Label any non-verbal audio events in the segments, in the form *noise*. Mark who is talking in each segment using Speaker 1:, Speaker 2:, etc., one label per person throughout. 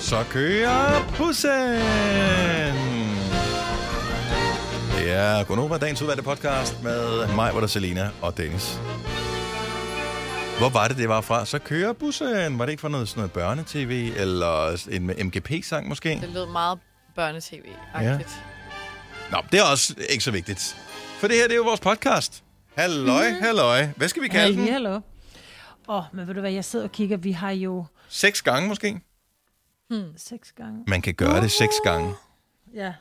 Speaker 1: så kører bussen! Det er Gunova, dagens udvalgte podcast med mig, hvor der Selina og Dennis. Hvor var det, det var fra? Så kører bussen. Var det ikke fra noget, sådan noget børnetv, eller en MGP-sang måske?
Speaker 2: Det lød meget børnetv-agtigt.
Speaker 1: Nå, det er også ikke så vigtigt. For det her, det er jo vores podcast. Halløj, halløj. Hvad skal vi kalde den?
Speaker 3: Hallo. Åh, oh, men ved du hvad, jeg sidder og kigger, vi har jo
Speaker 1: Seks gange måske?
Speaker 2: Hmm.
Speaker 3: seks gange.
Speaker 1: Man kan gøre det seks gange.
Speaker 3: Ja.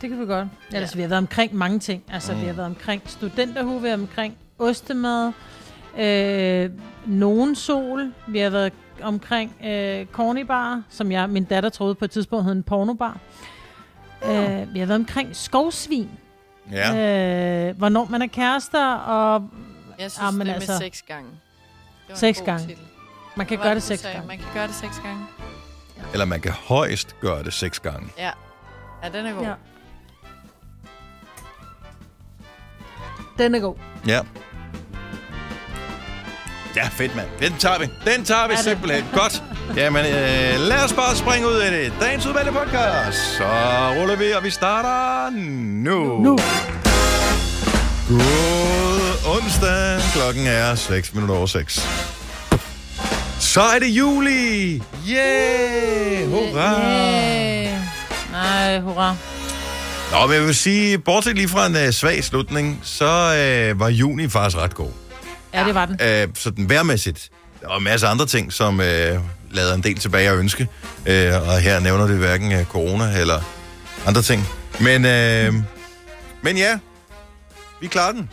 Speaker 3: Det kan vi godt. Ellers, vi har været omkring mange ting. Altså, mm. vi har været omkring studenterhue, vi har været omkring ostemad, øh, nogen sol, vi har været omkring øh, cornybar, som jeg, min datter troede på et tidspunkt hed en pornobar. Øh, vi har været omkring skovsvin,
Speaker 1: Ja.
Speaker 3: ja. øh, hvornår man er kærester, og
Speaker 2: Jeg synes,
Speaker 3: Ah, men
Speaker 2: det er med
Speaker 3: altså-
Speaker 2: seks gange. Det var en
Speaker 3: Seks
Speaker 2: god
Speaker 3: gange.
Speaker 2: titel.
Speaker 3: man
Speaker 2: Hvad
Speaker 3: kan
Speaker 2: var
Speaker 3: gøre
Speaker 2: du
Speaker 3: det seks
Speaker 2: sagde?
Speaker 3: gange.
Speaker 2: Man kan gøre det seks gange.
Speaker 1: Eller man kan højst gøre det seks gange.
Speaker 2: Ja. Ja, den er god.
Speaker 3: Ja.
Speaker 2: Ja.
Speaker 3: Den er god.
Speaker 1: Ja. Ja, fedt, mand. Den tager vi. Den tager vi
Speaker 3: Ja, det.
Speaker 1: simpelthen. Godt. Jamen, øh, lad os bare springe ud af det. Dagens udvalgte podcast. Så ruller vi, og vi starter nu.
Speaker 3: Nu.
Speaker 1: God onsdag. Klokken er 6 minutter over 6. Så er det juli. Yeah! Hurra!
Speaker 3: Yeah. Nej, hurra.
Speaker 1: Nå, men jeg vil sige, bortset lige fra en øh, svag slutning, så øh, var juni faktisk ret god.
Speaker 3: Ja, det var den.
Speaker 1: øh, sådan værmæssigt. Og masser af andre ting, som øh, lader en del tilbage at ønske. Øh, og her nævner det hverken øh, corona eller andre ting. Men, øh, men ja, vi klarer den.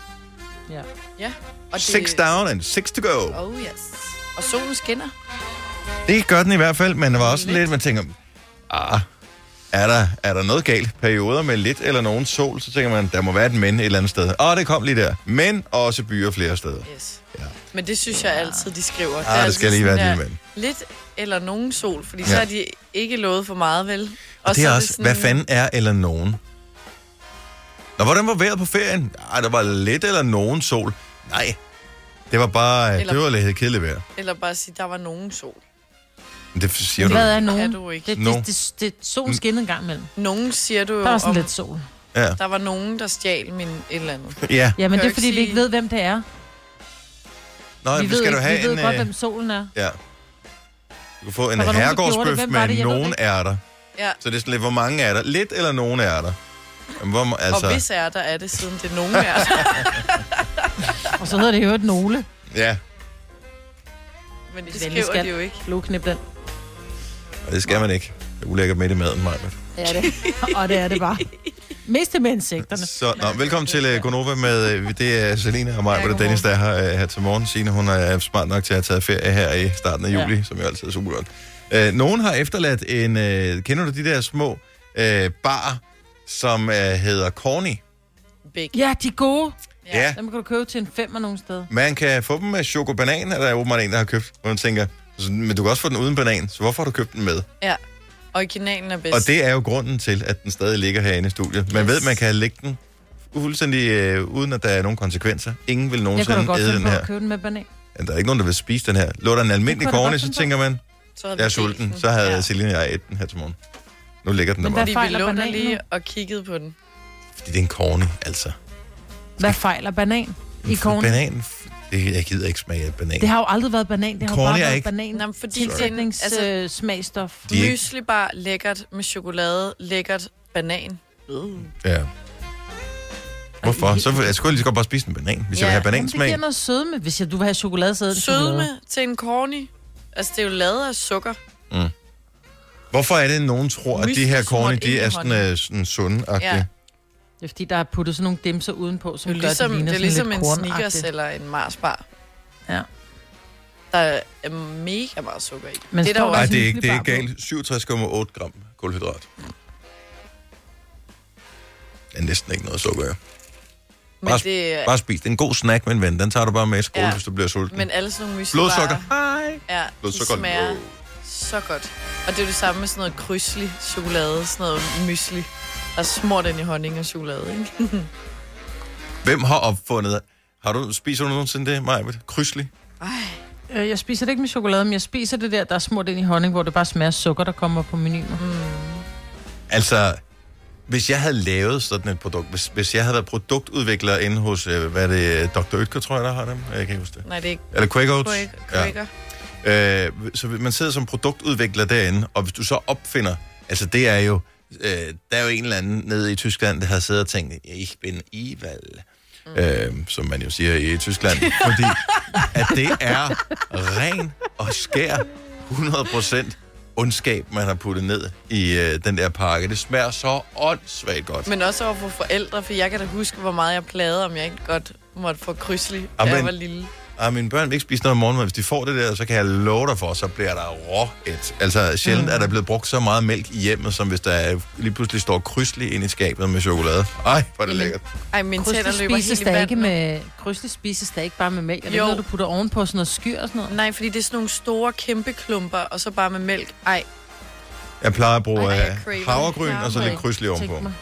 Speaker 3: Ja.
Speaker 2: ja.
Speaker 1: Det... Six down and six to go.
Speaker 2: Oh yes. Og solen skinner.
Speaker 1: Det gør den i hvert fald, men der var også lidt, man tænker, ah, er der, er der noget galt? Perioder med lidt eller nogen sol, så tænker man, der må være et men et eller andet sted. Og det kom lige der. Men også byer flere steder.
Speaker 2: Yes.
Speaker 1: Ja.
Speaker 2: Ja. Men det synes jeg altid, de skriver. Ah,
Speaker 1: det skal lige være et lille
Speaker 2: Lidt eller nogen sol, fordi ja.
Speaker 1: Ja.
Speaker 2: så har de ikke lovet for meget, vel?
Speaker 1: Og det
Speaker 2: så
Speaker 1: er også, sådan... hvad fanden er eller nogen? Nå, hvordan var vejret på ferien? Ej, der var lidt eller nogen sol. Nej, det var bare, eller...
Speaker 2: Eller-
Speaker 1: det var lidt kedeligt vejr.
Speaker 2: Eller bare sige, der var nogen sol.
Speaker 1: Men det siger du.
Speaker 3: Hvad er nogen?
Speaker 2: Er du ikke?
Speaker 3: Det,
Speaker 1: No.
Speaker 3: det, det, det, det solen skinnede en gang imellem.
Speaker 2: Nogen siger du jo
Speaker 3: Der var
Speaker 2: om,
Speaker 3: sådan lidt sol.
Speaker 1: Ja.
Speaker 2: der var nogen, der stjal min et eller andet.
Speaker 1: ja.
Speaker 3: Ja, men
Speaker 2: Kan
Speaker 3: det
Speaker 2: jo
Speaker 3: er
Speaker 2: ikke
Speaker 3: fordi, vi
Speaker 2: sige-
Speaker 3: ikke ved, hvem det er.
Speaker 1: Nå,
Speaker 3: Vi
Speaker 1: vi
Speaker 3: ved,
Speaker 1: skal
Speaker 3: ikke,
Speaker 1: du have
Speaker 3: vi ved
Speaker 1: en...
Speaker 3: godt,
Speaker 1: øh,
Speaker 3: hvem solen er.
Speaker 1: Ja. Du kan få en
Speaker 3: Der var nogen, der gjorde det.
Speaker 1: herregårdsbøf
Speaker 3: Hvem var
Speaker 1: med
Speaker 3: det? Jeg ved det
Speaker 1: nogen
Speaker 3: ikke.
Speaker 1: ærter.
Speaker 2: Ja.
Speaker 1: Så det er sådan lidt, hvor mange er der? Lidt eller nogen er der? Jamen, Hvor, ma- altså,
Speaker 2: Og hvis er der, er det siden det er nogen er
Speaker 3: *laughs*
Speaker 2: der.
Speaker 3: Og så hedder det jo et Nole.
Speaker 1: Ja,
Speaker 2: Men det
Speaker 3: Venlig
Speaker 2: skriver
Speaker 3: skat.
Speaker 2: de jo ikke.
Speaker 3: Lovknip den.
Speaker 1: og det skal man ikke. Det er ulækkert midt i maden, Maja.
Speaker 3: Ja, det. *laughs* Og det er det bare. Mest det med insekterne.
Speaker 1: Så, nå, velkommen til uh, Gonova med, øh, det er Selina og mig,
Speaker 2: Ja,
Speaker 1: hvor det er Dennis, der er her, øh, her til morgen. Signe, hun er smart nok til at have taget ferie her i starten af
Speaker 3: Ja.
Speaker 1: juli, ja. som jo altid er super godt. Uh, nogen har efterladt en, uh, kender du de der små uh, bar, som uh, hedder Corny?
Speaker 2: Big.
Speaker 3: Ja, de er gode.
Speaker 1: Ja. ja.
Speaker 3: Dem kan du købe til en femmer nogle steder.
Speaker 1: Man kan få dem med chokobanan, er der åbenbart en, der har købt, hvor man tænker, "Så- men du kan også få den uden banan, så hvorfor har du købt den med?
Speaker 2: Ja. Originalen er bedst.
Speaker 1: Og det er jo grunden til, at den stadig ligger herinde i studiet. Man yes.
Speaker 2: Yes.
Speaker 1: ved, man kan lægge den fuldstændig øh, uden, at der er nogen konsekvenser. Ingen vil
Speaker 3: Jeg kunne da
Speaker 1: nogensinde
Speaker 3: godt
Speaker 1: æde den
Speaker 3: finde på
Speaker 1: her.
Speaker 3: at købe den med banan.
Speaker 1: Ja, der er ikke nogen, der vil spise den her. Lå der en almindelig
Speaker 3: Det kunne jeg da
Speaker 1: corny,
Speaker 3: godt
Speaker 1: så
Speaker 3: finde på.
Speaker 1: tænker man,
Speaker 2: så havde
Speaker 1: jeg er
Speaker 2: vi delt
Speaker 1: sulten.
Speaker 2: den.
Speaker 1: Så havde ja. Selina og jeg et den her til morgen. Nu ligger den der
Speaker 3: Men hvad-
Speaker 1: bare,
Speaker 2: Fordi vi
Speaker 3: fejler
Speaker 2: lå der
Speaker 3: bananen
Speaker 2: lige og kiggede på den.
Speaker 1: fordi det er en corny, altså.
Speaker 3: Hvad fejler banan i korn?
Speaker 1: Banan, det, jeg gider ikke smage af banan.
Speaker 3: Det har jo aldrig været banan. Det har jo
Speaker 1: Corny
Speaker 3: bare
Speaker 1: er
Speaker 3: været
Speaker 1: ikke-
Speaker 3: banan.
Speaker 2: Nå, men fordi det er en- altså-
Speaker 3: øh, Tilsætningssmagstof.
Speaker 1: De er ikke-
Speaker 2: Mysli bar, lækkert med chokolade, lækkert banan. Uh.
Speaker 1: Ja. Hvorfor? Så vil- jeg skulle lige så godt bare spise en banan, hvis ja, jeg
Speaker 2: Ja,
Speaker 1: vil have
Speaker 3: Jamen, det
Speaker 1: banansmag.
Speaker 3: giver noget sødme. Hvis jeg, du vil have chokolade, så er det chokolade.
Speaker 2: Sødme til en corny. Altså, det er jo lavet af sukker.
Speaker 1: Mm. Hvorfor er det, at nogen tror, at de her
Speaker 2: Mystisk
Speaker 1: corny,
Speaker 2: smurt
Speaker 1: de er
Speaker 2: ind i
Speaker 1: sådan, øh, sådan sunde ja.
Speaker 2: Ja.
Speaker 3: Det er fordi, der er puttet sådan nogle dimser udenpå,
Speaker 2: Det
Speaker 3: som
Speaker 2: er jo
Speaker 3: gør, at
Speaker 2: ligesom,
Speaker 3: det ligner
Speaker 2: det er ligesom
Speaker 3: sådan
Speaker 2: en
Speaker 3: lidt
Speaker 2: Snickers
Speaker 3: kornagtigt.
Speaker 2: eller en Mars bar.
Speaker 3: Ja.
Speaker 2: Der er mega meget sukker i.
Speaker 3: Men
Speaker 2: det er der
Speaker 3: står
Speaker 2: jo
Speaker 3: der
Speaker 1: Nej,
Speaker 2: også.
Speaker 1: det er ikke,
Speaker 3: hyggelig
Speaker 1: det er ikke
Speaker 3: bare
Speaker 1: galt. 67,8 gram kulhydrat.
Speaker 3: Mm.
Speaker 1: Det er næsten ikke noget sukker, ja.
Speaker 2: Men,
Speaker 1: bare-
Speaker 2: det, er-
Speaker 1: Bare spis. Det er en god snack med en ven. Den tager du bare med i skole, ja.
Speaker 2: Ja.
Speaker 1: hvis du bliver sulten.
Speaker 2: men alle sådan nogle mysli
Speaker 1: Blodsukker.
Speaker 2: barer,
Speaker 1: Hej.
Speaker 2: Ja,
Speaker 1: Blodsukker.
Speaker 2: de smager
Speaker 1: Åh.
Speaker 2: så godt. Og det er jo det samme med sådan noget krydslig chokolade, sådan noget mysli. Der er smurt ind i honning og chokolade, ikke? *laughs*
Speaker 1: Hvem har opfundet... Har du spist du nogensinde det, Maja? Krydslig?
Speaker 2: Ej,
Speaker 3: Øh, jeg spiser det ikke med chokolade, men jeg spiser det der, der er smurt ind i honning, hvor det bare smager af sukker, der kommer på menuen. Mm.
Speaker 1: Altså, hvis jeg havde lavet sådan et produkt, hvis, hvis jeg havde været produktudvikler inde hos, øh, hvad er det, Dr. Ytker, tror jeg, der har dem, jeg kan ikke huske det.
Speaker 2: Nej, det er ikke
Speaker 1: Eller Quaker Oats?
Speaker 2: Quaker. Quaker.
Speaker 1: Øh, så man sidder som produktudvikler derinde, og hvis du så opfinder, altså det er jo, øh, der er jo en eller anden nede i Tyskland, der har siddet og tænkt, ich bin Ival, mm. øh, som man jo siger i Tyskland, fordi at det er ren og skær 100% ondskab, man har puttet ned i øh, den der pakke. Det smager så åndssvagt godt.
Speaker 2: Men også over for forældre, for jeg kan da huske, hvor meget jeg plagede, om jeg ikke godt måtte få krydslig, da
Speaker 1: Amen.
Speaker 2: jeg var lille.
Speaker 1: Ah, mine børn vil ikke spise noget morgenmad. Hvis de får det der, så kan jeg love dig for, så bliver der rå et. Altså,
Speaker 2: Mm.
Speaker 1: sjældent er der blevet brugt så meget mælk i hjemmet, som hvis der er- lige pludselig står krydslig ind i skabet med chokolade. Ej, hvor
Speaker 2: Mm.
Speaker 1: er det lækkert.
Speaker 2: Ej, mine tænder
Speaker 3: Kryslig
Speaker 2: løber
Speaker 3: spises
Speaker 2: helt i
Speaker 3: der
Speaker 2: vand.
Speaker 3: ikke
Speaker 2: nu.
Speaker 3: med... Kryslig spises der ikke bare med mælk. Er det
Speaker 2: Jo.
Speaker 3: jo. noget, du putter ovenpå sådan noget skyr og sådan noget?
Speaker 2: Nej, fordi det er sådan nogle store, kæmpe klumper, og så bare med mælk. Ej,
Speaker 1: Jeg plejer at bruge
Speaker 2: Ej, jeg
Speaker 1: øh,
Speaker 2: craver.
Speaker 1: havregryn og så
Speaker 3: Nej,
Speaker 1: lidt krydslig
Speaker 3: tænk
Speaker 1: ovenpå.
Speaker 3: mig.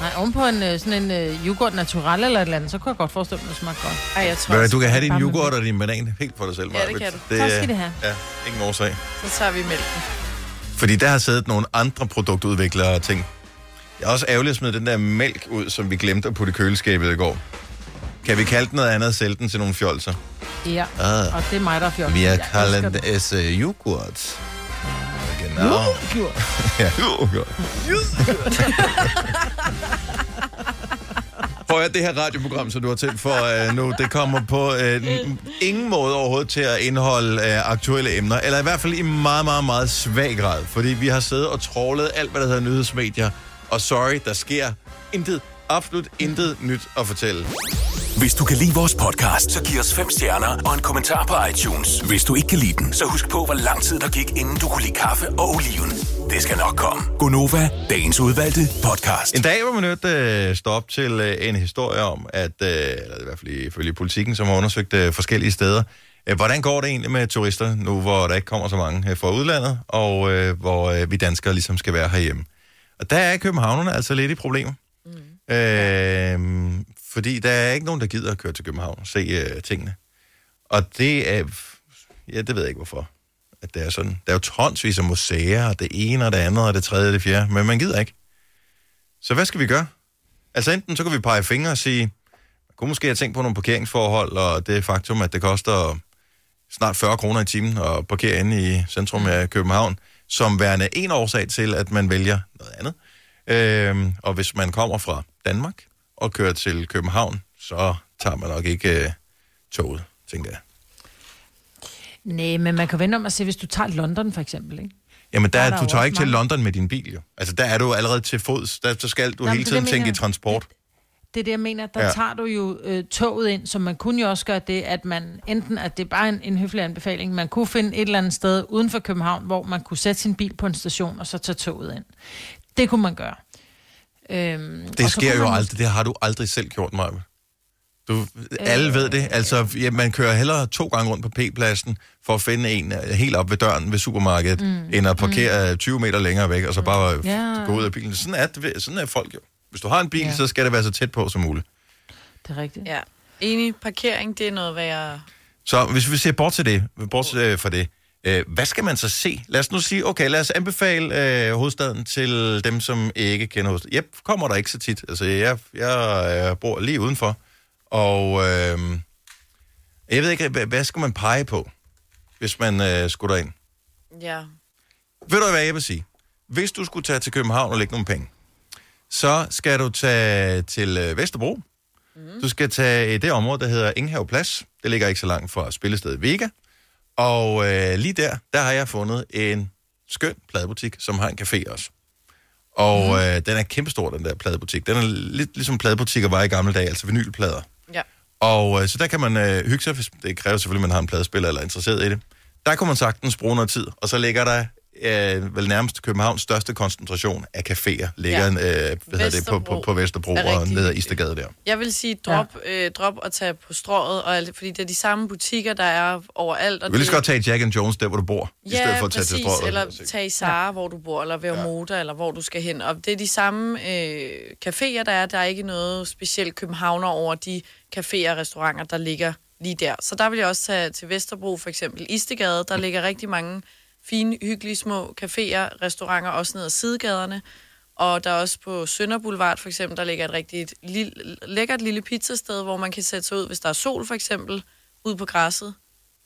Speaker 3: Nej, ovenpå en, øh, sådan en øh, yoghurt natural eller et eller andet, så kunne jeg godt forestille mig, at det smagte godt.
Speaker 2: ej jeg tror
Speaker 1: Hvad er det,
Speaker 2: også,
Speaker 1: du kan have din
Speaker 3: Bare med
Speaker 1: yoghurt og din banan helt for dig selv.
Speaker 2: Ja, det
Speaker 1: Maj-Brit.
Speaker 2: kan du.
Speaker 3: Tak skal
Speaker 1: øh,
Speaker 3: det have.
Speaker 1: Ja, ingen årsag.
Speaker 2: så tager vi mælken.
Speaker 1: Fordi der har siddet nogle andre produktudviklere og tænkt, jeg er også ærgerlig at smide den der mælk ud, som vi glemte at putte i køleskabet i går. Kan vi kalde den noget andet og sælge den til nogle fjolser?
Speaker 3: Ja,
Speaker 1: Ah.
Speaker 3: og det er mig, der er fjort.
Speaker 1: Wir
Speaker 3: Jeg elsker
Speaker 1: kallen
Speaker 3: den.
Speaker 1: es äh, Joghurt. Genau. Ja, *laughs* Joghurt. Prøv at høre, det her radioprogram, som du har tændt for øh, nu, det kommer på øh, ingen måde overhovedet til at indeholde øh, aktuelle emner, eller i hvert fald i meget, meget, meget svag grad, fordi vi har siddet og trålet alt, hvad der hedder nyhedsmedier, og sorry, der sker intet, absolut intet nyt at fortælle.
Speaker 4: Hvis du kan lide vores podcast, så giv os fem stjerner og en kommentar på iTunes. Hvis du ikke kan lide den, så husk på, hvor lang tid der gik, inden du kunne lide kaffe og oliven. Det skal nok komme. Gonova, dagens udvalgte podcast.
Speaker 1: En dag var man nødt øh, stå op til øh, en historie om, at, øh, eller i hvert fald ifølge politikken, som har undersøgt øh, forskellige steder, øh, hvordan går det egentlig med turister, nu hvor der ikke kommer så mange øh, fra udlandet, og øh, hvor øh, vi danskere ligesom skal være herhjemme. Og der er københavnerne altså lidt i problemer. Mm. Øh, fordi der er ikke nogen, der gider at køre til København og se øh, tingene. Og det er... Ja, det ved jeg ikke, hvorfor at det er sådan. Der er jo tonsvis af museer, og det ene og det andet, og det tredje og det fjerde, men man gider ikke. Så hvad skal vi gøre? Altså enten så kan vi pege fingre og sige, man kunne måske have tænkt på nogle parkeringsforhold, og det faktum, at det koster snart 40 kroner i timen at parkere inde i centrum af København, som værende en årsag til, at man vælger noget andet. Øhm, og hvis man kommer fra Danmark og kører til København, så tager man nok ikke øh, toget, tænker jeg.
Speaker 3: Nej, men man kan vente om at se, hvis du tager London for eksempel, ikke?
Speaker 1: Jamen, der,
Speaker 3: Der
Speaker 1: der
Speaker 3: er der
Speaker 1: du
Speaker 3: jo
Speaker 1: tager
Speaker 3: også
Speaker 1: ikke til
Speaker 3: mange.
Speaker 1: London med din bil, jo. Altså, der er du allerede til fods. Der, så skal du
Speaker 3: Nå, men
Speaker 1: hele
Speaker 3: det er
Speaker 1: tiden
Speaker 3: det, jeg
Speaker 1: tænke i
Speaker 3: mener.
Speaker 1: transport.
Speaker 3: Det er det, jeg mener. Der
Speaker 1: Ja.
Speaker 3: ja. tager du jo øh, toget ind, så man kunne jo også gøre det, at man enten, at det er bare en, en høflig anbefaling, man kunne finde et eller andet sted uden for København, hvor man kunne sætte sin bil på en station, og så tage toget ind. Det kunne man gøre. Øhm, og så
Speaker 1: Det sker
Speaker 3: kunne
Speaker 1: jo
Speaker 3: man- Øh,
Speaker 1: aldrig. Det har du aldrig selv gjort, Maja. Du, alle ved det. Altså, ja, man kører hellere to gange rundt på P-pladsen for at finde en øh, helt op ved døren ved supermarkedet, mm. end at parkere mm. 20 meter længere væk, og så bare
Speaker 3: Mm. Ja.
Speaker 1: yeah. gå ud af bilen. Sådan er, det, sådan er folk jo. Hvis du har en bil, yeah. så skal det være så tæt på som muligt.
Speaker 3: Det er rigtigt.
Speaker 2: Ja. Enig, parkering, det er noget, hvad jeg...
Speaker 1: Så hvis vi ser bort til det, bort øh, fra det, øh, hvad skal man så se? Lad os nu sige, okay, lad os anbefale øh, hovedstaden til dem, som ikke kender hovedstaden. Jeg kommer der ikke så tit. Altså, jeg, jeg øh, bor lige udenfor, og øh, jeg ved ikke, hvad, hvad skal man pege på, hvis man øh, skulle derind?
Speaker 2: Ja.
Speaker 1: Ved du, hvad jeg vil sige? Hvis du skulle tage til København og lægge nogle penge, så skal du tage til øh, Vesterbro. Mm. Du skal tage øh, det område, der hedder Inghave Plads. Det ligger ikke så langt fra spillestedet Vega. Og øh, lige der, der har jeg fundet en skøn pladebutik, som har en café også. Og mm. øh, den er kæmpestor, den der pladebutik. Den er lidt ligesom pladebutikker var i gamle dage, altså vinylplader.
Speaker 2: Ja.
Speaker 1: Og øh, så der kan man øh, hygge sig, hvis det kræver selvfølgelig, at man har en pladespiller eller er interesseret i det. Der kunne man sagtens bruge noget tid, og så ligger der øh, vel nærmest Københavns største koncentration af caféer, ligger
Speaker 2: Ja.
Speaker 1: øh, hvad hedder det, på, på, på Vesterbro
Speaker 2: Er
Speaker 1: og
Speaker 2: rigtig
Speaker 1: ned ad
Speaker 2: hyggeligt.
Speaker 1: Istergade der.
Speaker 2: Jeg vil sige, drop, ja. øh, drop og tage på strået, og alt, fordi det er de samme butikker, der er overalt. Og
Speaker 1: Du vil lige så
Speaker 2: det-
Speaker 1: godt tage Jack and Jones der, hvor du bor, i stedet for at tage til
Speaker 2: præcis,
Speaker 1: Strøget.
Speaker 2: eller tage i Sara, ja. hvor du bor, eller ved Moda, eller hvor du skal hen. Og det er de samme øh, caféer, der er. Der er ikke noget specielt københavner over de caféer og restauranter, der ligger lige der. Så der vil jeg også tage til Vesterbro, for eksempel Istegade. Der ligger rigtig mange fine, hyggelige små caféer, restauranter, også ned ad sidegaderne. Og der er også på Sønder Boulevard for eksempel, der ligger et rigtig et lille, lækkert lille pizzasted, hvor man kan sætte sig ud, hvis der er sol for eksempel, ud på græsset.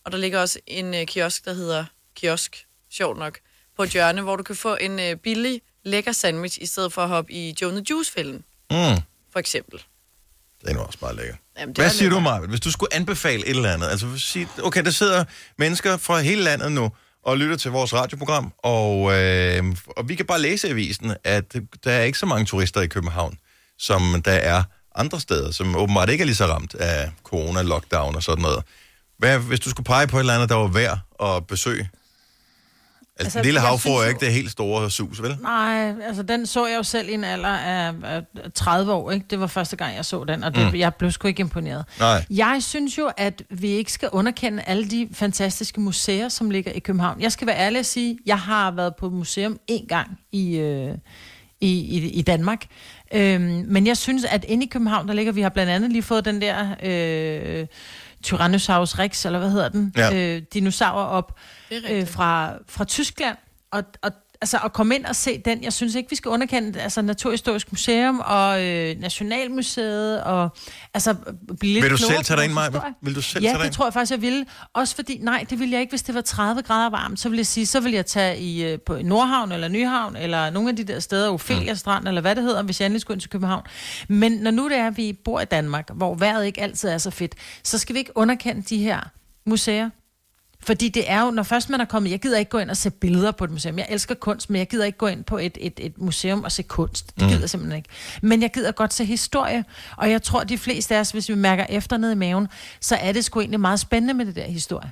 Speaker 2: Og der ligger også en øh, kiosk, der hedder Kiosk, sjovt nok, på et hjørne, hvor du kan få en øh, billig, lækker sandwich, i stedet for at hoppe i Joe and the Juice-fælden,
Speaker 1: Mm.
Speaker 2: for eksempel.
Speaker 1: Det er nu også meget lækkert.
Speaker 2: Jamen, det
Speaker 1: Hvad
Speaker 2: er
Speaker 1: siger du,
Speaker 2: lækkert.
Speaker 1: Marvind, hvis du skulle anbefale et eller andet? Altså, hvis du siger, okay, der sidder mennesker fra hele landet nu og lytter til vores radioprogram, og, øh, og vi kan bare læse i avisen, at der er ikke så mange turister i København, som der er andre steder, som åbenbart ikke er lige så ramt af corona, lockdown og sådan noget. Hvad, hvis du skulle pege på et eller andet, der var værd at besøge? Altså, altså
Speaker 3: Altså,
Speaker 1: den lille
Speaker 3: jeg
Speaker 1: havfru
Speaker 3: synes
Speaker 1: er
Speaker 3: jo-
Speaker 1: ikke det helt store sus, vel?
Speaker 3: Nej, altså den så jeg jo selv i en alder af, af 30 år, ikke? Det var første gang, jeg så den, og det, mm. jeg blev sgu ikke imponeret.
Speaker 1: Nej.
Speaker 3: Jeg synes jo, at vi ikke skal underkende alle de fantastiske museer, som ligger i København. Jeg skal være ærlig og sige, jeg har været på et museum en gang i, øh, i, i, i Danmark. Øhm, men jeg synes, at inde i København, der ligger, vi har blandt andet lige fået den der øh, Tyrannosaurus rex, eller hvad hedder den,
Speaker 1: Ja.
Speaker 3: øh, dinosaurer op
Speaker 2: Det er rigtigt.
Speaker 3: øh, fra, fra Tyskland. Og, og altså at komme ind og se den, jeg synes ikke, vi skal underkende altså Naturhistorisk Museum og øh, Nationalmuseet, og altså blive lidt
Speaker 1: Vil du selv
Speaker 3: klogere på
Speaker 1: tage dig ind,
Speaker 3: vores
Speaker 1: Maja?
Speaker 3: historie.
Speaker 1: Vil du selv
Speaker 3: ja,
Speaker 1: tage dig
Speaker 3: det
Speaker 1: ind?
Speaker 3: tror jeg faktisk, jeg ville. Også fordi, nej, det ville jeg ikke, hvis det var 30 grader varmt. Så ville jeg sige, så ville jeg tage i, øh, på i Nordhavn eller Nyhavn, eller nogle af de der steder, Ophelia
Speaker 1: Mm.
Speaker 3: Strand, eller hvad det hedder, hvis jeg endelig skulle ind til København. Men når nu det er, at vi bor i Danmark, hvor vejret ikke altid er så fedt, så skal vi ikke underkende de her museer. Fordi det er jo, når først man er kommet, jeg gider ikke gå ind og se billeder på et museum. Jeg elsker kunst, men jeg gider ikke gå ind på et, et, et museum og se kunst. Det gider jeg simpelthen ikke. Men jeg gider godt se historie, og jeg tror, de fleste af os, hvis vi mærker efter ned i maven, så er det sgu egentlig meget spændende med det der historie.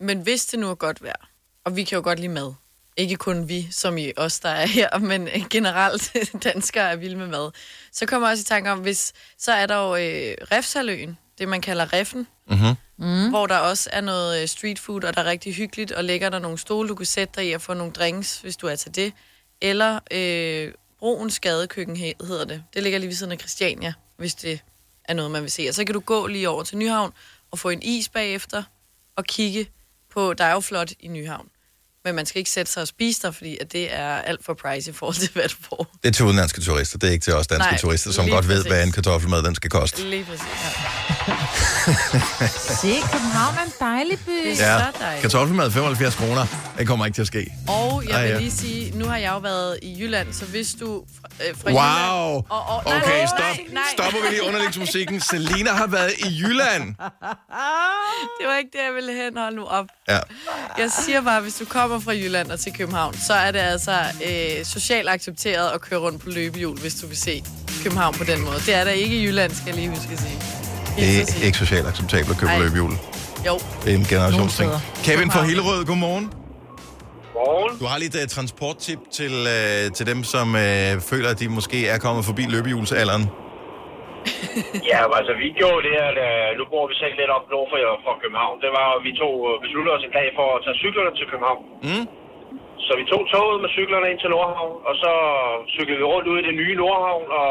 Speaker 2: Men hvis det nu er godt vejr, og vi kan jo godt lide mad, ikke kun vi, som i os, der er her, men generelt *laughs* danskere er vilde med mad, så kommer jeg også i tanke om, hvis så er der jo øh, Refsaløen, det man kalder Reffen, mm-hmm. hvor der også er noget øh, street food, og der er rigtig hyggeligt, og ligger der nogle stole, du kan sætte dig i og få nogle drinks, hvis du er til det. Eller øh, Broens Gadekøkken he- hedder det. Det ligger lige ved siden af Christiania, hvis det er noget, man vil se. Og så kan du gå lige over til Nyhavn og få en is bagefter og kigge på, der er jo flot i Nyhavn. Men man skal ikke sætte sig og spise der, fordi at det er alt for pricey i forhold til, hvad du får.
Speaker 1: Det er til udenlandske turister, det er ikke til os danske
Speaker 2: Nej,
Speaker 1: turister, som
Speaker 2: lige
Speaker 1: godt ved,
Speaker 2: præcis.
Speaker 1: hvad en kartoffelmad den skal koste.
Speaker 2: Lige præcis.
Speaker 3: Se, København er en dejlig by.
Speaker 2: Det er
Speaker 1: Ja,
Speaker 2: så dejligt.
Speaker 1: kartoffelmad 75 kroner. Det kommer ikke til at ske.
Speaker 2: Og jeg
Speaker 1: Ej,
Speaker 2: vil
Speaker 1: ja.
Speaker 2: lige sige, nu har jeg jo været i Jylland, så hvis du fra, øh, fra Jylland...
Speaker 1: Wow!
Speaker 2: Og, og, nej,
Speaker 1: Okay,
Speaker 2: nej,
Speaker 1: stop.
Speaker 2: nej, nej.
Speaker 1: Stopper vi lige underlægsmusikken. Selina har været i Jylland.
Speaker 2: *laughs* Det var ikke det, jeg ville hen. Hold nu op.
Speaker 1: Ja.
Speaker 2: Jeg siger bare, hvis du kommer fra Jylland og til København, så er det altså øh, socialt accepteret at køre rundt på løbehjul, hvis du vil se København på den måde. Det er der ikke i Jylland, skal jeg lige huske at sige.
Speaker 1: Det
Speaker 2: Hilse at
Speaker 1: er
Speaker 2: sige.
Speaker 1: ikke socialt acceptabelt at købe
Speaker 2: Ej.
Speaker 1: løbehjul.
Speaker 2: Jo,
Speaker 1: Det er en generationsting.
Speaker 3: Nogle
Speaker 1: Kevin fra Hillerød, godmorgen.
Speaker 5: Morgen.
Speaker 1: Du har lidt uh, transporttip til, uh, til dem, som uh, føler, at de måske er kommet forbi løbehjulsalderen.
Speaker 5: Ja, men altså vi gjorde det, at øh, nu bor vi selv lidt op nord for, for København. Det var, at vi tog, øh, besluttede os en dag for at tage cyklerne til København.
Speaker 1: Mm.
Speaker 5: Så vi tog toget med cyklerne ind til Nordhavn, og så cyklede vi rundt ud i det nye Nordhavn, og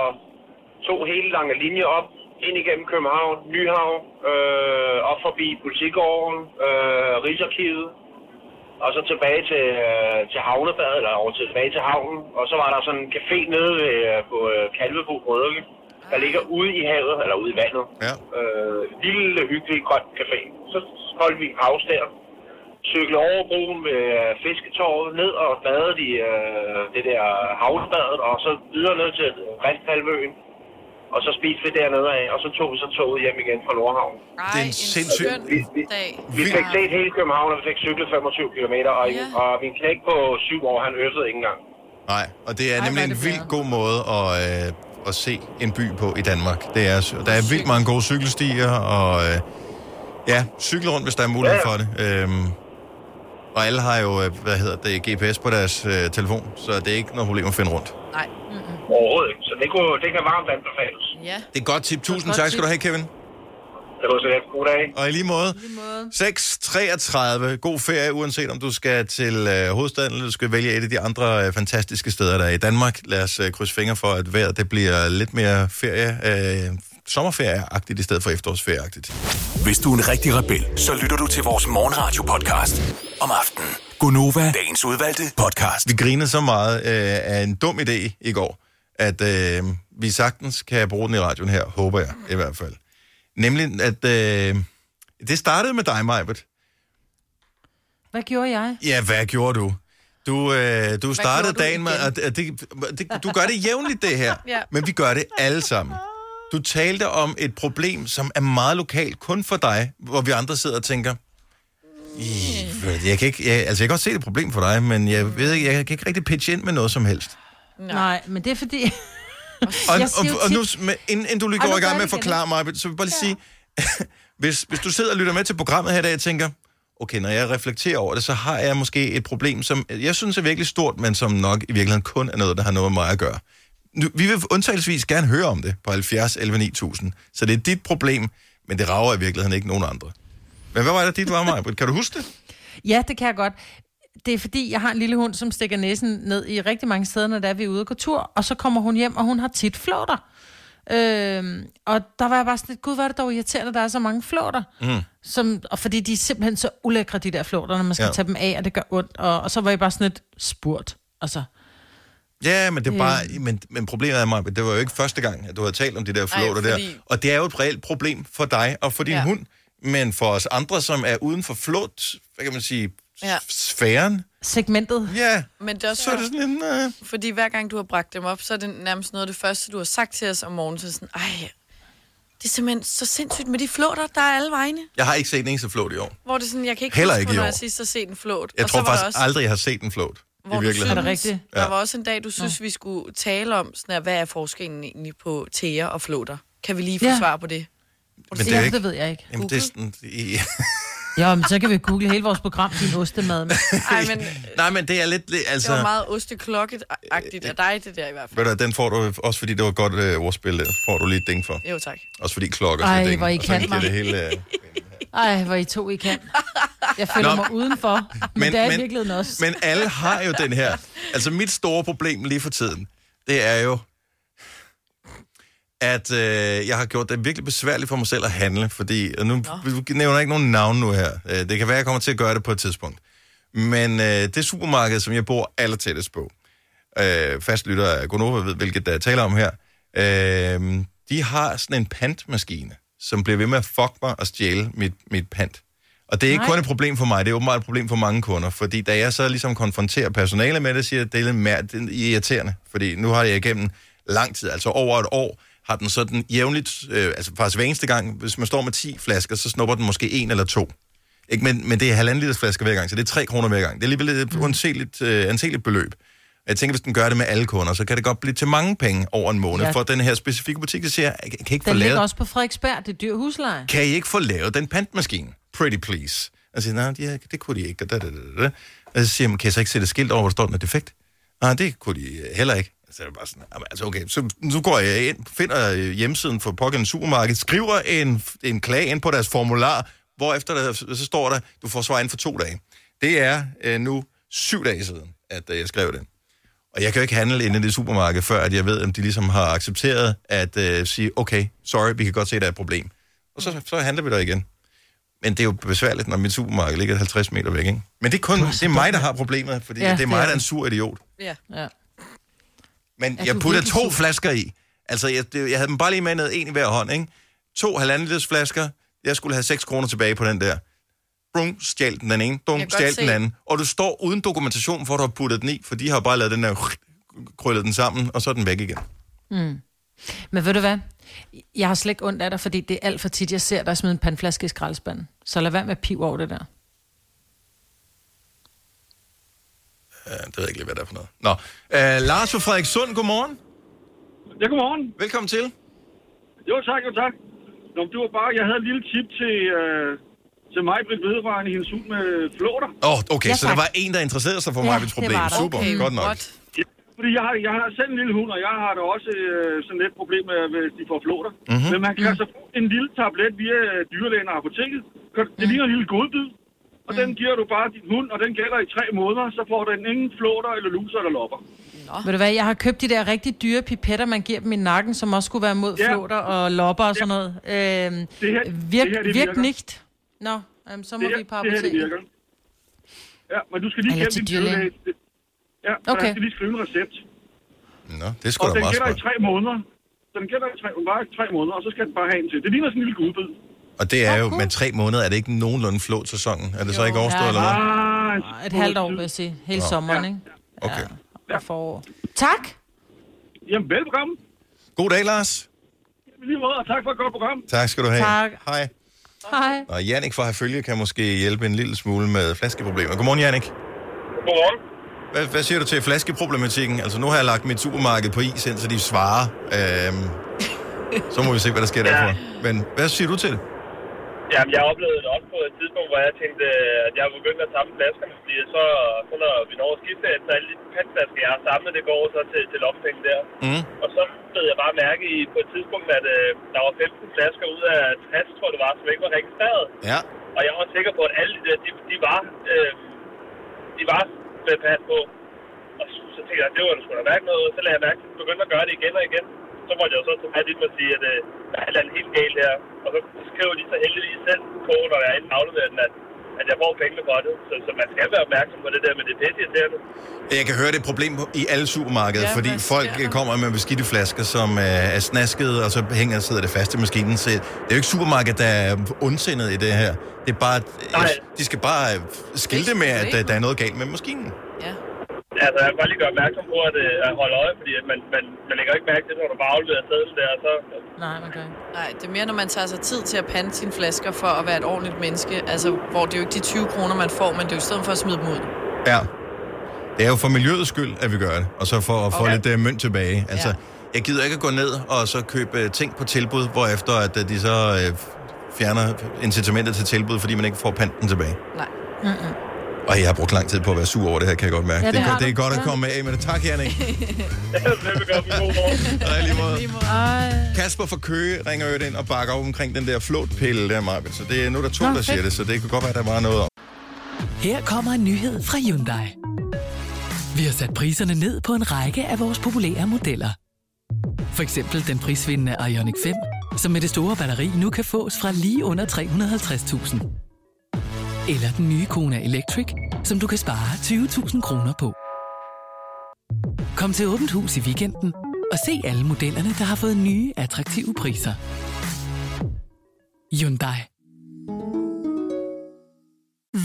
Speaker 5: tog hele lange linje op, ind igennem København, Nyhavn, øh, op forbi Politigården, øh, Rigsarkivet, og så tilbage til, øh, til havnebadet, eller over tilbage til havnen. Og så var der sådan en café nede ved, øh, på øh, Kalvebo Brødrike, der ligger ude i havet, eller ude i vandet.
Speaker 1: Ja.
Speaker 5: Øh, lille, hyggelig, grøn café. Så holdt vi en pause der. Cyklede over broen ved øh, Fisketorvet ned og badede i øh, det der havnebadet, og så videre ned til Risthalvøen. Og så spiste vi dernede af, og så tog vi så toget hjem igen fra Nordhavn.
Speaker 2: Ej,
Speaker 1: Det er en sindssyg-
Speaker 5: Vi, vi,
Speaker 2: skøn dag.
Speaker 5: vi
Speaker 1: Vildt.
Speaker 5: fik set hele København, og vi fik cyklet 25 km, og,
Speaker 2: Ja.
Speaker 5: og min knæk på 7 år, han øffede ikke engang.
Speaker 1: Nej, og det er
Speaker 3: Ej,
Speaker 1: nemlig
Speaker 3: hvor er
Speaker 1: en
Speaker 3: det
Speaker 1: vildt
Speaker 3: bedre.
Speaker 1: god måde at, øh, at se en by på i Danmark. Det er, der er vildt mange gode cykelstier, og øh, ja, cykle rundt, hvis der er mulighed
Speaker 5: Ja.
Speaker 1: for det. Øhm, og alle har jo, øh, hvad hedder det, GPS på deres øh, telefon, så det er ikke noget problem at finde rundt.
Speaker 2: Nej,
Speaker 5: Overhovedet ikke. Så det, kunne, det kan varmt anbefales.
Speaker 2: ja.
Speaker 1: Det er et godt tip. Tusind
Speaker 2: godt
Speaker 1: tak skal
Speaker 2: tip.
Speaker 1: du have, Kevin.
Speaker 5: Det var så lidt. God dag.
Speaker 1: Og i lige måde, 6.33. God ferie, uanset om du skal til øh, hovedstaden, eller du skal vælge et af de andre øh, fantastiske steder, der er i Danmark. Lad os øh, krydse fingre for, at vejret det bliver lidt mere ferie øh, sommerferieagtigt i stedet for efterårsferieagtigt.
Speaker 4: Hvis du er en rigtig rebel, så lytter du til vores morgenradio-podcast om aftenen. Gunova, dagens udvalgte podcast.
Speaker 1: Vi grinede så meget øh, af en dum idé i går, at øh, vi sagtens kan bruge den i radioen her, håber jeg i hvert fald. Nemlig, at øh, det startede med dig, Majbert.
Speaker 3: Hvad gjorde jeg?
Speaker 1: Ja, hvad gjorde du? Du, øh, du startede
Speaker 2: gjorde du
Speaker 1: dagen med,
Speaker 2: igen?
Speaker 1: at, at det, det, du gør det jævnligt, det her.
Speaker 2: Ja.
Speaker 1: Men vi gør det alle sammen. Du talte om et problem, som er meget lokalt, kun for dig, hvor vi andre sidder og tænker, "Ih, jeg kan, ikke, jeg, altså jeg kan godt se det er et problem for dig, men jeg, ved, ikke- jeg kan ikke rigtig pitche ind med noget som helst.
Speaker 3: Nej, Nej men det er fordi...
Speaker 1: Og,
Speaker 3: Jeg siger
Speaker 1: og,
Speaker 3: jo
Speaker 1: og nu,
Speaker 3: tit-
Speaker 1: men inden, inden du lige
Speaker 3: Ej,
Speaker 1: går
Speaker 3: nu
Speaker 1: i gang med
Speaker 3: gør jeg
Speaker 1: at
Speaker 3: det igen,
Speaker 1: forklare mig, så vil jeg bare lige sige, *laughs* hvis, hvis du sidder og lytter med til programmet her i dag, og tænker, okay, når jeg reflekterer over det, så har jeg måske et problem, som jeg synes er virkelig stort, men som nok i virkeligheden kun er noget, der har noget med mig at gøre. Nu, vi vil undtagelsesvis gerne høre om det på 70 11 9000, så det er dit problem, men det rager i virkeligheden ikke nogen andre. Men hvad var det, dit var, Maja? Kan du huske det?
Speaker 3: Ja, det kan jeg godt. Det er fordi, jeg har en lille hund, som stikker næsen ned i rigtig mange steder, når der er vi er ude og går tur. Og så kommer hun hjem, og hun har tit flåter. Øhm, og der var jeg bare sådan lidt, gud, hvor er det dog irriterende, at der er så mange flåter. Mm. Som, og fordi de er simpelthen så ulækre, de der flåter, når man skal
Speaker 1: Ja.
Speaker 3: ja. tage dem af, og det gør ondt. Og, og så var jeg bare sådan lidt spurgt. Altså,
Speaker 1: Ja, men det er bare,
Speaker 2: Mm.
Speaker 1: men, men problemet er mig, det var jo ikke første gang, at du havde talt om de der flåter
Speaker 2: fordi-
Speaker 1: der. Og det er jo et reelt problem for dig og for din ja.
Speaker 2: Ja.
Speaker 1: hund, men for os andre, som er uden for flåt, hvad kan man sige, ja.
Speaker 2: Ja.
Speaker 1: sfæren,
Speaker 3: segmentet.
Speaker 1: ja,
Speaker 2: Men det er også
Speaker 1: så er det sådan en... Øh,
Speaker 2: fordi hver gang du har bragt dem op, så er det nærmest noget af det første, du har sagt til os om morgenen. Så er det sådan, ej, det er simpelthen så sindssygt med de flåter, der er alle vegne.
Speaker 1: jeg har ikke set en eneste flåt i år.
Speaker 2: Hvor det er sådan, jeg kan ikke
Speaker 1: Heller
Speaker 2: huske,
Speaker 1: ikke i
Speaker 2: hvornår
Speaker 1: år.
Speaker 2: jeg sidst har set en flåt.
Speaker 1: Jeg
Speaker 2: og
Speaker 1: tror
Speaker 2: så var der
Speaker 1: faktisk
Speaker 2: også,
Speaker 1: aldrig, jeg har set en flåt i
Speaker 2: hvor du
Speaker 1: virkeligheden.
Speaker 3: Er det rigtigt?
Speaker 2: Der
Speaker 1: Ja.
Speaker 2: var også en dag, du synes, vi skulle tale om, sådan her, hvad er forskellen egentlig på tæer og flåter? Kan vi lige få
Speaker 3: Ja.
Speaker 2: ja. svar på det?
Speaker 1: Men det
Speaker 3: ja,
Speaker 1: er
Speaker 3: det
Speaker 1: ikke...
Speaker 3: ved jeg ikke.
Speaker 1: Jamen, det er sådan, i-
Speaker 3: Jo, men så kan vi google hele vores program, din ostemad. Men
Speaker 2: Ej, men
Speaker 1: Nej, men det er lidt...
Speaker 2: det
Speaker 1: *laughs* Altså, Øh,
Speaker 2: var meget osteklokket-agtigt af dig, det der i hvert fald.
Speaker 1: ved du, hvad, den får du, også fordi det var et godt øh, ordspil, der får du lige et ding for.
Speaker 2: Jo, tak.
Speaker 1: Også fordi klokker
Speaker 3: Ej,
Speaker 1: skal dinge,
Speaker 3: hvor I
Speaker 1: og så
Speaker 3: kan
Speaker 1: giver
Speaker 3: mig.
Speaker 1: det hele... Øh,
Speaker 3: Ej, hvor I to I kan. Jeg føler
Speaker 1: Nå.
Speaker 3: Nå. mig udenfor, *laughs* men, men det er i virkeligheden også.
Speaker 1: Men alle har jo den her. Altså mit store problem lige for tiden, det er jo, at øh, jeg har gjort det virkelig besværligt for mig selv at handle, fordi, og nu vi nævner jeg ikke nogen navn nu her, Øh, det kan være, jeg kommer til at gøre det på et tidspunkt, men øh, det supermarked, som jeg bor allertættest på, øh, fastlytter af Gonova ved, hvilket der er tale om her, øh, de har sådan en pantmaskine, som bliver ved med at fuck mig og stjæle mit, mit pant. Og det er ikke Nej.
Speaker 3: Nej.
Speaker 1: kun et problem for mig, det er åbenbart et problem for mange kunder, fordi da jeg så ligesom konfronterer personalet med det, siger jeg, det er lidt mær- det er irriterende, fordi nu har jeg igennem lang tid, altså over et år, har den sådan jævnligt, øh, altså faktisk hver eneste gang, hvis man står med 10 flasker, så snupper den måske en eller to. Ikke, men, men det er halvanden liters flasker hver gang, så det er 3 kroner hver gang. Det er alligevel
Speaker 3: Mm.
Speaker 1: et uanseligt, øh, anseligt beløb. Og Jeg tænker, hvis den gør det med alle kunder, så kan det godt blive til mange penge over en måned. Ja.
Speaker 3: Ja.
Speaker 1: For den her specifikke butik, der siger, jeg kan I ikke få
Speaker 3: Den ligger
Speaker 1: lavet,
Speaker 3: også på Frederiksberg, det er dyr husleje.
Speaker 1: kan I ikke få lavet den pantmaskine? Pretty please. Og siger, nej, de, det kunne de ikke. Og, da, da, da, da. og så siger man, kan jeg så ikke sætte et skilt over, hvor der står, den er defekt? Nej, det kunne de øh, heller ikke. Så er det bare sådan, "Jamen, altså okay, så nu går jeg ind, finder øh, hjemmesiden for pågældende supermarked, skriver en, en klage ind på deres formular, hvorefter der, så står der, du får svar inden for to dage. Det er øh, nu syv dage siden, at øh, jeg skrev den. Og jeg kan jo ikke handle inde i det supermarked, før at jeg ved, om de ligesom har accepteret at øh, sige, okay, sorry, vi kan godt se, at der er et problem. Og så, så handler vi der igen. Men det er jo besværligt, når mit supermarked ligger 50 meter væk, ikke? Men det er kun det er mig, der har problemet, fordi ja,
Speaker 3: Ja,
Speaker 1: det er
Speaker 3: det
Speaker 1: mig,
Speaker 3: er
Speaker 1: der er en
Speaker 3: det.
Speaker 1: sur idiot.
Speaker 2: Ja.
Speaker 3: Ja.
Speaker 1: Men
Speaker 3: Er
Speaker 1: jeg
Speaker 3: du
Speaker 1: putter
Speaker 3: virkelig
Speaker 1: to
Speaker 3: sur?
Speaker 1: flasker i. Altså, jeg, det, jeg havde dem bare lige med ned, en i hver hånd, ikke? To halvanden liters flasker. Jeg skulle have 6 kroner tilbage på den der. Brum, stjal den, den ene. Brum,
Speaker 2: Jeg kan godt
Speaker 1: stjal den
Speaker 2: se.
Speaker 1: anden. Og du står uden dokumentation for, at du har puttet den i, for de har bare lavet den der krøllet den sammen, og så er den væk igen.
Speaker 3: Mm. Men ved du hvad? Jeg har slet ikke ondt af dig, fordi det er alt for tit, jeg ser dig smide en pandflaske i skraldespanden. Så lad være med at pive over det der.
Speaker 1: Uh, det ved jeg ikke lige, hvad det er for noget. Nå. Uh, Lars og Frederik Sund, godmorgen.
Speaker 5: Ja, godmorgen.
Speaker 1: Velkommen til.
Speaker 5: Jo tak, jo tak. Nå, men det var bare, jeg havde et lille tip til, øh, til mig, Britt Vedvarende, hendes hund med flåter.
Speaker 1: Åh, oh, okay, ja,
Speaker 3: Ja,
Speaker 1: så der
Speaker 3: tak.
Speaker 1: var en, der interesserede sig for
Speaker 3: Ja,
Speaker 1: mig ja,
Speaker 3: det
Speaker 1: problem.
Speaker 3: var der.
Speaker 1: Super, okay, godt nok. Godt.
Speaker 5: Ja, fordi jeg har, jeg har selv en lille hund, og jeg har da også øh, sådan lidt problem med, hvis de får flåter.
Speaker 1: Mhm.
Speaker 5: Mm-hmm.
Speaker 3: Mhm.
Speaker 5: Men man kan altså få en lille tablet via øh, dyrlægen og apoteket. Kan- Det ligner en lille godbid.
Speaker 6: og mm. den
Speaker 3: Mhm.
Speaker 6: giver du bare din hund, og den gælder i tre måneder, så får den ingen flåter eller luser eller lopper.
Speaker 3: Ved du hvad, jeg har købt de der rigtig dyre pipetter, man giver dem i nakken, som også skulle være mod
Speaker 6: Ja.
Speaker 3: flåter og lopper og sådan noget. Øhm,
Speaker 6: Det her-
Speaker 3: virk,
Speaker 6: det her, det
Speaker 3: virk
Speaker 6: virker.
Speaker 3: nicht. Nå, øhm, så må
Speaker 6: Det her,
Speaker 3: vi på
Speaker 6: det her, det
Speaker 3: apoteket.
Speaker 6: virker. Ja, men du skal lige
Speaker 3: Eller
Speaker 6: kende
Speaker 3: til
Speaker 6: din
Speaker 3: dyrlægen.
Speaker 6: dyrlæge. Det- Ja, okay.
Speaker 3: Okay.
Speaker 6: jeg skal lige skrive en recept.
Speaker 1: Nå, det er sgu
Speaker 6: Og
Speaker 1: da
Speaker 6: den
Speaker 1: meget
Speaker 6: gælder i
Speaker 1: smart.
Speaker 6: tre måneder. Den gælder i tre, bare i tre måneder, og så skal den bare have en til. Det ligner sådan en lille gudbid.
Speaker 1: Og det er jo,
Speaker 3: cool.
Speaker 1: med tre måneder er det ikke nogenlunde flot sæsonen. Er det så
Speaker 3: Jo.
Speaker 1: ikke overstået
Speaker 3: Ja.
Speaker 1: eller hvad?
Speaker 6: Ah,
Speaker 3: Et halvt år, vil jeg sige. Hele sommeren, ikke?
Speaker 1: Okay.
Speaker 3: Ja. Og forår. Tak!
Speaker 6: Jamen, velkommen.
Speaker 1: God dag, Lars.
Speaker 6: I lige måde, og tak for et godt program.
Speaker 1: Tak skal du have.
Speaker 3: Tak.
Speaker 1: Hej.
Speaker 3: Hej.
Speaker 1: Og Jannik fra Herfølge kan måske hjælpe en lille smule med flaskeproblemer. Godmorgen, Jannik.
Speaker 7: Godmorgen.
Speaker 1: Hvad, hvad siger du til flaskeproblematikken? Altså, nu har jeg lagt mit supermarked på is, indtil de svarer. Øhm, så må vi se, hvad der sker derfor. Men hvad siger du til det?
Speaker 7: Jamen, jeg oplevede det også på et tidspunkt, hvor jeg tænkte, øh, at jeg begyndte at samle flaskerne, fordi så, så når vi når at skifte, så alle de pandflasker, jeg har samlet, det går så til, til lommepenge der.
Speaker 1: Mm.
Speaker 7: Og så blev jeg bare mærke i, på et tidspunkt, at øh, der var 15 flasker ud af 60, tror jeg det var, som ikke var registreret.
Speaker 1: Ja.
Speaker 7: Og jeg var sikker på, at alle de der, de, de var, øh, de var med pas på. Og så, så tænkte jeg, at det var da sgu da mærke noget. Så lagde jeg mærke til, at jeg begyndte at gøre det igen og igen. Så måtte jeg jo så tage fat i dem og sige, at øh, der er et eller andet helt galt her. Og så skriver de så heldigvis selv på, når jeg inden afleverer den, at, at jeg får pengene for det. Så, så man skal være opmærksom på det der med det pisse irriterende.
Speaker 1: Jeg kan høre, det er et problem på- i alle supermarkeder, ja,
Speaker 2: Ja,
Speaker 1: fordi
Speaker 2: hvad sker
Speaker 1: folk
Speaker 2: der?
Speaker 1: øh, kommer med beskidte flasker, som øh, er snaskede, og så hænger sidder det fast i maskinen. Så det er jo ikke supermarkedet, der er ondsindet i det her. Det er bare,
Speaker 7: Nej.
Speaker 1: de skal bare øh, skilte med, at øh, der er noget galt med maskinen.
Speaker 2: Ja.
Speaker 7: Altså, jeg kan bare lige gøre opmærksom på, at, øh, at holde øje, fordi at man, man, man lægger ikke mærke til, det, når du bare afleverer sædlen der, og så...
Speaker 3: Nej, man gør ikke.
Speaker 2: Nej, det er mere, når man tager sig tid til at pande sine flasker for at være et ordentligt menneske. Altså, hvor det er jo ikke de 20 kroner, man får, men det er jo i stedet for at smide dem ud.
Speaker 1: Ja. Det er jo for miljøets skyld, at vi gør det, og så for at få okay.
Speaker 7: Okay.
Speaker 1: lidt uh, mønt tilbage. Altså, ja.
Speaker 2: Ja.
Speaker 1: jeg gider ikke at gå ned og så købe uh, ting på tilbud, hvor efter at uh, de så uh, fjerner incitamentet til tilbud, fordi man ikke får panten tilbage.
Speaker 2: Nej.
Speaker 1: Og jeg har brugt lang tid på at være sur over det her, kan jeg godt mærke.
Speaker 3: Ja, det
Speaker 1: det, er,
Speaker 3: har
Speaker 1: godt- det er
Speaker 3: du.
Speaker 1: godt at
Speaker 3: Ja.
Speaker 1: komme af med det. Tak, Jannik.
Speaker 7: Velbekomme, god
Speaker 1: *laughs*
Speaker 7: morgen.
Speaker 1: Og i lige måde.
Speaker 3: Ej.
Speaker 1: Kasper fra Køge ringer jo ind og bakker op omkring den der flåtpille der, Marvind. Så det er nu er der to,
Speaker 3: Nå,
Speaker 1: der siger
Speaker 3: fedt.
Speaker 1: det, så det kan godt være, der var noget om.
Speaker 8: Her kommer en nyhed fra Hyundai. Vi har sat priserne ned på en række af vores populære modeller. For eksempel den prisvindende Ioniq 5, som med det store batteri nu kan fås fra lige under 350.000. Eller den nye Kona Electric, som du kan spare 20.000 kroner på. Kom til Åbent Hus i weekenden og se alle modellerne, der har fået nye, attraktive priser. Hyundai.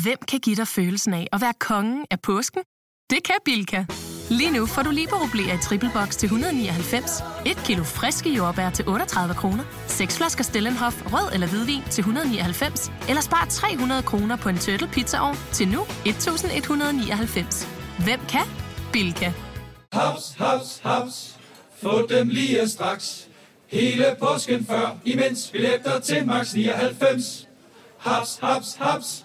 Speaker 9: Hvem kan give dig følelsen af at være kongen af påsken? Det kan Bilka! Lige nu får du liberobleer i triple box til 199, et kilo friske jordbær til 38 kroner, seks flasker Stellenhof rød eller hvidvin til 199, eller spar 300 kroner på en turtle pizzaovn til nu 1199. Hvem kan? Bilka!
Speaker 10: Haps, haps, haps. Få dem lige straks. Hele påsken før, imens billetter til max 99. Haps, haps, haps.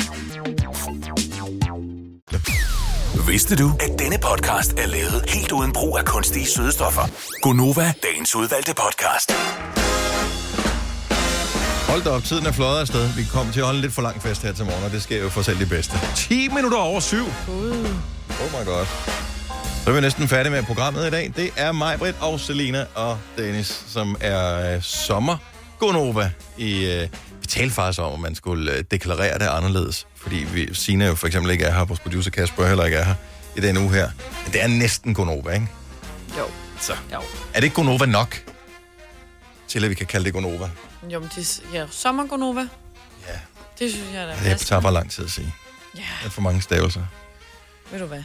Speaker 4: Vidste du, at denne podcast er lavet helt uden brug af kunstige sødestoffer? Gonova, dagens udvalgte podcast.
Speaker 1: Hold da op, tiden er fløjet afsted. Vi kom til at holde en lidt for lang fest her til morgen, og det sker jo for selv det bedste. 10 minutter over syv. Oh my god. Så er vi næsten færdige med programmet i dag. Det er mig, Britt og Selina og Dennis, som er øh, sommer. Gonova i... Øh, vi talte faktisk om, at man skulle øh, deklarere det anderledes. Fordi vi, Sina jo for eksempel ikke er her, vores producer Kasper heller ikke er her i den uge her. Men det er næsten Gonova, ikke?
Speaker 2: Jo.
Speaker 1: Så.
Speaker 2: Jo.
Speaker 1: Er det ikke Gonova nok? Til at vi kan kalde det Gonova.
Speaker 2: *laughs* Jo, men det er ja, sommergonova.
Speaker 1: Ja.
Speaker 2: Det synes jeg da.
Speaker 1: Det tager bare lang tid at sige.
Speaker 2: Ja,
Speaker 1: Der er for mange stavelser.
Speaker 2: ved du hvad?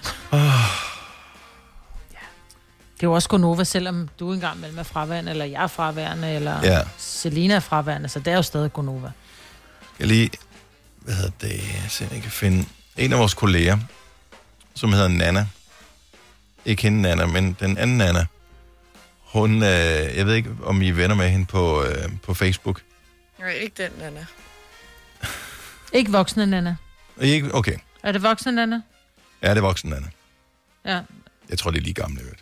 Speaker 3: Det er jo også Gonova, selvom du engang mellem er fraværende, eller jeg er fraværende, eller
Speaker 1: Ja.
Speaker 3: Selina er fraværende, så det er jo stadig Gonova.
Speaker 1: Jeg lige, hvad hedder det, se om jeg kan finde en af vores kolleger, som hedder Nana. Ikke hende Nana, men den anden Nana. Hun, øh, jeg ved ikke, om I er venner med hende på, øh, på Facebook.
Speaker 2: Nej, ikke den, Nana.
Speaker 3: *laughs* Ikke voksne, Nana.
Speaker 1: Er I ikke? Okay.
Speaker 3: Er det voksne, Nana?
Speaker 1: Ja, det er voksen, Anna.
Speaker 3: Ja.
Speaker 1: Jeg tror, det er lige gammel, jeg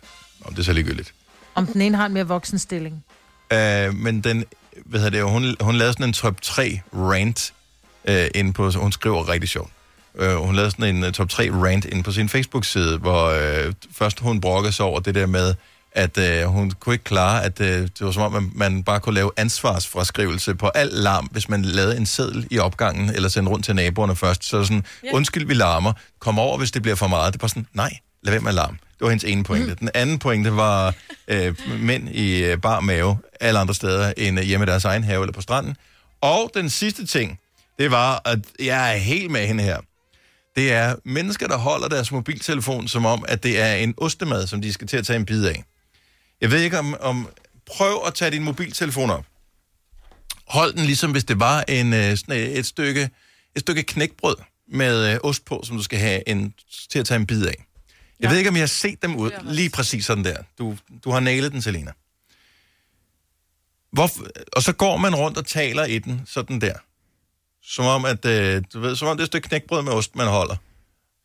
Speaker 1: Om det er så ligegyldigt.
Speaker 3: Om den ene har en mere voksen stilling.
Speaker 1: Øh, men den, hvad hedder det, hun, hun lavede sådan en top 3 rant øh, inde på, hun skriver rigtig sjovt. Øh, hun lavede sådan en øh, top 3 rant inde på sin Facebook-side, hvor øh, først hun brokkede sig over det der med, at øh, hun kunne ikke klare, at øh, det var som om, at man bare kunne lave ansvarsfraskrivelse på al larm, hvis man lavede en seddel i opgangen, eller sendte rundt til naboerne først. Så sådan,
Speaker 6: Ja.
Speaker 1: undskyld, vi larmer. Kom over, hvis det bliver for meget. Det var sådan, nej, lad være med at larme. Det var hendes ene pointe. Mm. Den anden pointe var øh, mænd i øh, bar mave, alle andre steder end øh, hjemme i deres egen have eller på stranden. Og den sidste ting, det var, at jeg er helt med hende her. Det er mennesker, der holder deres mobiltelefon, som om, at det er en ostemad, som de skal til at tage en bid af. Jeg ved ikke om... om prøv at tage din mobiltelefon op. Hold den ligesom, hvis det var en, øh, sådan øh, et, stykke, et stykke knækbrød med øh, ost på, som du skal have en, til at tage en bid af. Jeg ja. ved ikke, om jeg har set dem ud lige præcis sådan der. Du, du har nailet den, Selena. Hvorfor, og så går man rundt og taler i den sådan der. Som om, at, øh, du ved, som om det er et stykke knækbrød med ost, man holder.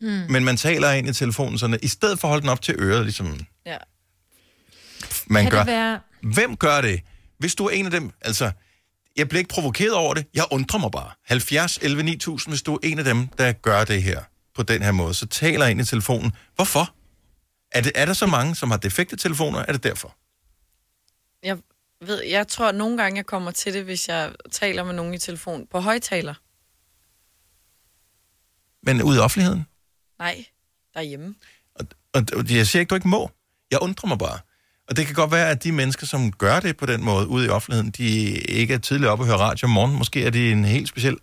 Speaker 2: Mm.
Speaker 1: Men man taler ind i telefonen sådan, i stedet for at holde den op til øret, ligesom
Speaker 2: Ja.
Speaker 1: man
Speaker 3: kan
Speaker 1: gør.
Speaker 3: Det være...
Speaker 1: Hvem gør det? Hvis du er en af dem, altså, jeg bliver ikke provokeret over det, jeg undrer mig bare. 70, 11, 9000, hvis du er en af dem, der gør det her på den her måde, så taler ind i telefonen. Hvorfor? Er, det, er der så mange, som har defekte telefoner? Er det derfor?
Speaker 2: Jeg ved, jeg tror, at nogle gange jeg kommer til det, hvis jeg taler med nogen i telefon på højtaler.
Speaker 1: Men ud i offentligheden?
Speaker 2: Nej, derhjemme.
Speaker 1: Og d- jeg siger ikke, du ikke må. Jeg undrer mig bare. Og det kan godt være, at de mennesker, som gør det på den måde ude i offentligheden, de ikke er tidligere oppe og høre radio om morgenen. Måske er de en helt speciel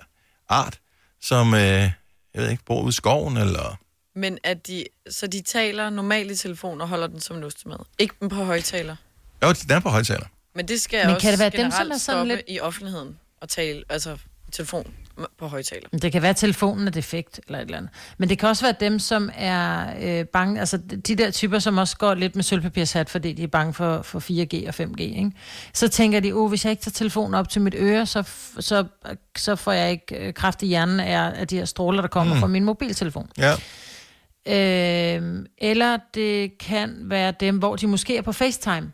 Speaker 1: art, som, øh, jeg ved ikke, bor ude i skoven, eller...
Speaker 2: Men at de, så de taler normalt i telefon og holder den som en ostemad. Ikke dem på højtaler.
Speaker 1: Jo, den er på højtaler.
Speaker 2: Men det skal jeg
Speaker 3: Men
Speaker 2: også
Speaker 3: kan det være dem,
Speaker 2: generelt
Speaker 3: som er sådan
Speaker 2: stoppe
Speaker 3: lidt-
Speaker 2: i offentligheden og tale, altså telefon på højtaler.
Speaker 3: Det kan være, at telefonen er defekt eller et eller andet. Men det kan også være dem, som er øh, bange, altså de der typer, som også går lidt med sølvpapirshat, fordi de er bange for, for 4G og 5G, ikke? Så tænker de, oh, hvis jeg ikke tager telefonen op til mit øre, så, f- så, så får jeg ikke øh, kraft i hjernen af, af de her stråler, der kommer
Speaker 11: Mm.
Speaker 3: mm. fra min mobiltelefon.
Speaker 1: Ja.
Speaker 3: Øh, eller det kan være dem, hvor de måske er på FaceTime.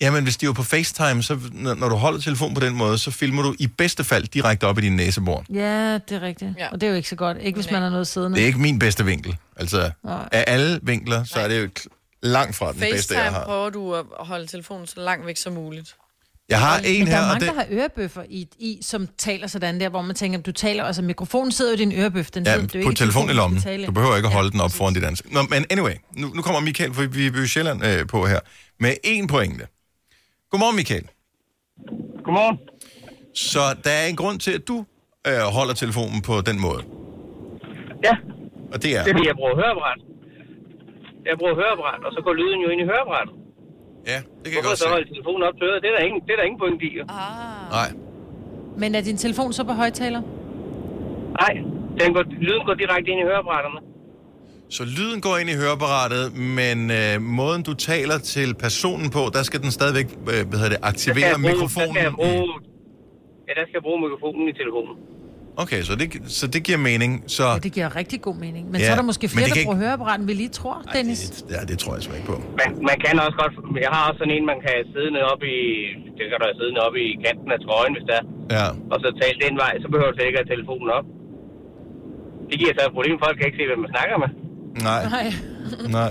Speaker 1: Jamen, hvis de er på FaceTime, så når når du holder telefonen på den måde, så filmer du i bedste fald direkte op i din næsebor.
Speaker 3: Ja, det er rigtigt. Ja. Og det er jo ikke så godt. Ikke hvis man har noget siddende.
Speaker 1: Det er ikke min bedste vinkel. Altså,
Speaker 3: Nej.
Speaker 1: af alle vinkler, så er det jo kl- langt fra den bedste, jeg
Speaker 2: FaceTime
Speaker 1: har.
Speaker 2: prøver du at holde telefonen så langt væk som muligt.
Speaker 1: Jeg har en
Speaker 3: Men der
Speaker 1: her,
Speaker 3: er
Speaker 1: og
Speaker 3: mange,
Speaker 1: det,
Speaker 3: der har ørebøffer i, i, som taler sådan der, hvor man tænker, du taler, altså mikrofonen sidder jo i din ørebøf, den sidder,
Speaker 1: Ja,
Speaker 3: Altså, det er jo
Speaker 1: på
Speaker 3: ikke
Speaker 1: telefonen i
Speaker 3: du
Speaker 1: lommen.
Speaker 3: skal tale i.
Speaker 1: Du behøver ikke at holde ja, den op foran dit ansigt. Nå, men anyway, nu, nu kommer Michael fra Viby Sjælland øh, på her med én pointe. Godmorgen, Michael. Godmorgen. Så der er en grund til, at du øh, holder telefonen på den måde.
Speaker 5: Ja.
Speaker 1: Og det er...
Speaker 5: Det er, fordi jeg bruger hørebræt. Jeg bruger hørebræt, og så går lyden jo ind i hørebrættet.
Speaker 1: Ja, det kan
Speaker 5: jeg godt så holde telefonen op til øret? Det er der ingen, det er der ingen point i. jo.
Speaker 2: Ah.
Speaker 1: Nej.
Speaker 3: Men er din telefon så på højtaler?
Speaker 5: Nej, den går, lyden går direkte ind i hørebrætterne.
Speaker 1: Så lyden går ind i høreapparatet, men øh, måden du taler til personen på, der skal den stadigvæk øh, hvad hedder det,
Speaker 5: Der skal
Speaker 1: aktivere
Speaker 5: jeg bruge-
Speaker 1: mikrofonen.
Speaker 5: Der skal jeg bruge, ja, der skal jeg bruge mikrofonen i telefonen.
Speaker 1: Okay, så det, så det giver mening. Så, ja,
Speaker 3: Det giver rigtig god mening. Men
Speaker 1: Ja,
Speaker 3: ja, så er der måske
Speaker 1: men
Speaker 3: flere,
Speaker 1: det
Speaker 3: der
Speaker 1: kan
Speaker 3: bruger høreapparat, end vi lige tror, Ej, Dennis. Det,
Speaker 1: ja, det tror jeg sgu ikke på.
Speaker 5: Man, man kan også godt... Jeg har også sådan en, man kan sidde nede oppe i... Det kan du have siddende oppe i kanten af trøjen, hvis der er.
Speaker 1: Ja.
Speaker 5: Og så tale den vej, så behøver du slet ikke at have telefonen op. Det giver så et problem. Folk kan ikke se, hvem man snakker med.
Speaker 1: Nej. Nej.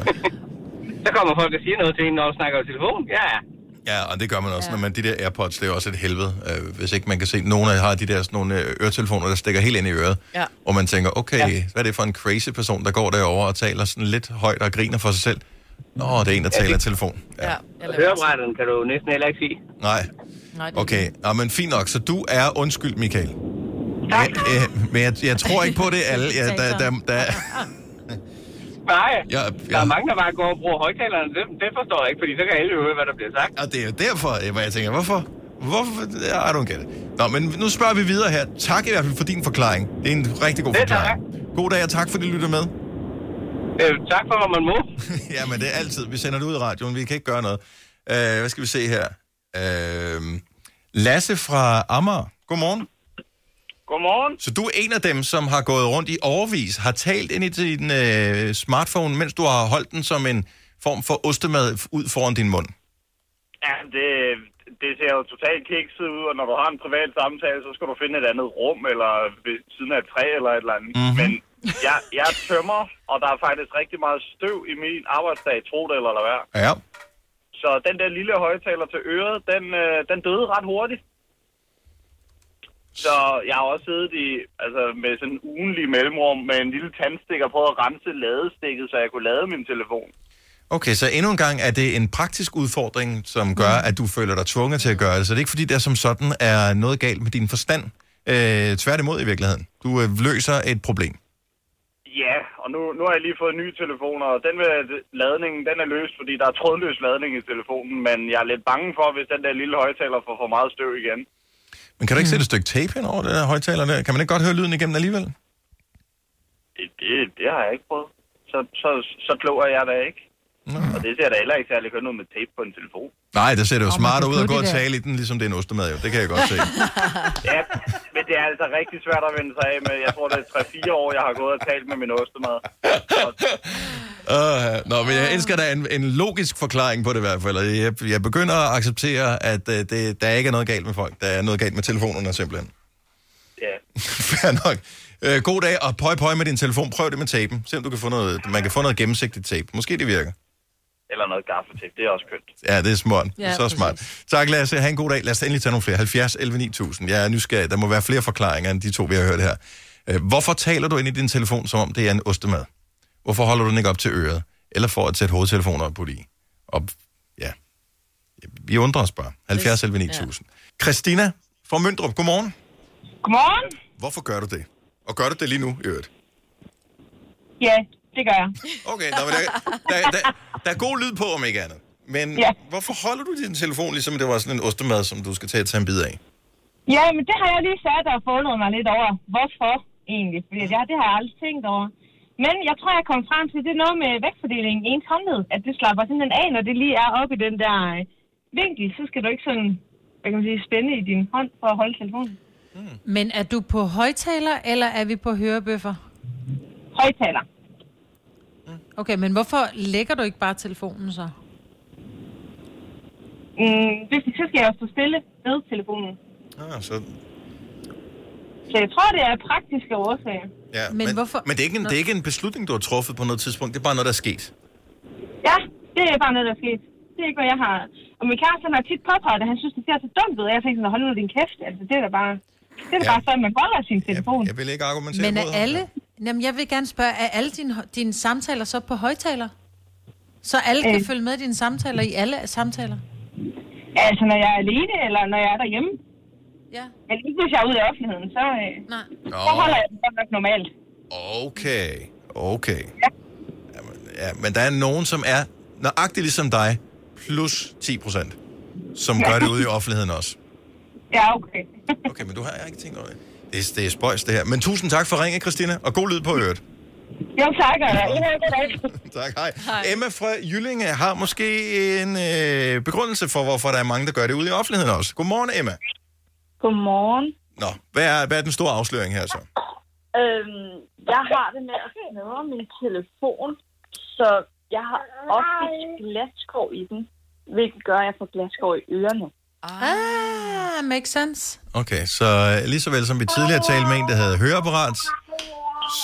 Speaker 5: Så kommer folk og siger noget til en, når du snakker i telefonen. Ja, ja.
Speaker 1: Ja, og det gør man også, ja. når man de der AirPods, det er jo også et helvede, øh, hvis ikke man kan se. Nogle af har de der sådan nogle øh, øretelefoner, der stikker helt ind i øret,
Speaker 2: Ja.
Speaker 1: og man tænker, okay, ja. hvad er det for en crazy person, der går derover og taler sådan lidt højt og griner for sig selv? Nå, det er en, der
Speaker 5: Ja,
Speaker 1: taler i
Speaker 5: det-
Speaker 1: telefon.
Speaker 2: Ja.
Speaker 5: Og hørebrætterne kan du jo næsten heller ikke se.
Speaker 1: Nej.
Speaker 3: Nej,
Speaker 1: Okay, Nå, men fint nok. Så du er undskyld, Michael. Tak. Men jeg, jeg tror ikke på det alle. Ja, der, der, der,
Speaker 5: Nej,
Speaker 1: ja,
Speaker 5: der er mange, der bare går og bruger højtalerne. Det, det forstår jeg ikke, fordi så kan alle høre, hvad der bliver sagt.
Speaker 1: og det er jo derfor, øh, hvor jeg tænker, hvorfor? Hvorfor? I don't get it. Nå, men nu spørger vi videre her. Tak i hvert fald for din forklaring. Det er en rigtig god forklaring. God dag, og tak fordi du lytter med.
Speaker 5: Øh, tak for, at man må.
Speaker 1: *laughs* Jamen, det er altid. Vi sender det ud i radioen. Vi kan ikke gøre noget. Øh, hvad skal vi se her? Øh, Lasse fra Amager. Godmorgen.
Speaker 6: Godmorgen.
Speaker 1: Så du er en af dem, som har gået rundt i overvis, har talt ind i din øh, smartphone, mens du har holdt den som en form for ostemad f- ud foran din mund.
Speaker 6: Ja, det, det ser jo totalt kikset ud, og når du har en privat samtale, så skal du finde et andet rum, eller ved siden af et træ, eller et eller andet.
Speaker 11: Mhm.
Speaker 6: Men
Speaker 1: Mm-hmm.
Speaker 6: jeg, jeg er tømmer, og der er faktisk rigtig meget støv i min arbejdsdag, tro det eller lad være.
Speaker 1: Ja.
Speaker 6: Så den der lille højtaler til øret, den, øh, den døde ret hurtigt. Så jeg har også siddet i, altså med sådan en ugenlig mellemrum med en lille tandstikker på at rense ladestikket, så jeg kunne lade min telefon.
Speaker 1: Okay, så endnu en gang er det en praktisk udfordring, som gør,
Speaker 6: Mm.
Speaker 1: at du føler dig tvunget til at gøre det. Så det er ikke fordi, der som sådan er noget galt med din forstand. Øh, tværtimod i virkeligheden. Du øh, løser et problem.
Speaker 6: Ja, og nu, nu har jeg lige fået nye telefoner, og den med ladningen, den er løs, fordi der er trådløs ladning i telefonen, men jeg er lidt bange for, hvis den der lille højtaler får for meget støv igen.
Speaker 1: Men
Speaker 6: Mm.
Speaker 1: kan du ikke sætte et stykke tape hen over den der højtaler der? Kan man ikke godt høre lyden igennem alligevel?
Speaker 6: Det, det, det har jeg ikke prøvet. Så, så, så kloger jeg da ikke.
Speaker 1: Nå.
Speaker 6: Og det ser da heller ikke særlig kønt ud med tape på en telefon.
Speaker 1: Nej, det ser det jo
Speaker 6: Åh, man
Speaker 1: smartere
Speaker 6: kan
Speaker 1: ud at
Speaker 6: få
Speaker 1: gå
Speaker 6: det
Speaker 1: og
Speaker 6: der.
Speaker 1: tale i den, ligesom det er en ostemad jo. Det kan jeg
Speaker 6: *laughs*
Speaker 1: godt se.
Speaker 6: Ja, men det er altså rigtig svært at vende sig af med. Jeg tror, det er 3-4 år, jeg har gået og talt med min ostemad.
Speaker 1: Uh, nå, men jeg elsker da en, en logisk forklaring på det i hvert fald. og Jeg, jeg begynder at acceptere, at uh, det, der ikke er noget galt med folk. Der er noget galt med telefonerne simpelthen. *laughs*
Speaker 6: Ja.
Speaker 1: Fair nok. Uh, god dag, og pøj pøj med din telefon. Prøv det med tapen. Se om du kan få noget, man kan få noget gennemsigtigt tape. Måske det virker.
Speaker 6: Eller noget gaffetape, det er også kønt.
Speaker 1: Ja, det er smart.
Speaker 6: Ja,
Speaker 1: Ja, så
Speaker 6: præcis.
Speaker 1: smart. Tak, Lasse. Ha' en god dag. Lad os endelig tage nogle flere. 70, 11, 9000. Jeg er nysgerrig. Der må være flere forklaringer end de to, vi har hørt her. Øh, Hvorfor taler du ind i din telefon, som om det er en ostemad? Hvorfor holder du den ikke op til øret? Eller for at sætte hovedtelefoner op på i? Og ja, vi undrer os bare. 70, 11, 9000. Christina fra Møndrup, godmorgen.
Speaker 12: Godmorgen.
Speaker 1: Hvorfor gør du det? Og gør du det lige nu, i øvrigt?
Speaker 12: Ja, det gør jeg.
Speaker 1: Okay, nå, men der, der, der, der er god lyd på, om ikke andet. Men ja. hvorfor holder du din telefon, ligesom det var sådan en ostemad, som du skal tage, tage en bid af?
Speaker 12: Ja, men det har jeg lige sat og fundet mig lidt over. Hvorfor egentlig? Fordi jeg, det har jeg aldrig tænkt over. Men jeg tror, jeg kom frem til, det er noget med vægtfordelingen i ens håndled, at det slapper simpelthen af, når det lige er oppe i den der øh, vinkel, så skal du ikke sådan, hvad kan man sige, spænde i din hånd for at holde telefonen.
Speaker 3: Men er du på højtaler, eller er vi på hørebøffer?
Speaker 12: Højtaler.
Speaker 3: Okay, men hvorfor lægger du ikke bare telefonen så?
Speaker 12: Mm, det, så skal jeg jo stå stille ved telefonen.
Speaker 1: Ah, så,
Speaker 12: Så jeg tror, det er praktiske årsager.
Speaker 1: ja.
Speaker 12: Men hvorfor-
Speaker 1: Men det er, ikke en, det er ikke en beslutning, du har truffet på noget tidspunkt. Det er bare noget, der er sket.
Speaker 12: Ja, det er bare noget, der er sket. Det er ikke, hvad jeg har. Og min kæreste, han har tit påpeget det. Han synes, det ser så dumt ud. Og jeg tænkte sådan, hold nu din kæft. Altså, det er da bare... Det er da
Speaker 1: Ja.
Speaker 12: bare sådan, man holder sin telefon.
Speaker 1: Jeg vil ikke argumentere
Speaker 3: Men
Speaker 1: mod
Speaker 3: er
Speaker 1: ham.
Speaker 3: alle... Jamen, jeg vil gerne spørge, er alle dine, hø- dine samtaler så på højtaler? Så alle kan
Speaker 12: Øh.
Speaker 3: følge med i dine samtaler i alle samtaler?
Speaker 12: Altså, når jeg er alene, eller når jeg er derhjemme.
Speaker 3: Ja.
Speaker 12: Men ikke hvis jeg er ude i offentligheden, så, øh,
Speaker 3: Nej.
Speaker 12: så holder jeg det godt nok normalt.
Speaker 1: Okay, okay. Ja. Jamen, ja, men der er nogen, som er nøjagtigt ligesom dig, plus 10 procent, som gør det ude i offentligheden også.
Speaker 12: Ja, okay.
Speaker 1: Okay, men du har ikke tænkt over det. Det er, det er spøjs, det her. Men tusind tak for ringet, Christina, og god lyd på øret.
Speaker 12: Jo, tak. Og, I har en god dag.
Speaker 1: *laughs* Tak, hej. hej. Emma fra Jyllinge har måske en øh, begrundelse for, hvorfor der er mange, der gør det ude i offentligheden også. Godmorgen, Emma.
Speaker 13: Godmorgen.
Speaker 1: Nå, hvad er, hvad er den store afsløring her så?
Speaker 13: Øhm, jeg har det med at snøre min telefon, så jeg har ofte glasskår i den, hvilket gør, at jeg får glasskår i ørerne.
Speaker 3: Ah, makes sense.
Speaker 1: Okay, så lige så vel som vi tidligere talte med en, der havde høreapparat,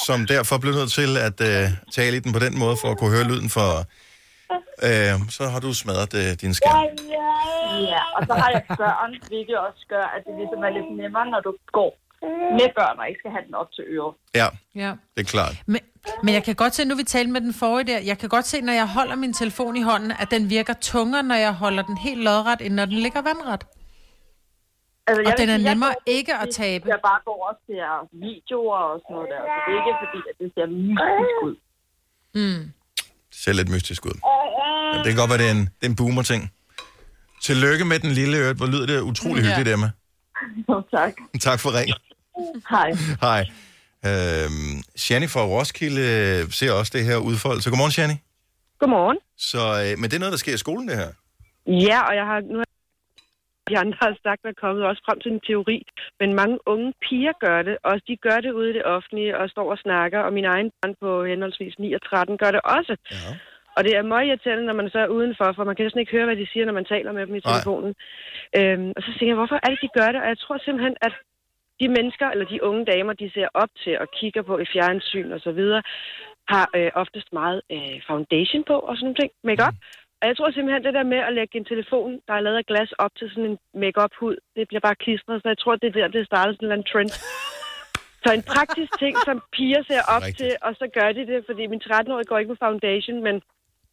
Speaker 1: som derfor blev nødt til at øh, tale i den på den måde, for at kunne høre lyden for... Øh, så har du smadret øh, din skærm.
Speaker 13: Ja, og så har jeg børn, hvilket også gør, at det ligesom er lidt nemmere, når du går med børn og ikke skal have den op til øret.
Speaker 1: Ja,
Speaker 3: Ja.
Speaker 1: det er klart.
Speaker 3: Men, men jeg kan godt se, nu vi talte med den forrige der, jeg kan godt se, når jeg holder min telefon i hånden, at den virker tungere, når jeg holder den helt lodret, end når den ligger vandret.
Speaker 13: Altså,
Speaker 3: Og
Speaker 13: vil
Speaker 3: den er
Speaker 13: sige, jeg
Speaker 3: nemmere
Speaker 13: går-
Speaker 3: ikke at tabe.
Speaker 13: Jeg bare går og ser videoer og sådan noget der, så det er ikke fordi, at det ser mystisk ud. *laughs*
Speaker 3: Mm.
Speaker 1: Det ser lidt mystisk ud. Men det kan godt være, det er en, det er en boomer-ting. Tillykke med den lille øret. Hvor lyder det utrolig
Speaker 13: Ja.
Speaker 1: hyggeligt, Emma. *laughs*
Speaker 13: Jo, tak.
Speaker 1: Tak for ringen.
Speaker 13: Hej.
Speaker 1: Hej. Øhm, Shani fra Roskilde øh, ser også det her udfold. Så godmorgen, Shani.
Speaker 13: Godmorgen.
Speaker 1: Så, øh, men det er noget, der sker i skolen, det her.
Speaker 11: Ja, og jeg har nu har de andre har sagt, er kommet også frem til en teori, men mange unge piger gør det, og de gør det ude i det offentlige og står og snakker, og min egen barn på henholdsvis 9 og 13 gør det også. Ja. Og det er meget irriterende, når man så er udenfor, for man kan næsten ikke høre, hvad de siger, når man taler med dem i telefonen. Øhm, og så tænker jeg, hvorfor er det, de gør det? Og jeg tror simpelthen, at de mennesker, eller de unge damer, de ser op til og kigger på i fjernsyn og så videre, har øh, oftest meget øh, foundation på og sådan nogle ting, makeup. Og jeg tror simpelthen, det der med at lægge en telefon, der er lavet af glas, op til sådan en makeup-hud, det bliver bare klistret, så jeg tror, det er der, det startede sådan en eller anden trend. Så en praktisk ting, som piger ser op Rigtigt. til, og så gør de det, fordi min 13-årige går ikke med foundation, men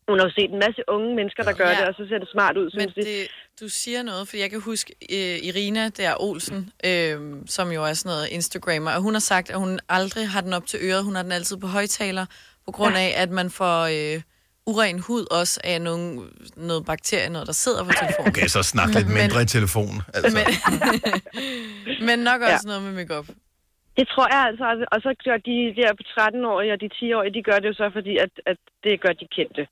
Speaker 11: hun har jo set en masse unge mennesker, der gør
Speaker 2: Ja.
Speaker 11: det, og så ser det smart ud,
Speaker 2: Men
Speaker 11: synes de.
Speaker 2: det, du siger noget, for jeg kan huske øh, Irina der Olsen, øh, som jo er sådan noget Instagrammer, og hun har sagt, at hun aldrig har den op til øret, hun har den altid på højtaler, på grund af, at man får øh, uren hud også af nogle, noget bakterie, noget der sidder på telefonen.
Speaker 1: Okay, så snak lidt
Speaker 2: Men-
Speaker 1: mindre i telefonen. Altså.
Speaker 2: *laughs* Men *laughs* nok også
Speaker 11: Ja.
Speaker 2: noget med makeup.
Speaker 11: Det tror jeg altså, og- og så gør de der på 13-årige og de 10-årige, de gør det jo så, fordi at, at det gør de kendte.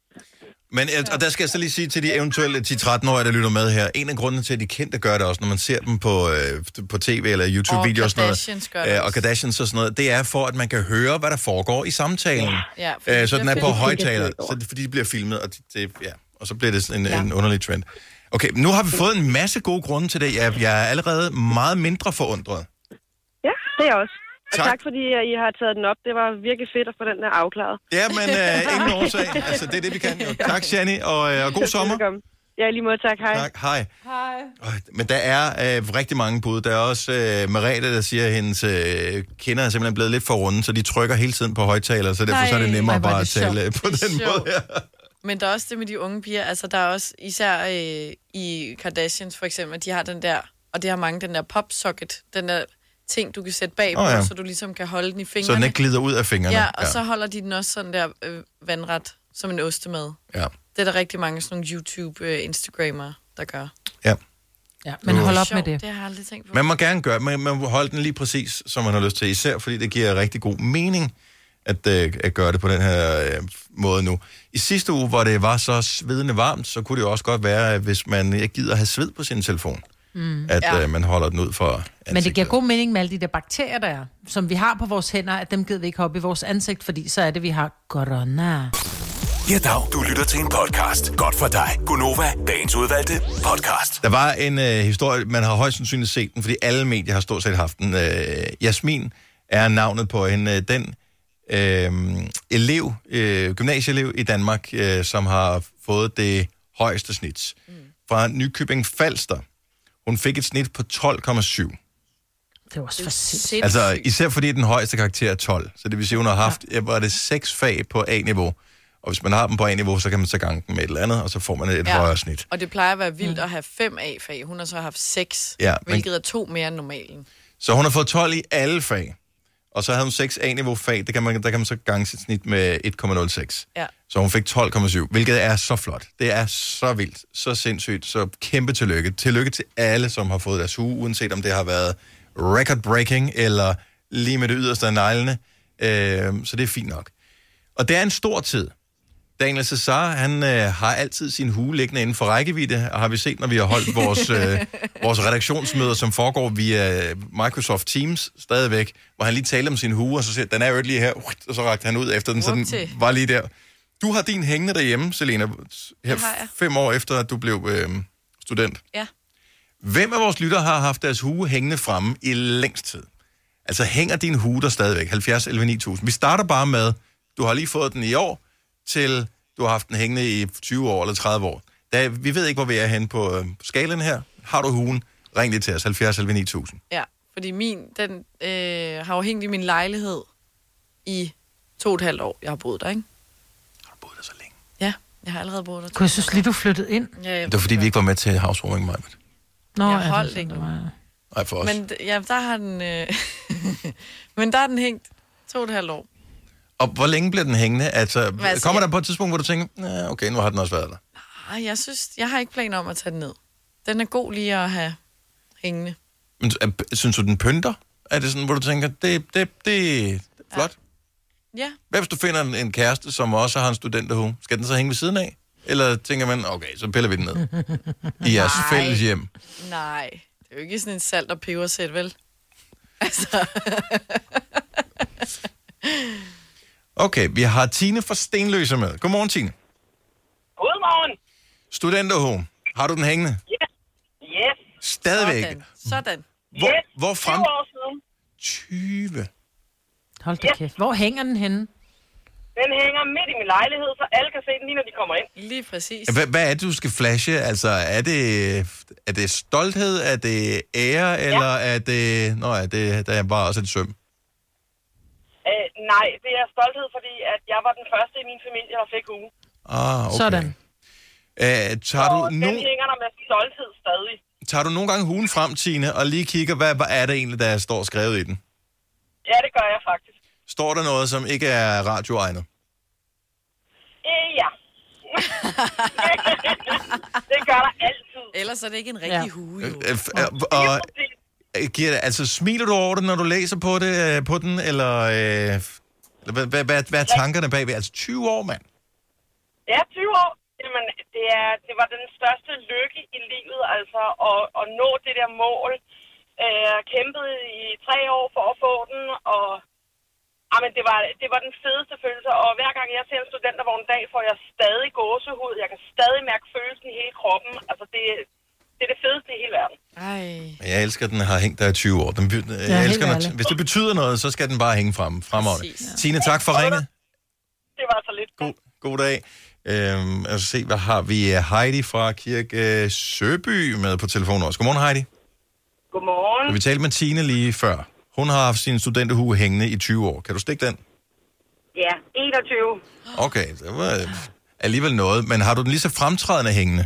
Speaker 1: Men, øh, og der skal jeg så lige sige til de eventuelle 10-13-årige, der lytter med her, en af grundene til, at de kendte gør det også, når man ser dem på, øh, på tv eller YouTube-videoer
Speaker 2: Og
Speaker 1: og sådan
Speaker 2: Kardashians gør
Speaker 1: noget,
Speaker 2: det
Speaker 1: øh,
Speaker 2: også.
Speaker 1: og Kardashians og sådan noget, det er for, at man kan høre, hvad der foregår i samtalen.
Speaker 2: Ja, fordi
Speaker 1: øh, så
Speaker 2: det
Speaker 1: den er på
Speaker 2: bliver-
Speaker 1: højtaler, så det, fordi de bliver filmet, og, det, det, ja, og så bliver det sådan en, ja. en underlig trend. Okay, nu har vi fået en masse gode grunde til det. Jeg, jeg er allerede meget mindre forundret.
Speaker 11: Ja, det er også. Og
Speaker 1: Tak.
Speaker 11: tak, tak fordi at I har taget den op. Det var virkelig fedt at få den der afklaret.
Speaker 1: Ja, men øh,
Speaker 2: *laughs*
Speaker 1: ingen årsag.
Speaker 11: *laughs*
Speaker 1: Altså, det er det, vi kan jo. Tak, Shani, og, øh, og god sommer.
Speaker 11: Velkommen. Ja, i lige måde. Tak. Hej.
Speaker 1: Tak, hej.
Speaker 11: Hej.
Speaker 1: Men der er øh, rigtig mange bud. Der er også øh, Merete, der siger, at hendes øh, kinder er simpelthen blevet lidt for runde, så de trykker hele tiden på højtaler, så derfor så er det
Speaker 2: Nej.
Speaker 1: nemmere
Speaker 2: Ej, hvor er
Speaker 1: bare at
Speaker 2: det sjovt.
Speaker 1: tale øh, på
Speaker 2: Det er
Speaker 1: den
Speaker 2: sjovt.
Speaker 1: måde. Ja.
Speaker 2: Men der er også det med de unge piger, altså der er også især øh, i Kardashians for eksempel, de har den der, og det har mange, den der popsocket, den der ting, du kan sætte bagpå,
Speaker 1: Åh,
Speaker 2: oh,
Speaker 1: ja.
Speaker 2: ja. så du ligesom kan holde den i fingrene.
Speaker 1: Så den ikke glider ud af fingrene.
Speaker 2: Ja, og ja. så holder de den også sådan der øh, vandret, som en ostemad.
Speaker 1: Ja.
Speaker 2: Det er der rigtig mange sådan nogle YouTube-instagrammer, der gør.
Speaker 1: Ja.
Speaker 2: ja
Speaker 1: men hold op
Speaker 2: sjovt,
Speaker 1: med det.
Speaker 2: Det har jeg aldrig tænkt på.
Speaker 1: Man må gerne gøre det, men man må holde den lige præcis, som man har lyst til, især fordi det giver rigtig god mening at, øh, at gøre det på den her øh, måde nu. I sidste uge, hvor det var så svedende varmt, så kunne det jo også godt være, at hvis man ikke gider have sved på sin telefon,
Speaker 3: Mm.
Speaker 1: at
Speaker 3: Ja.
Speaker 1: øh, man holder den ud for
Speaker 3: Men det giver god mening med alle de der bakterier, der er, som vi har på vores hænder, at dem gider vi ikke hoppe i vores ansigt, fordi så er det, vi har corona.
Speaker 4: Ja, dag. Du lytter til en podcast. Godt for dig. Gunova, dagens udvalgte podcast.
Speaker 1: Der var en øh, historie, man har højst sandsynligt set den, fordi alle medier har stort set haft den. Øh, Jasmin er navnet på en, øh, den øh, elev, øh, gymnasieelev i Danmark, øh, som har fået det højeste snit. Mm. Fra Nykøbing Falster. Hun fik et snit på 12,7.
Speaker 3: Det er også for sindssygt.
Speaker 1: Altså, især fordi den højeste karakter er 12. Så det vil sige, hun har haft, ja. var det seks fag på A-niveau. Og hvis man har dem på A-niveau, så kan man så gange dem med et eller andet, og så får man et ja. højere snit.
Speaker 2: Og det plejer at være vildt at have fem A-fag. Hun har så haft seks,
Speaker 1: Ja,
Speaker 2: ja,
Speaker 1: men-
Speaker 2: hvilket er to mere end normalen.
Speaker 1: Så hun har fået 12 i alle fag. Og så havde hun 6 A-niveau fag. Det kan man, der kan man så gange sit snit med 1,06.
Speaker 2: Ja.
Speaker 1: Så hun fik 12,7, hvilket er så flot. Det er så vildt, så sindssygt, så kæmpe tillykke. Tillykke til alle, som har fået deres uge, uanset om det har været record-breaking eller lige med det yderste af neglene. Øh, så det er fint nok. Og det er en stor tid. Daniel Cesar, han øh, har altid sin hue liggende inden for rækkevidde, og har vi set, når vi har holdt vores, øh, vores redaktionsmøder, som foregår via øh, Microsoft Teams stadigvæk, hvor han lige taler om sin hue, og så siger, den er jo ikke lige her, og så rakte han ud efter den, så den
Speaker 2: Upti.
Speaker 1: var lige der. Du har din hængende derhjemme, Selena, her
Speaker 2: Det har jeg.
Speaker 1: fem år efter, at du blev øh, student.
Speaker 2: Ja.
Speaker 1: Hvem af vores lytter har haft deres hue hængende fremme i længst tid? Altså hænger din hue der stadigvæk? 70 11 9000. Vi starter bare med, du har lige fået den i år, til du har haft den hængende i 20 år eller 30 år. Da, vi ved ikke, hvor vi er henne på øh, skalen her. Har du huen? Ring lige til os, 70 11 9000.
Speaker 2: Ja, fordi min, den øh, har jo hængt i min lejlighed i to og et halvt år, jeg har boet der, ikke? Har du boet der så længe? Ja, jeg har allerede boet der.
Speaker 3: Kunne jeg synes lige, du flyttede ind?
Speaker 2: Ja, ja.
Speaker 1: Det var fordi, vi ikke var med til housewarming, Maja.
Speaker 3: Nå,
Speaker 2: jeg
Speaker 3: ja, det
Speaker 2: holdt
Speaker 3: er sådan,
Speaker 2: ikke.
Speaker 3: det var.
Speaker 1: Nej, for os. Men...
Speaker 2: Men d- ja, der har den... Øh, *laughs* men der har den hængt to og et halvt år.
Speaker 1: Og hvor længe bliver den hængende? Altså,
Speaker 2: Hvad
Speaker 1: kommer
Speaker 2: siger-
Speaker 1: der på et tidspunkt, hvor du tænker, "Nå, okay, nu har den også været der.
Speaker 2: Ej, jeg synes, jeg har ikke planer om at tage den ned. Den er god lige at have hængende.
Speaker 1: Men er- synes du, den pynter? Er det sådan, hvor du tænker, det, det, det er flot?
Speaker 2: Ja.
Speaker 1: Hvad hvis du finder en, en kæreste, som også har en studenterhue? Skal den så hænge ved siden af? Eller tænker man, okay, så piller vi den ned i jeres
Speaker 2: Nej.
Speaker 1: fælles hjem?
Speaker 2: Nej, det er jo ikke sådan en salt- og pebersæt, vel? Altså,
Speaker 1: Okay, vi har Tine fra Stenløse med. Godmorgen, Tine.
Speaker 14: Godmorgen.
Speaker 1: Studenterhome. Har du den hængende?
Speaker 14: Yes.
Speaker 1: Stadigvæk.
Speaker 2: sådan. sådan.
Speaker 1: Hvor, hvor frem...
Speaker 14: Syv år siden.
Speaker 1: 20.
Speaker 3: Hold da kæft. Hvor hænger den henne?
Speaker 14: Den hænger midt i min lejlighed, så alle kan se den lige, når de kommer ind.
Speaker 2: Lige præcis.
Speaker 1: Hvad, hvad er det, du skal flashe? Altså, er det, er det stolthed? Er det ære? Eller er det... Nå, er det, der er bare også et søm.
Speaker 14: Øh, nej, det er stolthed, fordi at jeg var den første i min familie, der fik ugen.
Speaker 1: Ah, okay.
Speaker 3: Sådan.
Speaker 1: Æ, tager,
Speaker 14: Og
Speaker 1: du
Speaker 14: den
Speaker 1: nogen,
Speaker 14: hænger der med stolthed stadig.
Speaker 1: tager du nogle gange hulen frem, Tine, og lige kigger, hvad, hvad er det egentlig, der står skrevet i den?
Speaker 14: Ja, det gør jeg faktisk.
Speaker 1: Står der noget, som ikke er radioegnet?
Speaker 14: Øh, ja. det gør der altid.
Speaker 2: Ellers er det ikke en rigtig ja. hue, jo.
Speaker 1: Øh, f- Og, og, øh, giver, det- altså, smiler du over det, når du læser på, det, øh, på den, eller øh, eller hvad, hvad, hvad, hvad er tankerne bagved? Altså, 20 år, mand.
Speaker 14: Ja, 20 år. Jamen, det, er, det var den største lykke i livet, altså at, at nå det der mål. Øh, Jeg kæmpede i tre år for at få den, og jamen, det, var, det var den fedeste følelse. Og hver gang jeg ser en studentervogn en dag, får jeg stadig gåsehud. Jeg kan stadig mærke følelsen i hele kroppen. Altså, det, det er det fedeste i hele verden.
Speaker 2: Ej.
Speaker 1: Jeg elsker, at den har hængt der i 20 år. Den, be- jeg
Speaker 14: helt
Speaker 1: elsker, når,
Speaker 14: ærligt.
Speaker 1: hvis det betyder noget, så skal den bare hænge frem, fremover.
Speaker 14: Præcis.
Speaker 1: Tine, tak for ringet.
Speaker 14: Det var så lidt.
Speaker 1: God, god dag. Øhm, lad os se, hvad har vi? Heidi fra Kirke øh, Søby med på telefonen også. Godmorgen,
Speaker 14: Mm.
Speaker 1: Heidi.
Speaker 14: Godmorgen.
Speaker 1: Vi talte med Tine lige før. Hun har haft sin studenterhue hængende i 20 år. Kan du stikke den?
Speaker 14: Ja, 21.
Speaker 1: Okay, det var øh, alligevel noget. Men har du den lige så fremtrædende hængende?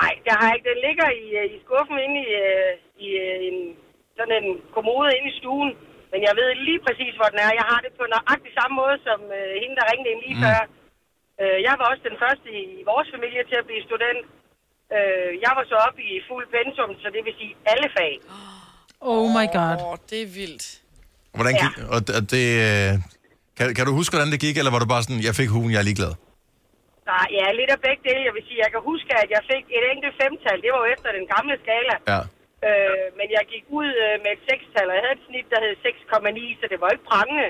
Speaker 14: Nej, det har jeg ikke. Den ligger i, øh, i skuffen inde i, øh, i øh, en, sådan en kommode inde i stuen. Men jeg ved lige præcis, hvor den er. Jeg har det på nøjagtig samme måde som øh, hende, der ringede ind lige
Speaker 15: Mm.
Speaker 14: før. Øh, jeg var også den første i vores familie til at blive student. Øh, jeg var så oppe i fuld pensum, så det vil sige alle fag.
Speaker 3: Oh my god.
Speaker 2: Åh, det er vildt.
Speaker 1: Hvordan gik, ja. og, og det, øh, kan, kan du huske, hvordan det gik, eller var du bare sådan, jeg fik huen, jeg er ligeglad?
Speaker 14: Så ja, lidt af begge dele. Jeg vil sige, jeg kan huske, at jeg fik et enkelt femtal. Det var jo efter den gamle skala.
Speaker 1: Ja.
Speaker 14: Øh, men jeg gik ud øh, med et sekstal, og jeg havde et snit, der hed 6,9, så det var ikke prangende.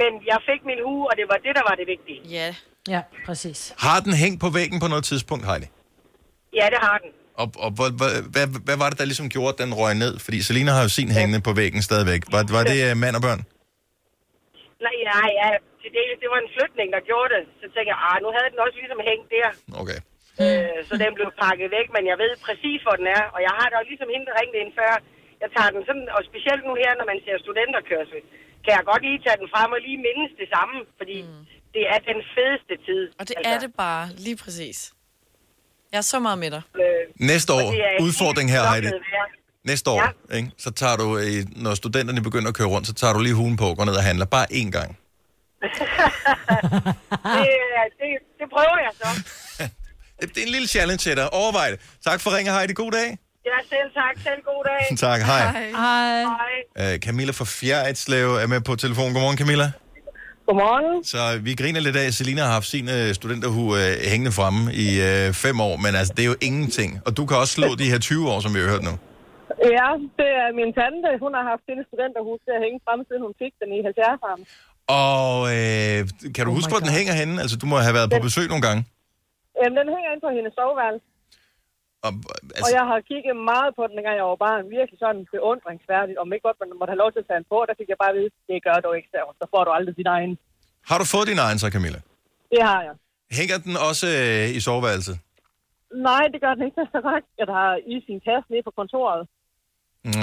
Speaker 14: Men jeg fik min hue, og det var det, der var det vigtige.
Speaker 2: Ja.
Speaker 3: Ja, præcis.
Speaker 1: Har den hængt på væggen på noget tidspunkt, Heidi?
Speaker 14: Ja, det har den.
Speaker 1: Og, og hvad, hvad, hvad, hvad var det, der ligesom gjorde, at den røg ned? Fordi Selina har jo sin hængende på væggen stadigvæk. Var, var det øh, mand og børn?
Speaker 14: Nej, ja, ja, til dels, det var en flytning, der gjorde det. Så tænkte jeg, ah, nu havde den også ligesom hængt der.
Speaker 1: Okay.
Speaker 14: Øh, så den blev pakket væk, men jeg ved præcis, hvor den er. Og jeg har da også ligesom hende, der ringede ind før. Jeg tager den sådan, og specielt nu her, når man ser studenterkørsel, kan jeg godt lige tage den frem og lige mindes det samme, fordi mm. det er den fedeste tid. altså.
Speaker 2: Og det er det bare, lige præcis. Jeg er så meget med dig.
Speaker 14: Øh,
Speaker 1: Næste år, udfordring her, Heidi. Næste år,
Speaker 2: Ja.
Speaker 1: ja. ikke? så tager du, øh, når studenterne begynder at køre rundt, så tager du lige huen på og går ned og handler. Bare én gang.
Speaker 14: *laughs* det, det, det prøver jeg så.
Speaker 1: Det, det er en lille challenge til dig. Overvej det. Tak for ringen, Heidi. God dag.
Speaker 14: Ja, selv tak. Selv god dag.
Speaker 1: *laughs* Tak, hej.
Speaker 3: Hej.
Speaker 1: Øh, Camilla fra Fjerritslev er med på telefon. Godmorgen, Camilla.
Speaker 15: Godmorgen.
Speaker 1: Så vi griner lidt af, at Selina har haft sin øh, studenterhue øh, hængende fremme i øh, fem år, men altså, det er jo ingenting. Og du kan også slå de her 20 år, som vi har hørt nu.
Speaker 15: Ja, det er min tante. Hun har haft sine studenterhus til at hænge frem, siden hun fik den i 70'erne.
Speaker 1: Og øh, kan du oh huske, hvor den hænger henne? Altså, du må have været på besøg nogle gange.
Speaker 15: Øhm, den hænger inde på hendes soveværelse,
Speaker 1: Og,
Speaker 15: altså... og jeg har kigget meget på den, dengang jeg var barn. Virkelig sådan beundringsværdigt, om ikke godt man måtte have lov til at tage den på. Der fik jeg bare at vide, det gør du ikke, så, så får du aldrig din egen.
Speaker 1: har du fået din egen så, Camilla?
Speaker 15: Det har jeg.
Speaker 1: Hænger den også øh, i soveværelset?
Speaker 15: Nej, det gør den ikke *laughs* så godt. Jeg har i sin kasse nede på kontoret.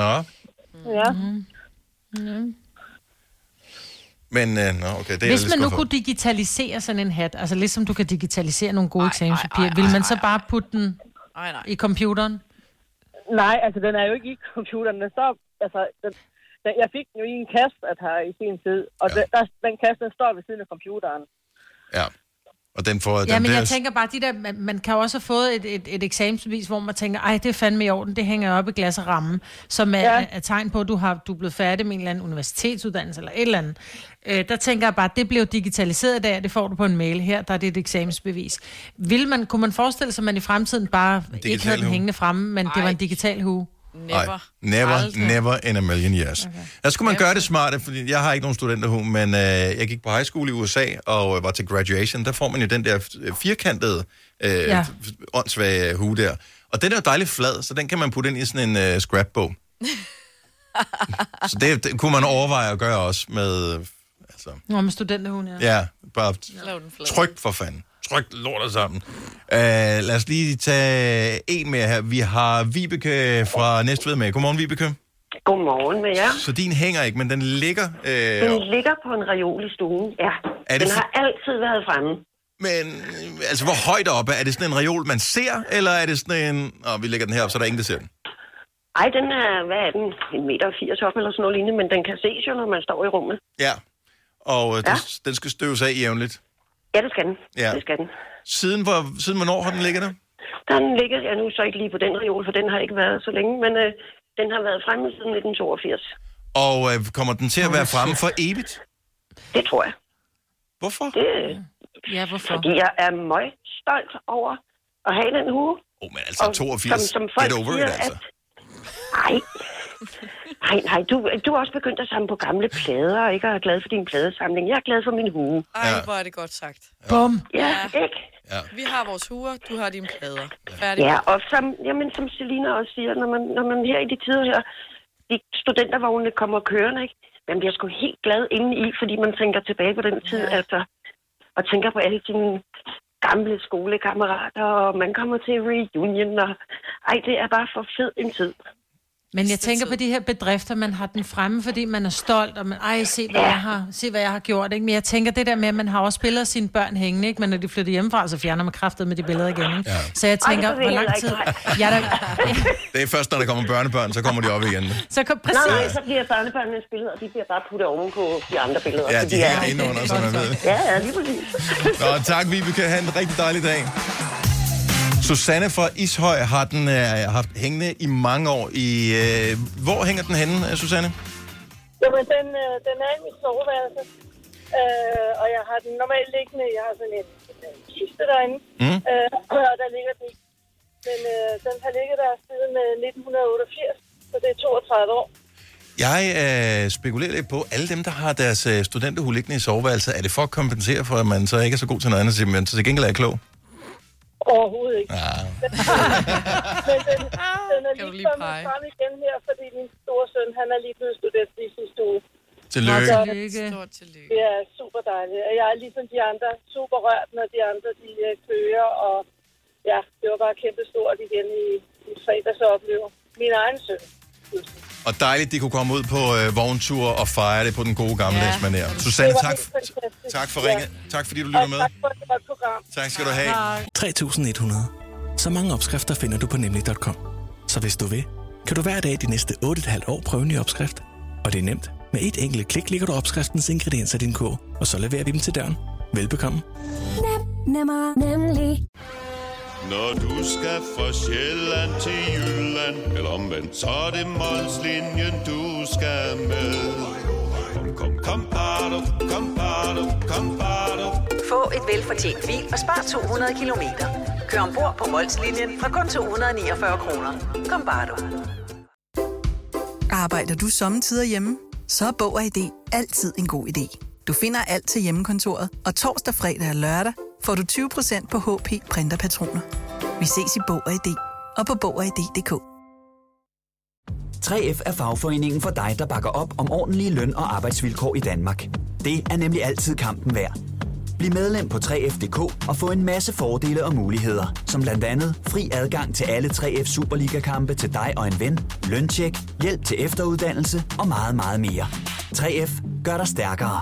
Speaker 1: Nå,
Speaker 15: Ja.
Speaker 3: Mm.
Speaker 1: men øh, nå, okay, det er
Speaker 3: Hvis
Speaker 1: jeg
Speaker 3: man
Speaker 1: lidt
Speaker 3: nu
Speaker 1: skuffet
Speaker 3: kunne digitalisere sådan en hat, altså ligesom du kan digitalisere nogle gode eksamenspapirer, vil man så bare putte den i computeren?
Speaker 15: Nej, altså den er jo ikke i computeren. Den står, altså, den, den, jeg fik den jo i en kast at have i sin tid, og ja. den, der, den kast, den står ved siden af computeren.
Speaker 1: Ja. Og den får...
Speaker 3: Ja,
Speaker 1: den
Speaker 3: men
Speaker 1: der,
Speaker 3: jeg tænker bare, de der, man, man kan jo også have fået et, et, et eksamensbevis, hvor man tænker, ej, det er fandme i orden, det hænger jeg op i glas og ramme, som er, ja.
Speaker 14: Ja.
Speaker 3: er tegn på, at du, har, du er blevet færdig med en eller anden universitetsuddannelse eller et eller andet. Øh, der tænker jeg bare, det blev digitaliseret i dag, og det får du på en mail her, der er det et eksamensbevis. Vil man, kunne man forestille sig, at man i fremtiden bare digital ikke
Speaker 1: digital
Speaker 3: havde den
Speaker 1: hue.
Speaker 3: hængende fremme, men ej. det var en digital hue?
Speaker 1: Nej, never, Aldrig. never in a million years. Okay. Der skulle man gøre det smarte, fordi jeg har ikke nogen studenterhue, men øh, jeg gik på high school i USA og øh, var til graduation. Der får man jo den der f- firkantede, øh,
Speaker 3: Ja.
Speaker 1: ja. åndssvage øh, hue der. Og den er jo dejligt flad, så den kan man putte ind i sådan en øh, scrapbog. så det, det kunne man overveje at gøre også med... Altså,
Speaker 3: Nå, med studenterhuen, ja.
Speaker 1: ja, bare
Speaker 3: Lav den flad.
Speaker 1: tryk for fanden. Tryk lortet sammen. Uh, lad os lige tage en mere her. Vi har Vibeke fra Næstved med. Godmorgen, Vibeke.
Speaker 16: Godmorgen med jer. Mm.
Speaker 1: Så din hænger ikke, men den ligger... Øh,
Speaker 16: Den ligger på en reol i stuen, ja.
Speaker 1: Er det
Speaker 16: Den
Speaker 1: for-
Speaker 16: har altid været fremme.
Speaker 1: men øh, altså, hvor højt oppe? Er det sådan en reol, man ser, eller er det sådan en... Nå, vi lægger den her op, så der er ingen, der ser den.
Speaker 16: Ej, den er, hvad er den? En meter og 80 op eller sådan noget lignende, men den kan ses jo, når man står i rummet.
Speaker 1: Ja. Og øh, den,
Speaker 16: Ja.
Speaker 1: den skal støves af jævnligt.
Speaker 16: Ja, det skal den.
Speaker 1: Ja.
Speaker 16: Det skal den.
Speaker 1: Siden, hvor, siden hvornår har den ligget der?
Speaker 16: Den ligger, ja nu så ikke lige på den reol, for den har ikke været så længe, men øh, den har været fremme siden 1982.
Speaker 1: Og øh, kommer den til at være fremme for evigt?
Speaker 16: Det tror jeg.
Speaker 1: Hvorfor?
Speaker 16: Det,
Speaker 3: ja, hvorfor?
Speaker 16: Fordi jeg er møg stolt over at have den hue.
Speaker 1: Oh, men altså, 82, get over it, altså.
Speaker 16: At, ej, nej, nej, du, du er også begyndt at samle på gamle plader, og ikke er glad for din pladesamling. Jeg er glad for min hue.
Speaker 2: Ej, hvor er det godt sagt.
Speaker 3: Bum.
Speaker 16: Ja, ikke?
Speaker 2: Vi har vores huer, du har dine plader. Færdig.
Speaker 16: Ja, og som, jamen, som Selina også siger, når man, når man her i de tider her, de studentervognene kommer kørende, ikke? man bliver sgu helt glad indeni, fordi man tænker tilbage på den tid, ja. altså, og tænker på alle sine gamle skolekammerater, og man kommer til reunion, og ej, det er bare for fed en tid.
Speaker 3: Men jeg tænker på de her bedrifter, man har den fremme, fordi man er stolt, og man, ej, se hvad, jeg har, se, hvad jeg har gjort. Ikke? Men jeg tænker det der med, at man har også billeder af sine børn hængende, ikke? men når de flytter hjemmefra, så fjerner man kraftet med de billeder igen. Ikke? Ja. Så jeg
Speaker 16: Ej,
Speaker 3: tænker,
Speaker 16: det ved
Speaker 3: hvor
Speaker 16: jeg
Speaker 3: lang
Speaker 16: ikke,
Speaker 3: tid...
Speaker 16: nej.
Speaker 3: Jeg er der,
Speaker 1: Det er først, når der kommer børnebørn, så kommer de op igen.
Speaker 3: så kom,
Speaker 16: Nej, nej,
Speaker 3: præcis.
Speaker 16: så bliver børnebørnenes billeder, de bliver bare puttet oven på de andre billeder.
Speaker 1: Ja,
Speaker 16: fordi
Speaker 1: de hænger
Speaker 16: er-
Speaker 1: inde under, så man ved.
Speaker 16: Ja, ja, lige præcis.
Speaker 1: Nå, tak Vibeke. Ha' en rigtig dejlig dag. Susanne fra Ishøj har den øh, haft hængende i mange år. I, øh, hvor hænger den henne, øh, Susanne?
Speaker 14: Jamen, den, øh, den er i mit soveværelse. Øh, og jeg har den normalt liggende. Jeg har sådan en, en kiste derinde.
Speaker 1: Mm.
Speaker 14: Øh, *clears throat* og der ligger den i. Men øh, den har ligget der siden øh, 1988, så det er 32 år.
Speaker 1: Jeg øh, spekulerer lidt på, alle dem, der har deres øh, studenterhue liggende i soveværelset, er det for at kompensere for, at man så ikke er så god til noget andet, men til gengæld er jeg klog?
Speaker 14: Overhovedet ikke.
Speaker 1: Ah.
Speaker 14: Men den, den er
Speaker 2: Ah, Kan du
Speaker 14: lige
Speaker 2: lige
Speaker 14: kommet
Speaker 2: pege?
Speaker 14: frem igen her, fordi min store søn, han er lige blevet student i sidste uge.
Speaker 1: Tillykke.
Speaker 14: Og så-
Speaker 2: Stort tillykke.
Speaker 14: Det er super dejligt. Og jeg er ligesom de andre super rørt, når de andre de øh, kører. Og ja, det var bare kæmpestort igen i, i fredags at opleve. Min egen søn.
Speaker 1: Og dejligt, de kunne komme ud på øh, vogntur og fejre det på den gode gamle ja. manér. Susanne,
Speaker 14: Det var
Speaker 1: tak,
Speaker 14: helt fantastisk.
Speaker 1: tak for ringet. Tak fordi du lytter med.
Speaker 14: Tak for et godt program.
Speaker 1: Tak skal du have.
Speaker 17: 3100. Så mange opskrifter finder du på nemlig.com. Så hvis du vil, kan du hver dag de næste 8,5 år prøve en ny opskrift. Og det er nemt. Med et enkelt klik ligger du opskriftens ingredienser i din kog, og så leverer vi dem til døren. Velbekomme.
Speaker 9: Nem, nemmer, nemlig.
Speaker 18: Når du skal fra Sjælland til Jylland, eller omvendt, så er det Molslinjen, du skal med. Kom, kom, kom, bado, kom, bado, kom, bado.
Speaker 19: Få et velfortjent bil og spar 200 kilometer. Kør ombord på Molslinjen fra kun 249 kroner. Kom bare du.
Speaker 20: Arbejder du sommetider hjemme? Så er Bog og ID altid en god idé. Du finder alt til hjemmekontoret, og torsdag, fredag og lørdag får du 20% på HP printerpatroner. Vi ses i Bog og ID og på Bog og ID.dk.
Speaker 21: 3F er fagforeningen for dig, der bakker op om ordentlige løn- og arbejdsvilkår i Danmark. Det er nemlig altid kampen værd. Bliv medlem på 3F.dk og få en masse fordele og muligheder, som blandt andet fri adgang til alle 3F Superliga-kampe til dig og en ven, løntjek, hjælp til efteruddannelse og meget, meget mere. 3F gør dig stærkere.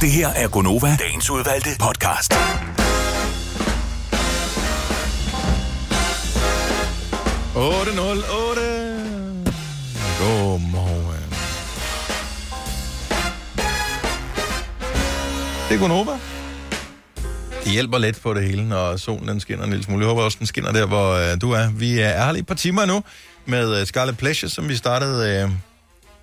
Speaker 4: Det her er Gonova, dagens udvalgte podcast.
Speaker 1: Otte nul otte. Godmorgen. Det er Gunova. Det hjælper lidt på det hele, når solen den skinner en lille smule. Jeg håber også, den skinner der, hvor øh, du er. Vi er her lige et par timer nu med øh, Scarlet Pleasure, som vi startede øh,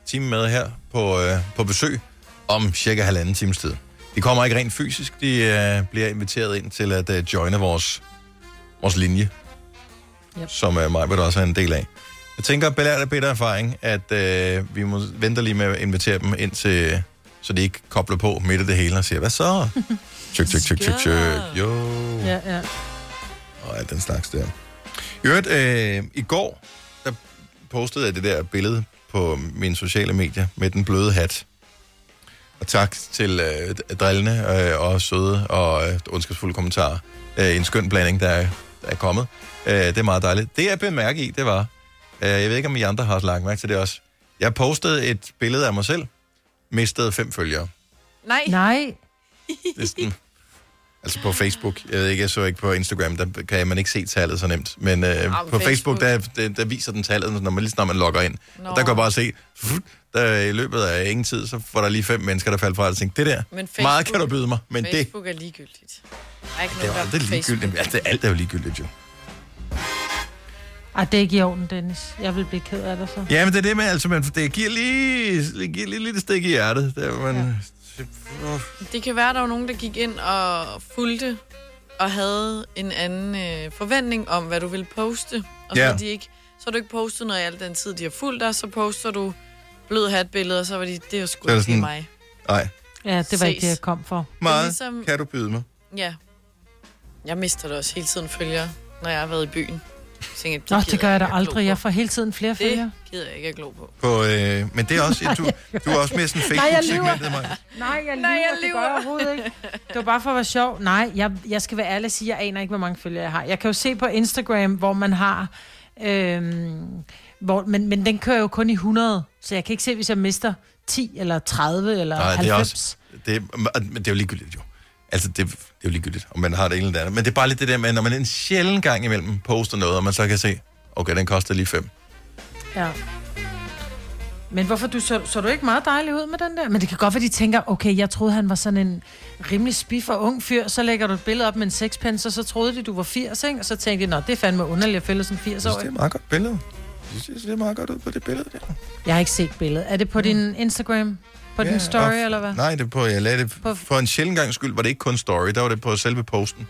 Speaker 1: timen med her på, øh, på besøg om cirka halvanden times tid. De kommer ikke rent fysisk, de øh, bliver inviteret ind til at øh, joine vores, vores linje, yep. som øh, Majbert også er en del af. Jeg tænker, belært af bitter erfaring, at øh, vi må vente lige med at invitere dem ind til, så de ikke kobler på midt af det hele og siger, hvad så? Tjek, tjek, tjek, tjek, tjek, jo,
Speaker 3: Ja, ja.
Speaker 1: og alt den slags der. I øvrigt, øh, i går, der postede jeg det der billede på mine sociale medier med den bløde hat. Og tak til øh, drillende øh, og søde og øh, ondskabsfulde kommentarer. Øh, en skøn blanding, der er, der er kommet. Øh, det er meget dejligt. Det, jeg bemærke i, det var, øh, jeg ved ikke, om I andre har lagt mærke til det også. Jeg postede et billede af mig selv, mistede fem følgere.
Speaker 2: Nej.
Speaker 3: Nej.
Speaker 1: Det er sådan, altså på Facebook. Jeg ved ikke, jeg så ikke på Instagram, der kan man ikke se tallet så nemt. Men øh,
Speaker 22: på
Speaker 1: på Facebook, der, der, der viser den tallet, når man, lige snart man logger ind.
Speaker 2: Nå.
Speaker 1: Nå. Der kan man bare se, fut, der, i løbet af ingen tid, så får der lige fem mennesker, der falder fra, og tænker, det der,
Speaker 2: Men Facebook,
Speaker 1: meget kan du byde mig, men det,
Speaker 2: Facebook er ligegyldigt. Der er ikke
Speaker 1: det er
Speaker 2: nogen,
Speaker 1: jo
Speaker 2: der
Speaker 1: aldrig
Speaker 2: Facebook.
Speaker 1: ligegyldigt. Altså, alt er jo ligegyldigt, jo.
Speaker 3: Ej, det er ikke i orden, Dennis. Jeg vil blive ked af dig så.
Speaker 1: Ja, men det er det med, altså, man, det giver lige, det giver lige, lidt stik i hjertet. Der, man, ja.
Speaker 2: Det kan være, der var nogen, der gik ind og fulgte og havde en anden øh, forventning om, hvad du ville poste. Og så,
Speaker 1: Ja.
Speaker 2: har de ikke, så har du ikke postet noget i al den tid, de har fulgt dig, så poster du blød hatbilleder, og så var de, det er jo sgu
Speaker 1: Det er sådan-
Speaker 2: ikke sådan... mig.
Speaker 1: Nej.
Speaker 3: Ja, det var ikke det,
Speaker 2: Ses.
Speaker 3: jeg kom for.
Speaker 1: Meget
Speaker 2: ligesom-
Speaker 1: kan du byde mig.
Speaker 2: Ja. Jeg mister det også hele tiden følgere, når jeg har været i byen. Jeg Tænker,
Speaker 3: Nå,
Speaker 2: gider
Speaker 3: det gør jeg da
Speaker 2: ikke at glo
Speaker 3: aldrig. Jeg får hele tiden flere
Speaker 2: på.
Speaker 3: følgere.
Speaker 2: Det gider jeg ikke at glo på.
Speaker 1: På, øh, men det er også, du, du er også mere sådan
Speaker 3: *laughs* Nej, jeg
Speaker 1: Facebook-segmentet,
Speaker 3: lyver.
Speaker 1: mig.
Speaker 3: Nej, jeg
Speaker 2: Nej, jeg
Speaker 3: Det gør jeg overhovedet ikke.
Speaker 2: *laughs*
Speaker 3: Det var bare for at være sjov. Nej, jeg, jeg skal være ærlig og sige, at jeg aner ikke, hvor mange følgere jeg har. Jeg kan jo se på Instagram, hvor man har... Øhm, hvor, men, men den kører jo kun i 100, så jeg kan ikke se, hvis jeg mister 10 eller 30 eller Nej,
Speaker 1: Nej, det
Speaker 3: 90.
Speaker 1: er også... Det, er- men det er jo ligegyldigt, jo. Altså, det, det er jo ligegyldigt, om man har det ene eller det andet. Men det er bare lidt det der med, når man en sjældent gang imellem poster noget, og man så kan se, okay, den koster lige fem.
Speaker 3: Ja. Men hvorfor du så, så du ikke meget dejlig ud med den der? Men det kan godt være, de tænker, okay, jeg troede, han var sådan en rimelig spiff og ung fyr, så lægger du et billede op med en sexpence, og så troede de, du var 80, ikke? Og så tænkte de, nå, det er fandme underligt at fælde sådan 80
Speaker 1: Jeg synes,
Speaker 3: år.
Speaker 1: det er et meget godt billede. Jeg synes, det er meget godt ud på det billede der.
Speaker 3: Jeg har ikke set billedet. Er det på din Instagram? På din story,
Speaker 1: og-
Speaker 3: eller hvad?
Speaker 1: Nej, det er på, jeg lagde det, for en sjældent gang skyld var det ikke kun story, der var det på selve posten.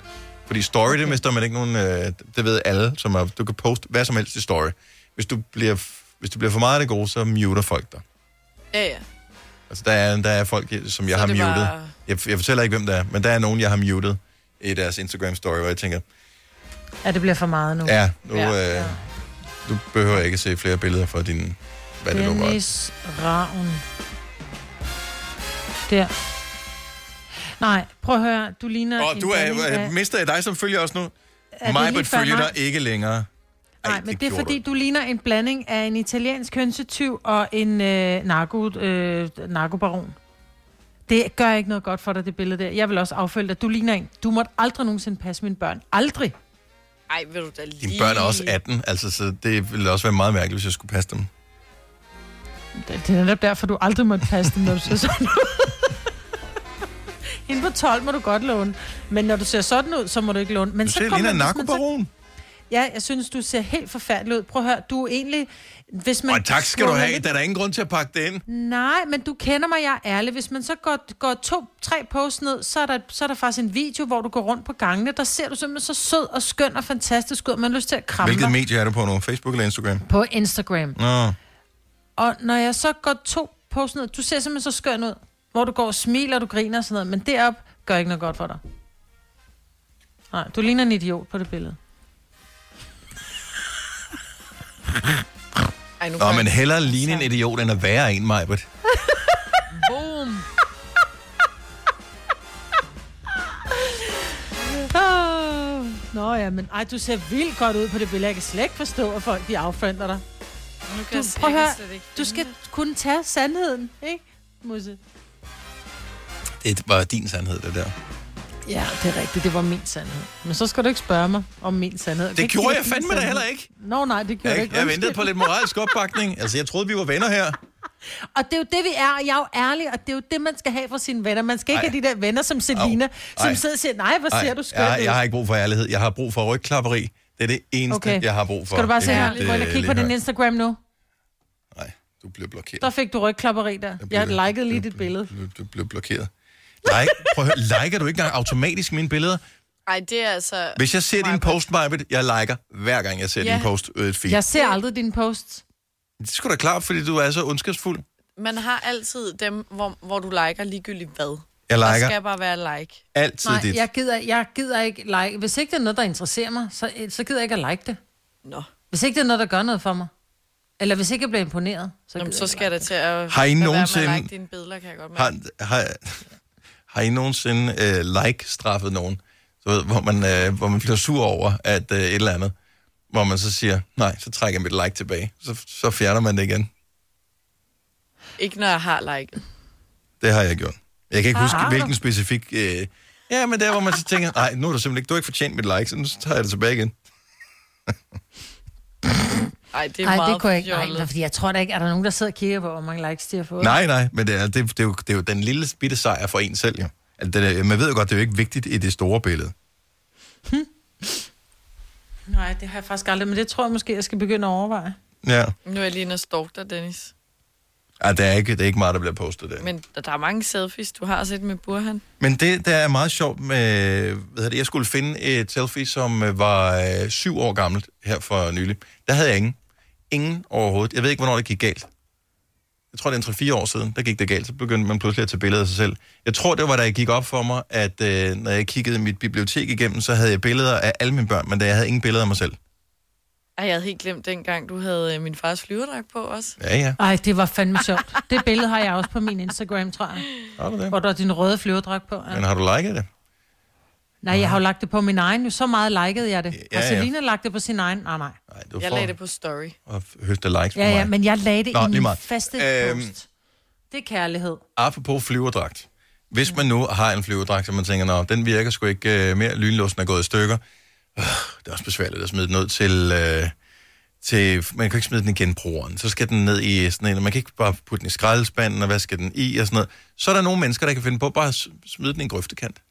Speaker 1: Fordi story, okay. det mister man ikke nogen, øh, det ved alle, som er, du kan poste hvad som helst i story. Hvis du bliver, f- hvis du bliver for meget af det gode, så muter folk dig.
Speaker 2: Ja, ja.
Speaker 1: Altså, der er, der er folk, som jeg så har
Speaker 2: det
Speaker 1: muted.
Speaker 2: var-
Speaker 1: Jeg, jeg fortæller ikke, hvem det er, men der er nogen, jeg har muted i deres Instagram-story, hvor jeg tænker,
Speaker 3: Ja, det bliver for meget nu.
Speaker 1: ja, nu, ja, øh, du behøver ikke se flere billeder fra din... Hvad det nu var.
Speaker 3: Dennis Ravn. Der. Nej, prøv at høre, du ligner...
Speaker 1: Og
Speaker 3: en
Speaker 1: du
Speaker 3: blanding
Speaker 1: er,
Speaker 3: af-
Speaker 1: øh, mister jeg dig, som følger os nu?
Speaker 3: Er det lige
Speaker 1: Majbert
Speaker 3: før
Speaker 1: følger
Speaker 3: mig?
Speaker 1: dig ikke længere.
Speaker 3: Nej, men det, er
Speaker 1: gjorde
Speaker 3: fordi, du ligner en blanding af en italiensk kønsetyv og en øh, narko, øh, narkobaron. Det gør ikke noget godt for dig, det billede der. Jeg vil også affølge dig. Du ligner en. Du måtte aldrig nogensinde passe mine børn. Aldrig.
Speaker 2: Ej, vil du da lige...
Speaker 1: Dine børn er også 18, altså, så det ville også være meget mærkeligt, hvis jeg skulle passe dem.
Speaker 3: Det er netop derfor, du aldrig måtte passe dem, når du ser sådan *laughs* ud. Inden på 12 må du godt låne. Men når du ser sådan ud, så må du ikke låne. Men
Speaker 1: Du
Speaker 3: så
Speaker 1: ser ligner
Speaker 3: kommer-
Speaker 1: en
Speaker 3: hvis man så-
Speaker 1: narkobaron.
Speaker 3: Ja, jeg synes, du ser helt forfærdelig ud. Prøv at høre, du er egentlig... Hvis man
Speaker 1: Og tak skal du
Speaker 3: scroller
Speaker 1: have,
Speaker 3: lidt
Speaker 1: der er da ingen grund til at pakke det ind.
Speaker 3: Nej, men du kender mig, jeg er ærlig. Hvis man så går, går to-tre posts ned, så er, der, så er der faktisk en video, hvor du går rundt på gangene. Der ser du simpelthen så sød og skøn og fantastisk ud, man har lyst til at kramme
Speaker 1: Hvilket
Speaker 3: dig.
Speaker 1: medie er du på nu? Facebook eller Instagram?
Speaker 3: På Instagram.
Speaker 1: Nå.
Speaker 3: Og når jeg så går to posts ned, du ser simpelthen så skøn ud, hvor du går og smiler, du griner og sådan noget, men derop gør ikke noget godt for dig. Nej, du ligner en idiot på det billede.
Speaker 2: Ej, nu
Speaker 1: Nå,
Speaker 2: kan
Speaker 1: men
Speaker 2: jeg-
Speaker 1: hellere ligne en idiot, end at være en, Majbert.
Speaker 2: Boom.
Speaker 3: Oh, nå ja, men ej, du ser vildt godt ud på det billede. Jeg kan slet ikke forstå, at folk de affrenter dig.
Speaker 2: Nu
Speaker 3: Du,
Speaker 2: jeg-
Speaker 3: prøv at
Speaker 2: jeg kan
Speaker 3: høre,
Speaker 2: slet ikke
Speaker 3: du skal kun tage sandheden, ikke, Musse?
Speaker 1: Det var din sandhed, det der.
Speaker 3: Ja, det er rigtigt. Det var min sandhed. Men så skal du ikke spørge mig om min sandhed.
Speaker 1: Det gjorde jeg fandme da heller ikke.
Speaker 3: Nå nej, det gjorde
Speaker 1: Jeg,
Speaker 3: jeg
Speaker 1: jeg
Speaker 3: ikke.
Speaker 1: ventede på lidt moralsk opbakning. Altså, jeg troede, vi var venner her.
Speaker 3: Og det er jo det, vi er, og jeg er jo ærlig, og det er jo det, man skal have fra sine venner. Man skal ikke
Speaker 1: Ej.
Speaker 3: have de der venner som Selina, som
Speaker 1: Ej.
Speaker 3: sidder og siger, nej, hvor ser du skønt
Speaker 1: jeg,
Speaker 3: ud.
Speaker 1: jeg har ikke brug for ærlighed. Jeg har brug for rygklapperi. Det er det eneste, okay. jeg har brug for.
Speaker 3: Skal du bare
Speaker 1: Det
Speaker 3: se
Speaker 1: er
Speaker 3: her?
Speaker 1: lidt,
Speaker 3: Gå ind og
Speaker 1: øh,
Speaker 3: kig på
Speaker 1: lidt
Speaker 3: din
Speaker 1: højt.
Speaker 3: Instagram nu.
Speaker 1: Du bliver blokeret.
Speaker 3: Der fik du rygklapperi der. Jeg har liket lige dit billede.
Speaker 1: Du bliver blokeret. Like, prøv at høre, liker du ikke engang automatisk mine billeder?
Speaker 2: Ej, det er altså...
Speaker 1: Hvis jeg ser din post, Majbet, jeg liker hver gang, jeg ser
Speaker 2: Ja.
Speaker 1: din post øh, et feed.
Speaker 3: Jeg ser aldrig dine posts.
Speaker 1: Det skulle da klart, fordi du er så ondskabsfuld.
Speaker 2: Man har altid dem, hvor, hvor du liker ligegyldigt hvad.
Speaker 1: Jeg liker
Speaker 2: Der skal bare være like.
Speaker 1: altid
Speaker 3: Nej,
Speaker 1: dit.
Speaker 3: jeg gider, jeg gider ikke like. Hvis ikke det er noget, der interesserer mig, så, øh, så gider jeg ikke at like det.
Speaker 2: Nå.
Speaker 3: Hvis ikke det er noget, der gør noget for mig. Eller hvis ikke jeg bliver imponeret, så
Speaker 2: Jamen,
Speaker 3: gider
Speaker 2: så skal der til at...
Speaker 1: Har I
Speaker 2: lade være med at
Speaker 1: nogensinde-
Speaker 2: Like dine billeder, kan jeg godt mærke.
Speaker 1: Har, har, har I nogensinde øh, like-straffet nogen? Så ved, hvor, man, øh, hvor man bliver sur over, at øh, et eller andet, hvor man så siger, nej, så trækker jeg mit like tilbage. Så, så fjerner man det igen.
Speaker 2: Ikke når jeg har liket.
Speaker 1: Det har jeg gjort. Jeg kan ikke huske,
Speaker 2: Har du?
Speaker 1: hvilken specifik... Øh, ja, men der, hvor man så tænker, nej, nu er du simpelthen ikke, du har ikke fortjent mit like, så nu tager jeg det tilbage igen.
Speaker 2: Ej, det er
Speaker 3: Ej,
Speaker 2: meget
Speaker 3: det kunne jeg ikke. Ej,
Speaker 2: fjollet.
Speaker 3: nej, fordi jeg tror da ikke, er der nogen, der sidder og kigger på, hvor mange likes de har fået.
Speaker 1: Nej, nej, men det er, det, det, er jo, det er jo den lille bitte sejr for en selv, jo. Altså, det, er- man ved jo godt, det er jo ikke vigtigt i det store billede.
Speaker 3: Hm? Nej, det har jeg faktisk aldrig, men det tror jeg måske, jeg skal begynde at overveje.
Speaker 1: Ja,
Speaker 2: Nu er jeg lige inde og stalk dig, Dennis.
Speaker 1: Ej, det, er ikke, det er ikke meget, der bliver postet der.
Speaker 2: Men der, der er mange selfies, du har set med Burhan.
Speaker 1: Men det, der er meget sjovt med... Hvad hedder det, jeg skulle finde et selfie, som øh, var øh, syv år gammelt her for nylig. Der havde jeg ingen. Ingen overhovedet. Jeg ved ikke, hvornår det gik galt. Jeg tror, det er en 3-4 år siden, der gik det galt. Så begyndte man pludselig at tage billeder af sig selv. Jeg tror, det var, da jeg gik op for mig, at øh, når jeg kiggede mit bibliotek igennem, så havde jeg billeder af alle mine børn, men da jeg havde ingen billeder af mig selv.
Speaker 2: Ej, jeg havde helt glemt dengang, du havde øh, min fars flyverdrag på også.
Speaker 1: Ja, ja.
Speaker 3: Ej, det var fandme
Speaker 2: *laughs*
Speaker 3: sjovt. *laughs* Det billede har jeg også på min Instagram, tror jeg.
Speaker 1: Har du det?
Speaker 3: Hvor der er din røde flyverdragt på. Ja.
Speaker 1: Men har du liket det?
Speaker 3: Nej, jeg har jo lagt det på min egen. Jo, så meget likede jeg det. Ja,
Speaker 1: Ja,
Speaker 3: og
Speaker 1: ja.
Speaker 3: Selina lagt det på sin egen. Nej, nej.
Speaker 1: Nej, det var
Speaker 2: Jeg
Speaker 1: for
Speaker 2: lagde *laughs* det på story.
Speaker 1: at høste likes
Speaker 3: Ja,
Speaker 1: på mig.
Speaker 3: ja, men jeg lagde det
Speaker 1: Nå,
Speaker 3: i
Speaker 1: lige
Speaker 3: min
Speaker 1: meget.
Speaker 3: faste
Speaker 1: Øhm,
Speaker 3: post. Det er kærlighed.
Speaker 1: apropos flyverdragt. Hvis man nu har en flyverdragt, som man tænker, nå, den virker sgu ikke øh, mere, lynlåsen er gået i stykker. Øh, det er også besværligt at smide den ud til, øh, til... Man kan ikke smide den i genbrugeren. Så skal den ned i sådan en... og Man kan ikke bare putte den i skraldespanden, og hvad skal den i, og sådan noget. Så er der nogle mennesker, der kan finde på bare at s- smide den i en grøftekant.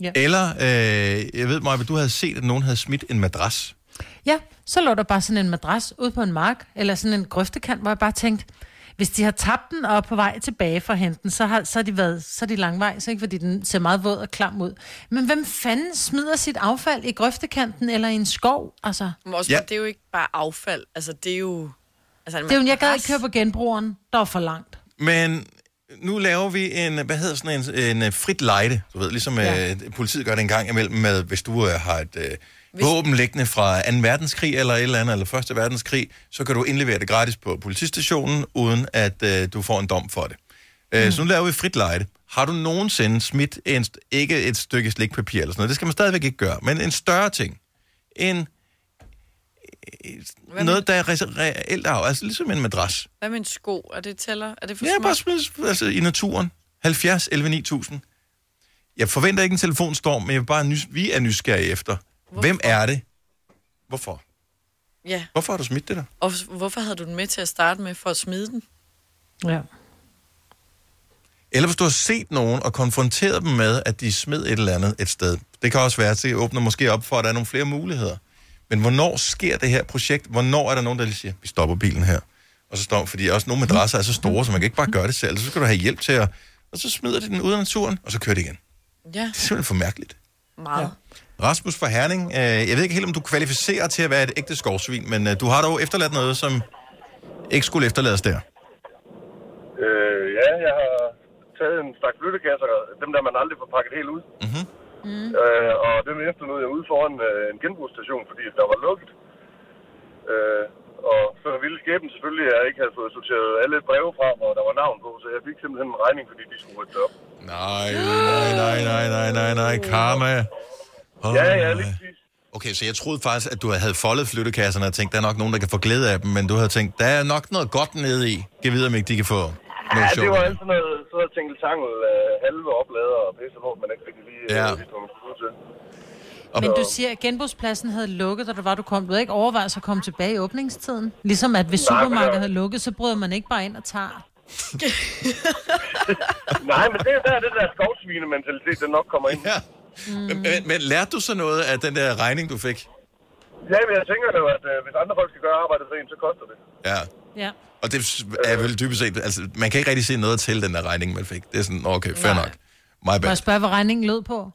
Speaker 3: Ja.
Speaker 1: Eller, øh, jeg ved, Maja, du havde set, at nogen havde smidt en madras.
Speaker 3: Ja, så lå der bare sådan en madras ud på en mark, eller sådan en grøftekant, hvor jeg bare tænkte, hvis de har tabt den og er på vej tilbage for at hente den, så har, så har de været så er de langvejs, ikke? fordi den ser meget våd og klam ud. Men hvem fanden smider sit affald i grøftekanten eller i en skov? Altså,
Speaker 2: Men også,
Speaker 3: Ja.
Speaker 2: ja. det er jo ikke bare affald. Altså, det er jo... Altså,
Speaker 3: det er jo, jeg gad ikke køre på genbrugeren, der er for langt.
Speaker 1: Men nu laver vi en, hvad hedder sådan en, en øh, frit lejde, du ved, ligesom ja. øh, politiet gør det en gang imellem med, hvis du øh, har et øh, våben liggende fra 2. verdenskrig eller et eller andet, eller 1. verdenskrig, så kan du indlevere det gratis på politistationen, uden at øh, du får en dom for det. Mm. Så nu laver vi frit lejde. Har du nogensinde smidt en, st- ikke et stykke slikpapir eller sådan noget, det skal man stadigvæk ikke gøre, men en større ting, en, noget, der er re- reelt af, altså ligesom en madras.
Speaker 2: Hvad med en sko? Er det tæller? Er det for
Speaker 1: Ja,
Speaker 2: små?
Speaker 1: bare smid altså, i naturen. 70 11 9000. Jeg forventer ikke en telefonstorm, men jeg vil bare nys- vi er nysgerrige efter. Hvorfor? Hvem er det? Hvorfor?
Speaker 2: Ja.
Speaker 1: Hvorfor har du smidt det der?
Speaker 2: Og hvorfor havde du den med til at starte med for at smide den?
Speaker 3: Ja.
Speaker 1: Eller hvis du har set nogen og konfronteret dem med, at de smed et eller andet et sted. Det kan også være, at det åbner måske op for, at der er nogle flere muligheder. Men hvornår sker det her projekt? Hvornår er der nogen, der lige siger, vi stopper bilen her? Og så står fordi også nogle madrasser er så store, så man kan ikke bare gøre det selv. Så skal du have hjælp til at... Og så smider de den ud af naturen, og så kører det igen.
Speaker 2: Ja,
Speaker 1: Det er simpelthen for mærkeligt.
Speaker 2: meget.
Speaker 1: Rasmus fra Herning, øh, jeg ved ikke helt, om du kvalificerer til at være et ægte skovsvin, men øh, du har dog efterladt noget, som ikke skulle efterlades der.
Speaker 6: Øh, ja, jeg har taget en stak flyttekasser, dem der man aldrig får pakket helt ud.
Speaker 1: Mhm.
Speaker 6: Mm. Øh, og dem efterlod jeg ude foran øh, en genbrugsstation, fordi der var lukket. Øh, og så ville skæbnen selvfølgelig, at jeg ikke havde fået sorteret alle breve fra, hvor der var navn på, så jeg fik simpelthen en regning, fordi de skulle rykke det op.
Speaker 1: Nej, nej, nej, nej, nej, nej, nej, karma. Oh, ja, ja, lige Okay, så jeg troede faktisk, at du havde foldet flyttekasserne og tænkt, der er nok nogen, der kan få glæde af dem, men du havde tænkt, der er nok noget godt nede i. Giv videre, om ikke de kan få
Speaker 6: Ja,
Speaker 1: noget
Speaker 6: det
Speaker 1: sjovt.
Speaker 6: var altid noget, så jeg tænkte tangel, øh, halve oplader og pisse, hvor man ikke rigtig lige
Speaker 1: Ja.
Speaker 6: øh, vidste, hvad man skulle bruge til.
Speaker 3: Men du siger, at genbrugspladsen havde lukket, da du var, du kom. Du havde ikke overvejet at komme tilbage i åbningstiden? Ligesom at hvis
Speaker 6: Nej, men der-
Speaker 3: supermarkedet havde lukket, så bryder man ikke bare ind og tager.
Speaker 6: Nej, men det er der, det der skovsvinementalitet, den nok kommer ind.
Speaker 1: Ja. Men, men, men lærte du så noget af den der regning, du fik?
Speaker 6: Ja, men jeg tænker jo, at øh, hvis andre folk skal gøre arbejdet for en, så koster det.
Speaker 1: Ja.
Speaker 3: Ja.
Speaker 1: Og det er vel dybest set... Altså, man kan ikke rigtig se noget til den der regning, man fik. Det er sådan, okay, fair
Speaker 3: Nej.
Speaker 1: nok. My
Speaker 3: Må
Speaker 1: bad.
Speaker 3: jeg spørge, hvad regningen lød på?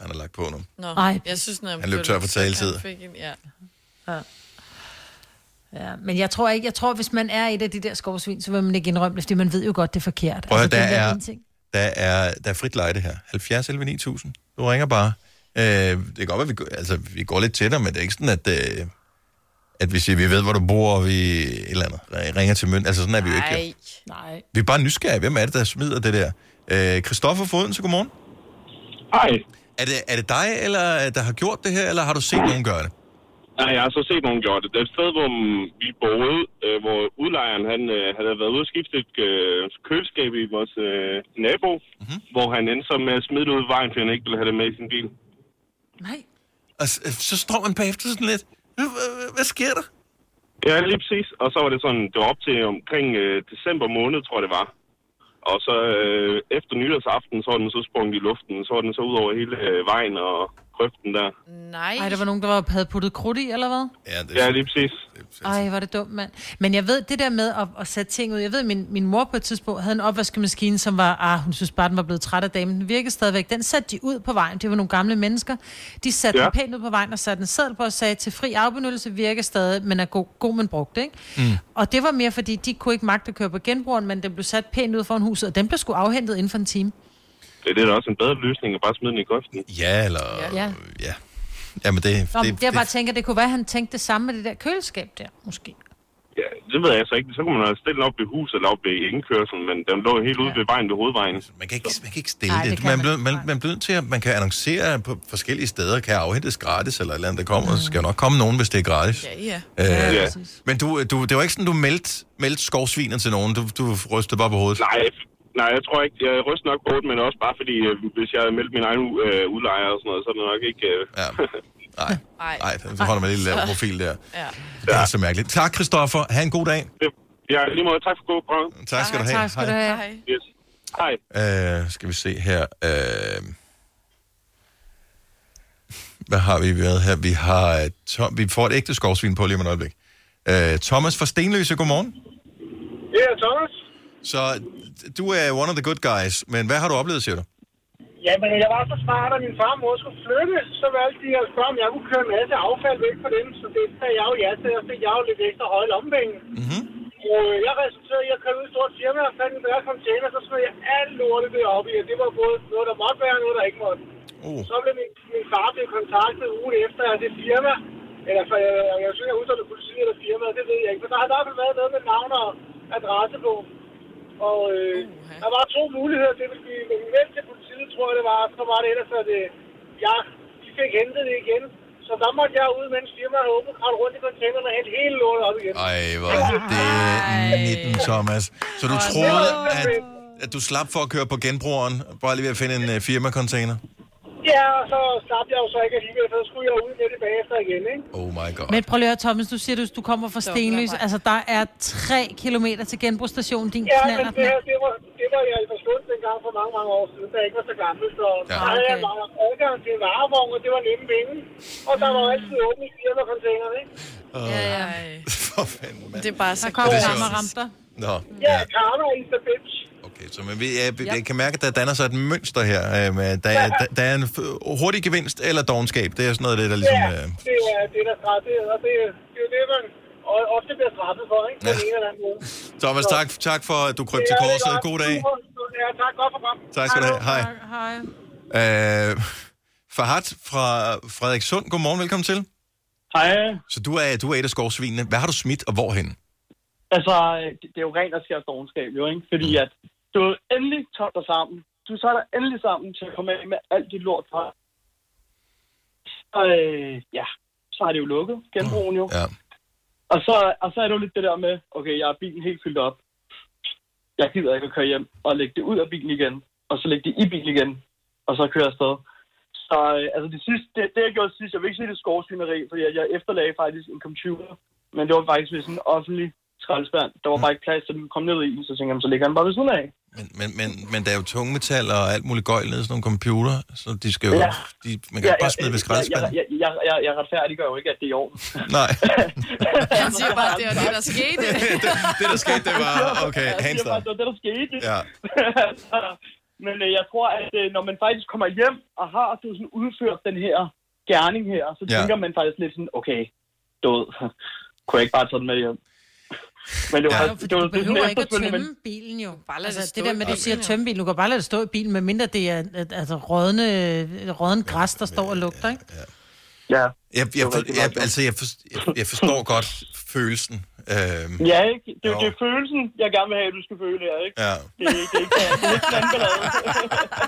Speaker 1: Han har lagt på nu.
Speaker 2: Nå,
Speaker 3: Ej.
Speaker 2: jeg synes, den er
Speaker 1: Han løb tør for taletid.
Speaker 2: Fik en, ja.
Speaker 3: Ja, men jeg tror ikke, jeg tror, hvis man er et af de der skovsvin, så vil man ikke indrømme det, fordi man ved jo godt, det er forkert.
Speaker 1: Prøv at høre,
Speaker 3: den
Speaker 1: der
Speaker 3: der
Speaker 1: er-
Speaker 3: ene ting.
Speaker 1: Der er, der er frit lejde her. 70 11 9000. Du ringer bare. Øh, det kan godt være, vi, går- altså, vi går lidt tættere, men det er ikke sådan, at, øh, at vi siger, vi ved, hvor du bor, og vi et eller andet, ringer til mønt. Altså sådan er vi jo ikke. jo.
Speaker 2: Nej.
Speaker 3: Nej.
Speaker 1: Vi er bare nysgerrige. Hvem er det, der smider det der? Øh, Christoffer Foden, så godmorgen.
Speaker 22: Hej.
Speaker 1: Er det, er det dig, eller der har gjort det her, eller har du set nogen gøre det?
Speaker 22: Nej, jeg har så set nogen gøre det. Det er et sted, hvor mm, vi boede, øh, hvor udlejeren han, øh, han havde været ude og skifte et øh, køleskab i vores øh, nabo,
Speaker 1: Mhm.
Speaker 22: mm-hmm. hvor han endte så med at smide det ud i vejen, fordi han ikke ville have det med i sin bil.
Speaker 1: Og s- øh, så står man bagefter sådan lidt, "Hva- hva- hvad sker der?
Speaker 22: Ja, lige præcis. Og så var det sådan, det var op til omkring øh, december måned, tror jeg det var. Og så øh, efter nytårsaften, så var den så sprunget i luften, så var den så ud over hele øh, vejen og grøften der.
Speaker 2: Nej.
Speaker 3: Ej, der var nogen, der var, havde puttet krudt i, eller hvad?
Speaker 1: Ja, det
Speaker 22: ja lige præcis.
Speaker 3: Ej, var det dumt, mand. Men jeg ved det der med at, at sætte ting ud. Jeg ved, min, min mor på et tidspunkt havde en opvaskemaskine, som var, ah, hun synes bare, den var blevet træt af damen. Den virkede stadigvæk. Den satte de ud på vejen. Det var nogle gamle mennesker. De satte ja.
Speaker 22: Ja.
Speaker 3: den pænt ud på vejen og satte en seddel på og sagde, til fri afbenyttelse virker stadig, men er god, god man brugt, ikke?
Speaker 22: Mm.
Speaker 3: Og det var mere, fordi de kunne ikke magte at køre på genbrugeren, men den blev sat pænt ud foran huset, og den blev sgu afhentet inden for en time.
Speaker 22: Det, det er da også en bedre løsning at bare smide den i grøften.
Speaker 1: Ja, eller...
Speaker 3: Ja.
Speaker 1: Ja. Jamen, det,
Speaker 3: Nå,
Speaker 1: det,
Speaker 3: det, jeg bare tænker, det kunne være, at han tænkte det samme med det der køleskab der, måske.
Speaker 22: Ja, det ved jeg så ikke. Så kunne man have stillet den op ved huset eller op ved indkørselen, men den lå helt ude ved vejen ved hovedvejen.
Speaker 1: Altså, Man kan ikke, man kan ikke stille det. Man, bliver, man, man bliver nødt til, at man kan annoncere på forskellige steder, kan afhentes gratis eller et eller andet, der kommer. Mm. Så skal jo nok komme nogen, hvis det er gratis.
Speaker 2: Ja, ja.
Speaker 1: Øh,
Speaker 22: Ja.
Speaker 1: Men du, du, det var ikke sådan, du meldte, meldte skovsviner til nogen. Du, du rystede bare på hovedet.
Speaker 22: Nej, nej, jeg tror ikke. Jeg ryster nok på det, men også bare fordi, øh, hvis jeg havde meldt min egen øh, udlejer og sådan noget, så er det nok ikke... Øh...
Speaker 1: Ja.
Speaker 22: *laughs*
Speaker 1: Nej. Nej, så holder man lige lav
Speaker 22: Så-
Speaker 1: profil der.
Speaker 2: Ja.
Speaker 1: Det er så mærkeligt. Tak, Christoffer. Ha' en god dag.
Speaker 22: ja, lige måde. Tak for god program.
Speaker 1: Tak skal du have. Hej.
Speaker 22: Hej. Yes. Hej.
Speaker 1: Øh, skal vi se her. Øh, hvad har vi været her? Vi har øh, Tom, vi får et ægte skovsvin på lige om et øjeblik. Øh, Thomas fra Stenløse, godmorgen.
Speaker 23: Ja, Thomas.
Speaker 1: Så du er one of the good guys, men hvad har du oplevet, siger du?
Speaker 23: Ja, men jeg var så smart, at min far og mor skulle flytte, så valgte de at spørge, om jeg kunne køre en masse affald væk fra dem, så det sagde jeg jo ja til, og fik jeg jo lidt ekstra høje lommepenge.
Speaker 1: Mm-hmm.
Speaker 23: Og øh, jeg resulterede i at køre ud i et stort firma, og fandt en bedre container, så smed jeg alt lortet deroppe i, og det var både noget, der måtte være, og noget, der ikke måtte.
Speaker 1: Uh.
Speaker 23: Så blev min, min far blev kontaktet ugen efter af det firma, eller for, jeg, jeg, jeg synes, jeg husker, det er politiet eller firmaet, det ved jeg ikke, for der har i hvert fald været noget med navn og adresse på. Og øh, der var to muligheder, det ville blive men meldt til politiet, tror jeg det var, så var det ellers, at øh, jeg, de fik hentet det igen. Så der måtte jeg ud, mens firmaet havde åbnet, kravle rundt i containerne og hente hele lortet op igen.
Speaker 1: Ej, hvor er det 19, Thomas. Så du
Speaker 23: Ej.
Speaker 1: troede, at, at du slap for at køre på genbrugeren, bare lige ved at finde en uh, firmacontainer?
Speaker 23: Ja, og så slap jeg jo så ikke alligevel, for så skulle jeg ud med det bagefter igen, ikke?
Speaker 1: Oh my god.
Speaker 3: Men prøv lige at høre, Thomas, du siger, du, du kommer fra Stenløse. Altså, der er tre kilometer til genbrugsstationen, din
Speaker 23: Ja, men
Speaker 3: knaller.
Speaker 23: det her, det var, det var jeg altså slut dengang for mange, mange år siden, da jeg ikke var så gammel, så
Speaker 1: Ja.
Speaker 23: ja. der havde jeg
Speaker 3: Okay.
Speaker 23: meget adgang til en varevogn, og det var nemme penge. Og der var jo altid åbne firmacontainerne, ikke?
Speaker 1: Øh. Ja,
Speaker 23: ja.
Speaker 1: For fanden, mand.
Speaker 23: Det er bare så
Speaker 3: Der kom
Speaker 1: Det er
Speaker 3: ham
Speaker 1: sjovt.
Speaker 3: og ramte dig.
Speaker 1: Nå,
Speaker 23: Ja,
Speaker 1: ja.
Speaker 23: karma is the bitch.
Speaker 1: Okay, så men vi, jeg, jeg kan mærke, at der danner sig et mønster her. Øh, med- der, er, der, der er en f- hurtig gevinst eller dogenskab. Det er sådan noget, af det der ligesom...
Speaker 23: ja,
Speaker 1: Øh,
Speaker 23: det er det, er der straffet, og det, det er jo det, man o- ofte bliver straffet for, ikke? På
Speaker 1: Ja.
Speaker 23: den ene eller anden måde.
Speaker 1: Thomas, tak, tak for, at du krøb til
Speaker 23: Ja, det er
Speaker 1: korset.
Speaker 23: godt.
Speaker 1: God dag.
Speaker 23: Ja, tak. Godt program.
Speaker 1: Tak skal du have. Hej.
Speaker 3: Hej.
Speaker 1: Øh, Fahad fra Frederikssund. Godmorgen, velkommen til.
Speaker 23: Hej.
Speaker 1: Så du er, du er et af skovsvinene. Hvad har du smidt, og hvorhen?
Speaker 23: Altså, det, det er jo rent og skært dogenskab, jo, ikke? Fordi at du er endelig toldt dig sammen. Du tager dig endelig sammen til at komme af med alt dit lort fra. Og øh, ja, så er det jo lukket, genbrugen jo.
Speaker 1: Ja.
Speaker 23: Og så, og så er det jo lidt det der med, okay, jeg har bilen helt fyldt op. Jeg gider ikke at køre hjem og lægge det ud af bilen igen. Og så lægge det i bilen igen, og så køre afsted. Så
Speaker 24: Så øh, altså det sidste, det, det jeg gjorde sidst, jeg vil ikke sige det skovsvineri, for jeg, jeg efterlagde faktisk en computer, men det var faktisk ved sådan en offentlig skraldespand. Der var bare ikke plads til, at den kom ned i, så tænkte jeg, "Men så ligger den bare ved siden af.
Speaker 1: Men, men, men, men der er jo tungmetal og alt muligt gøjl nede i sådan nogle computer, så de skal jo...
Speaker 24: Ja.
Speaker 1: De, man kan ja, bare smide ved
Speaker 24: jeg,
Speaker 1: skraldespanden.
Speaker 24: jeg, jeg, jeg, jeg retfærdiggør jo ikke, at det er i orden.
Speaker 1: *laughs*
Speaker 2: *laughs*
Speaker 1: Nej,
Speaker 24: Han
Speaker 2: siger bare, det var det, der skete.
Speaker 1: *laughs* det der skete, det var... Okay,
Speaker 24: Jeg
Speaker 1: hands
Speaker 24: siger bare,
Speaker 1: down.
Speaker 24: det var det, der skete.
Speaker 1: Ja.
Speaker 24: Så- *laughs* Men øh, jeg tror, at øh, når man faktisk kommer hjem og har du ved, sådan udført den her gerning her, så
Speaker 1: Ja.
Speaker 24: tænker man faktisk lidt sådan, okay, død. Kunne jeg ikke bare tage den med hjem? Men det var,
Speaker 3: Ja,
Speaker 24: ja, Altså, det, var,
Speaker 3: du
Speaker 24: det var
Speaker 3: behøver
Speaker 24: sådan
Speaker 3: ikke at
Speaker 24: efterfølgende, men
Speaker 3: tømme bilen jo.
Speaker 2: Bare lad
Speaker 3: Altså,
Speaker 2: det
Speaker 3: det,
Speaker 2: stå
Speaker 3: der
Speaker 2: i
Speaker 3: med, at du
Speaker 2: bilen,
Speaker 3: siger
Speaker 2: jo.
Speaker 3: tømme bilen, du kan bare lade det stå i bilen, medmindre det er at- altså, rådne, rådne græs, der står og lugter, ikke?
Speaker 24: Ja.
Speaker 1: Jeg, jeg, for, jeg, altså, jeg, for, jeg, jeg forstår godt følelsen. Øhm,
Speaker 24: Ja, ikke? Det, er jo.
Speaker 1: jo.
Speaker 24: det er følelsen, jeg gerne vil have, at du skal føle her, ikke?
Speaker 1: Ja.
Speaker 24: Det, er- det, er ikke- det er ikke sådan en ballade.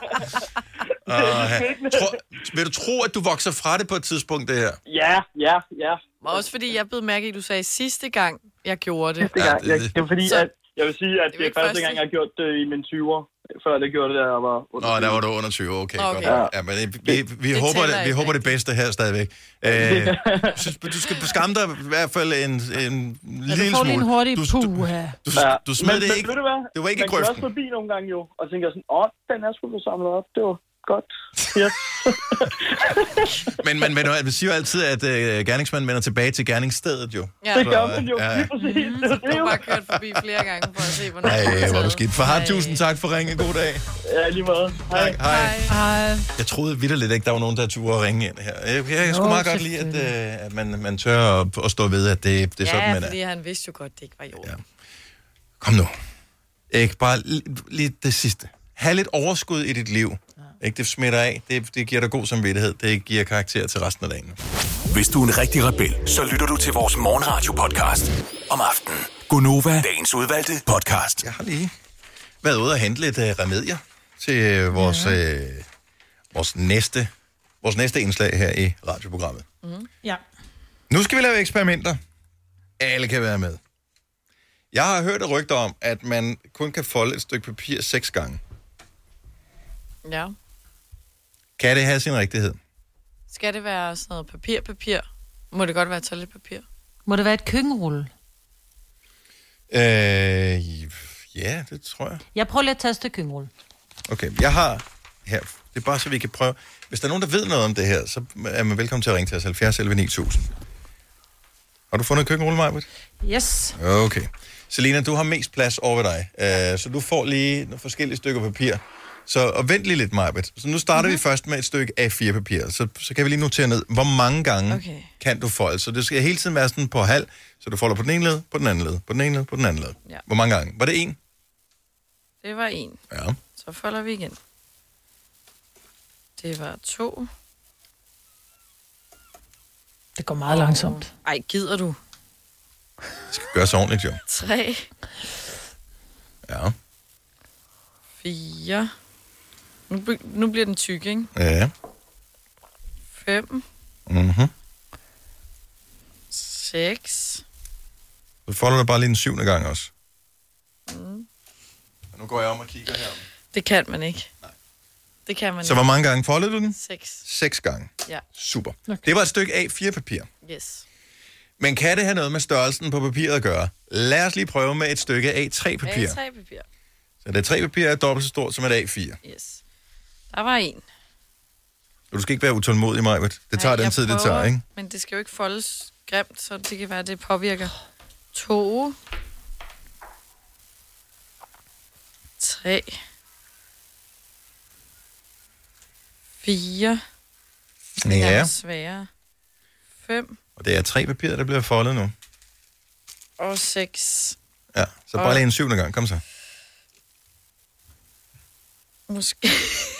Speaker 1: Og, Ah, tro, vil du tro, at du vokser fra det på et tidspunkt, det her?
Speaker 24: Ja, ja, ja.
Speaker 2: Men Også fordi jeg blev mærke i, at du sagde sidste gang, jeg gjorde det.
Speaker 24: Sidste gang, jeg, det var fordi,
Speaker 2: Så-
Speaker 24: at jeg vil sige, at det
Speaker 2: jo
Speaker 24: er
Speaker 2: ikke
Speaker 24: første
Speaker 2: første.
Speaker 24: gang, jeg har gjort det i mine 20'er. Før det gjorde det, da jeg var under
Speaker 1: Nå, der
Speaker 24: 20.
Speaker 1: var du under 20, okay,
Speaker 24: Nå,
Speaker 1: okay.
Speaker 24: okay.
Speaker 1: godt. Ja, men det- vi, vi, vi,
Speaker 24: Det
Speaker 1: håber,
Speaker 24: tæller
Speaker 1: det, vi
Speaker 24: ikke
Speaker 1: håber det bedste her stadigvæk. Øh, synes, du skal beskamme dig i hvert fald en, en
Speaker 3: Ja,
Speaker 1: lille
Speaker 3: du får lige en
Speaker 1: smule.
Speaker 3: hurtig puha.
Speaker 1: Du, du smed
Speaker 24: men,
Speaker 1: det
Speaker 24: men,
Speaker 1: ikke.
Speaker 24: Ved du hvad?
Speaker 1: Det var ikke i
Speaker 24: Man kører
Speaker 1: grøften.
Speaker 24: også forbi nogle gange jo, og tænker sådan, åh, den er sgu blevet samlet op. Det var
Speaker 2: *laughs*
Speaker 24: godt. Ja.
Speaker 1: Men man, man, man siger jo altid, at øh, gerningsmanden vender tilbage til gerningsstedet jo.
Speaker 2: Ja. Det gør
Speaker 24: man jo,
Speaker 1: Ja, ja.
Speaker 24: lige præcis. Mm,
Speaker 2: Så du har bare kørt forbi flere gange for at se, hvornår du
Speaker 1: Ej,
Speaker 2: er
Speaker 1: hvor er du
Speaker 2: taget.
Speaker 1: skidt. Far,
Speaker 2: Ej.
Speaker 1: tusind tak for ringen. God dag.
Speaker 24: Ja, lige måde. Hej.
Speaker 1: Tak, hej.
Speaker 3: Hej.
Speaker 1: Jeg troede vidderligt ikke, der var nogen, der turde at ringe ind her. Jeg, jeg, jeg
Speaker 2: Nå,
Speaker 1: skulle meget godt lide, at, øh, at man, man tør at, at stå ved, at det, det er sådan,
Speaker 2: ja,
Speaker 1: man er.
Speaker 2: fordi han vidste jo godt, det ikke var i orden.
Speaker 1: kom nu. Ikke bare li- lige det sidste. Ha' lidt overskud i dit liv. Ikke, det smitter af. Det, det giver dig god samvittighed. Det giver karakter til resten af dagen.
Speaker 25: Hvis du er en rigtig rebel, så lytter du til vores morgenradio-podcast om aftenen.
Speaker 1: Gunova.
Speaker 25: Dagens udvalgte podcast.
Speaker 1: Jeg har lige været ude og hente lidt uh, remedier til uh, vores, ja. øh, vores, næste, vores næste indslag her i radioprogrammet.
Speaker 3: Ja.
Speaker 1: Nu skal vi lave eksperimenter. Alle kan være med. Jeg har hørt et rygte om, at man kun kan folde et stykke papir seks gange.
Speaker 2: Ja.
Speaker 1: Kan det have sin rigtighed?
Speaker 2: Skal det være sådan noget papir, papir? Må det godt være toiletpapir?
Speaker 3: Må det være et køkkenrulle?
Speaker 1: Øh, ja, det tror jeg.
Speaker 3: Jeg prøver lige at tage et stykke køkkenrulle.
Speaker 1: Okay, jeg har her, det er bare så, vi kan prøve. Hvis der er nogen, der ved noget om det her, så er man velkommen til at ringe til os 70 11 9000. Har du fundet et køkkenrulle, Majbert?
Speaker 3: Yes.
Speaker 1: Okay. Selina, du har mest plads over ved dig, uh, så du får lige nogle forskellige stykker papir. Så og vent lige lidt, Majbert. Så nu starter mm-hmm. vi først med et stykke A4-papir, så, så kan vi lige notere ned, hvor mange gange okay. kan du folde. Så det skal hele tiden være sådan på halv, så du folder på den ene led, på den anden led, på den ene led, på den anden led.
Speaker 2: Ja.
Speaker 1: Hvor mange gange? Var det en?
Speaker 2: Det var en.
Speaker 1: Ja.
Speaker 2: Så folder vi igen. Det var to.
Speaker 3: Det går meget langsomt.
Speaker 2: Ej, gider du?
Speaker 1: Gør så ordentligt, jo.
Speaker 2: Tre,
Speaker 1: Ja.
Speaker 2: fire. Nu, bl- nu bliver den tyk, ikke?
Speaker 1: Ja.
Speaker 2: Fem,
Speaker 1: Mm-hmm.
Speaker 2: seks.
Speaker 1: Så folder du bare lige den syvende gang også.
Speaker 2: Mm.
Speaker 1: Nu går jeg om og kigger her.
Speaker 2: Det kan man ikke. Det kan man
Speaker 1: Så hvor mange gange foldede du den?
Speaker 2: Seks.
Speaker 1: Seks gange.
Speaker 2: Ja,
Speaker 1: Super. Okay. Det var et stykke A4-papir.
Speaker 2: yes.
Speaker 1: Men kan det have noget med størrelsen på papiret at gøre? Lad os lige prøve med et stykke A3-papir.
Speaker 2: Tre papir.
Speaker 1: Så det A3-papir er dobbelt så stort som et A4.
Speaker 2: Yes. Der var en.
Speaker 1: Og du skal ikke være utålmodig, Majbert. Det tager
Speaker 2: Nej,
Speaker 1: den
Speaker 2: jeg
Speaker 1: tid, det
Speaker 2: prøver,
Speaker 1: tager, ikke?
Speaker 2: Men det skal jo ikke foldes grimt, så det kan være, at det påvirker. To. Tre. Fire. Det er
Speaker 1: Ja,
Speaker 2: nærmest sværere. Fem
Speaker 1: og det er tre papirer, der bliver foldet nu.
Speaker 2: og seks.
Speaker 1: Ja, så bare
Speaker 2: Og-
Speaker 1: lige en syvende gang. Kom så.
Speaker 2: Måske.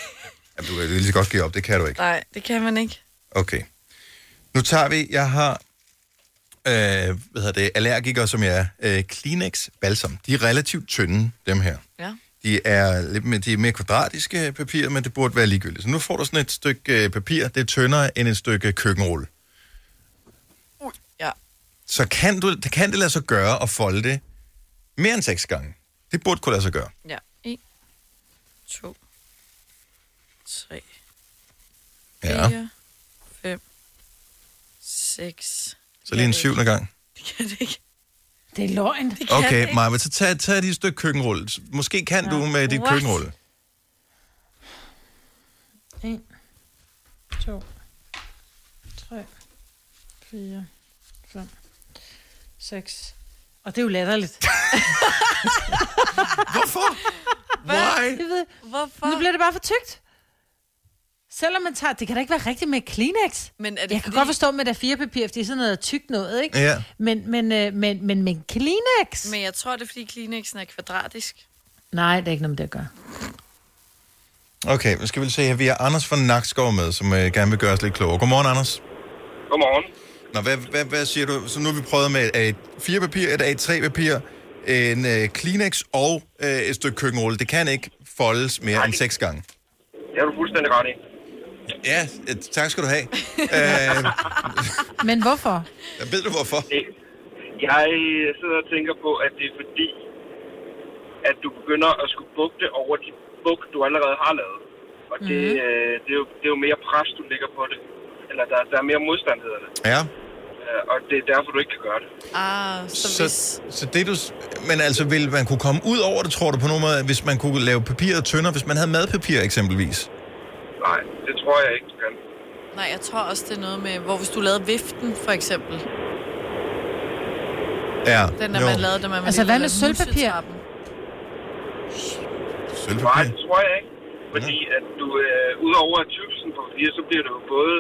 Speaker 2: *laughs*
Speaker 1: Jamen, du kan lige så godt give op. Det kan du ikke.
Speaker 2: Nej, det kan man ikke.
Speaker 1: Okay. Nu tager vi, jeg har, øh, hvad hedder det, allergikere, som jeg er, øh, Kleenex balsam. De er relativt tynde, dem her.
Speaker 2: Ja.
Speaker 1: De er, lidt mere, de er mere kvadratiske papir, men det burde være ligegyldigt. Så nu får du sådan et stykke øh, papir, det er tyndere end et stykke køkkenrulle.
Speaker 2: Ja.
Speaker 1: Så kan, du, kan det lade sig gøre at folde det mere end seks gange? Det burde kunne lade sig gøre.
Speaker 2: Ja. En. To. Tre.
Speaker 1: Ja.
Speaker 2: 4, 5, 6.
Speaker 1: Så lige en syvende gang.
Speaker 2: Det kan det ikke.
Speaker 3: Det er løgn. Det
Speaker 2: kan det
Speaker 1: Okay,
Speaker 2: ikke.
Speaker 1: Maja, men så tag, tag dit stykke køkkenrulle. Måske kan du med dit
Speaker 3: What?
Speaker 1: køkkenrulle.
Speaker 3: 1, 2, 3, 4, 5, 6. Og det er jo latterligt.
Speaker 1: *laughs* Hvorfor? Why?
Speaker 3: Jeg ved,
Speaker 2: Hvorfor?
Speaker 3: Nu bliver det bare for tykt. Selvom man tager... Det kan da ikke være rigtigt med et Kleenex.
Speaker 2: Men er det
Speaker 3: jeg kan
Speaker 2: fordi-
Speaker 3: godt forstå med der fire papir, fordi det er sådan noget tykt noget, ikke?
Speaker 1: Ja.
Speaker 3: Men, men, øh, men, men, men Kleenex?
Speaker 2: Men jeg tror, det er, fordi Kleenexen er kvadratisk.
Speaker 3: Nej, det er ikke noget, med det at gøre.
Speaker 1: Okay, nu skal vi lige se her. Vi har Anders fra Nakskov med, som øh, gerne vil gøre os lidt klogere. Godmorgen, Anders.
Speaker 5: Godmorgen.
Speaker 1: Nå, hvad, hvad, hvad siger du? Så nu har vi prøvet med et A4-papir, et A3-papir, en øh, Kleenex og øh, et stykke køkkenrulle. Det kan ikke foldes mere end seks gange.
Speaker 5: Det har du fuldstændig ret i.
Speaker 1: Ja, øh, tak skal du have. øh,
Speaker 3: Men hvorfor?
Speaker 1: ved du hvorfor?
Speaker 5: Jeg øh, sidder og tænker på, at det er fordi, at du begynder at skulle bugte over de bug, du allerede har lavet. Og det,
Speaker 1: Mhm.
Speaker 5: øh, det, er jo, det er jo mere pres, du lægger på det. Eller der, der er mere modstand, hedder det.
Speaker 1: Ja.
Speaker 5: Øh, Og det er derfor, du ikke kan gøre det.
Speaker 2: Ah,
Speaker 1: Så, så det du... s- Men altså, vil man kunne komme ud over det, tror du, på nogen måde, hvis man kunne lave papiret tyndere, hvis man havde madpapir eksempelvis?
Speaker 5: Nej, det tror jeg ikke, du kan.
Speaker 2: Nej, jeg tror også, det er noget med, hvor hvis du lavede viften, for eksempel.
Speaker 1: Ja.
Speaker 2: Den, der
Speaker 1: jo.
Speaker 2: man lavede, da man var
Speaker 3: Altså,
Speaker 2: lille,
Speaker 3: hvad med
Speaker 2: lavede
Speaker 3: sølvpapir?
Speaker 2: musetrappen.
Speaker 1: Sølvpapir?
Speaker 5: Nej, det tror jeg ikke. Fordi at du, øh, udover at tykkelsen på papir, så bliver det jo både...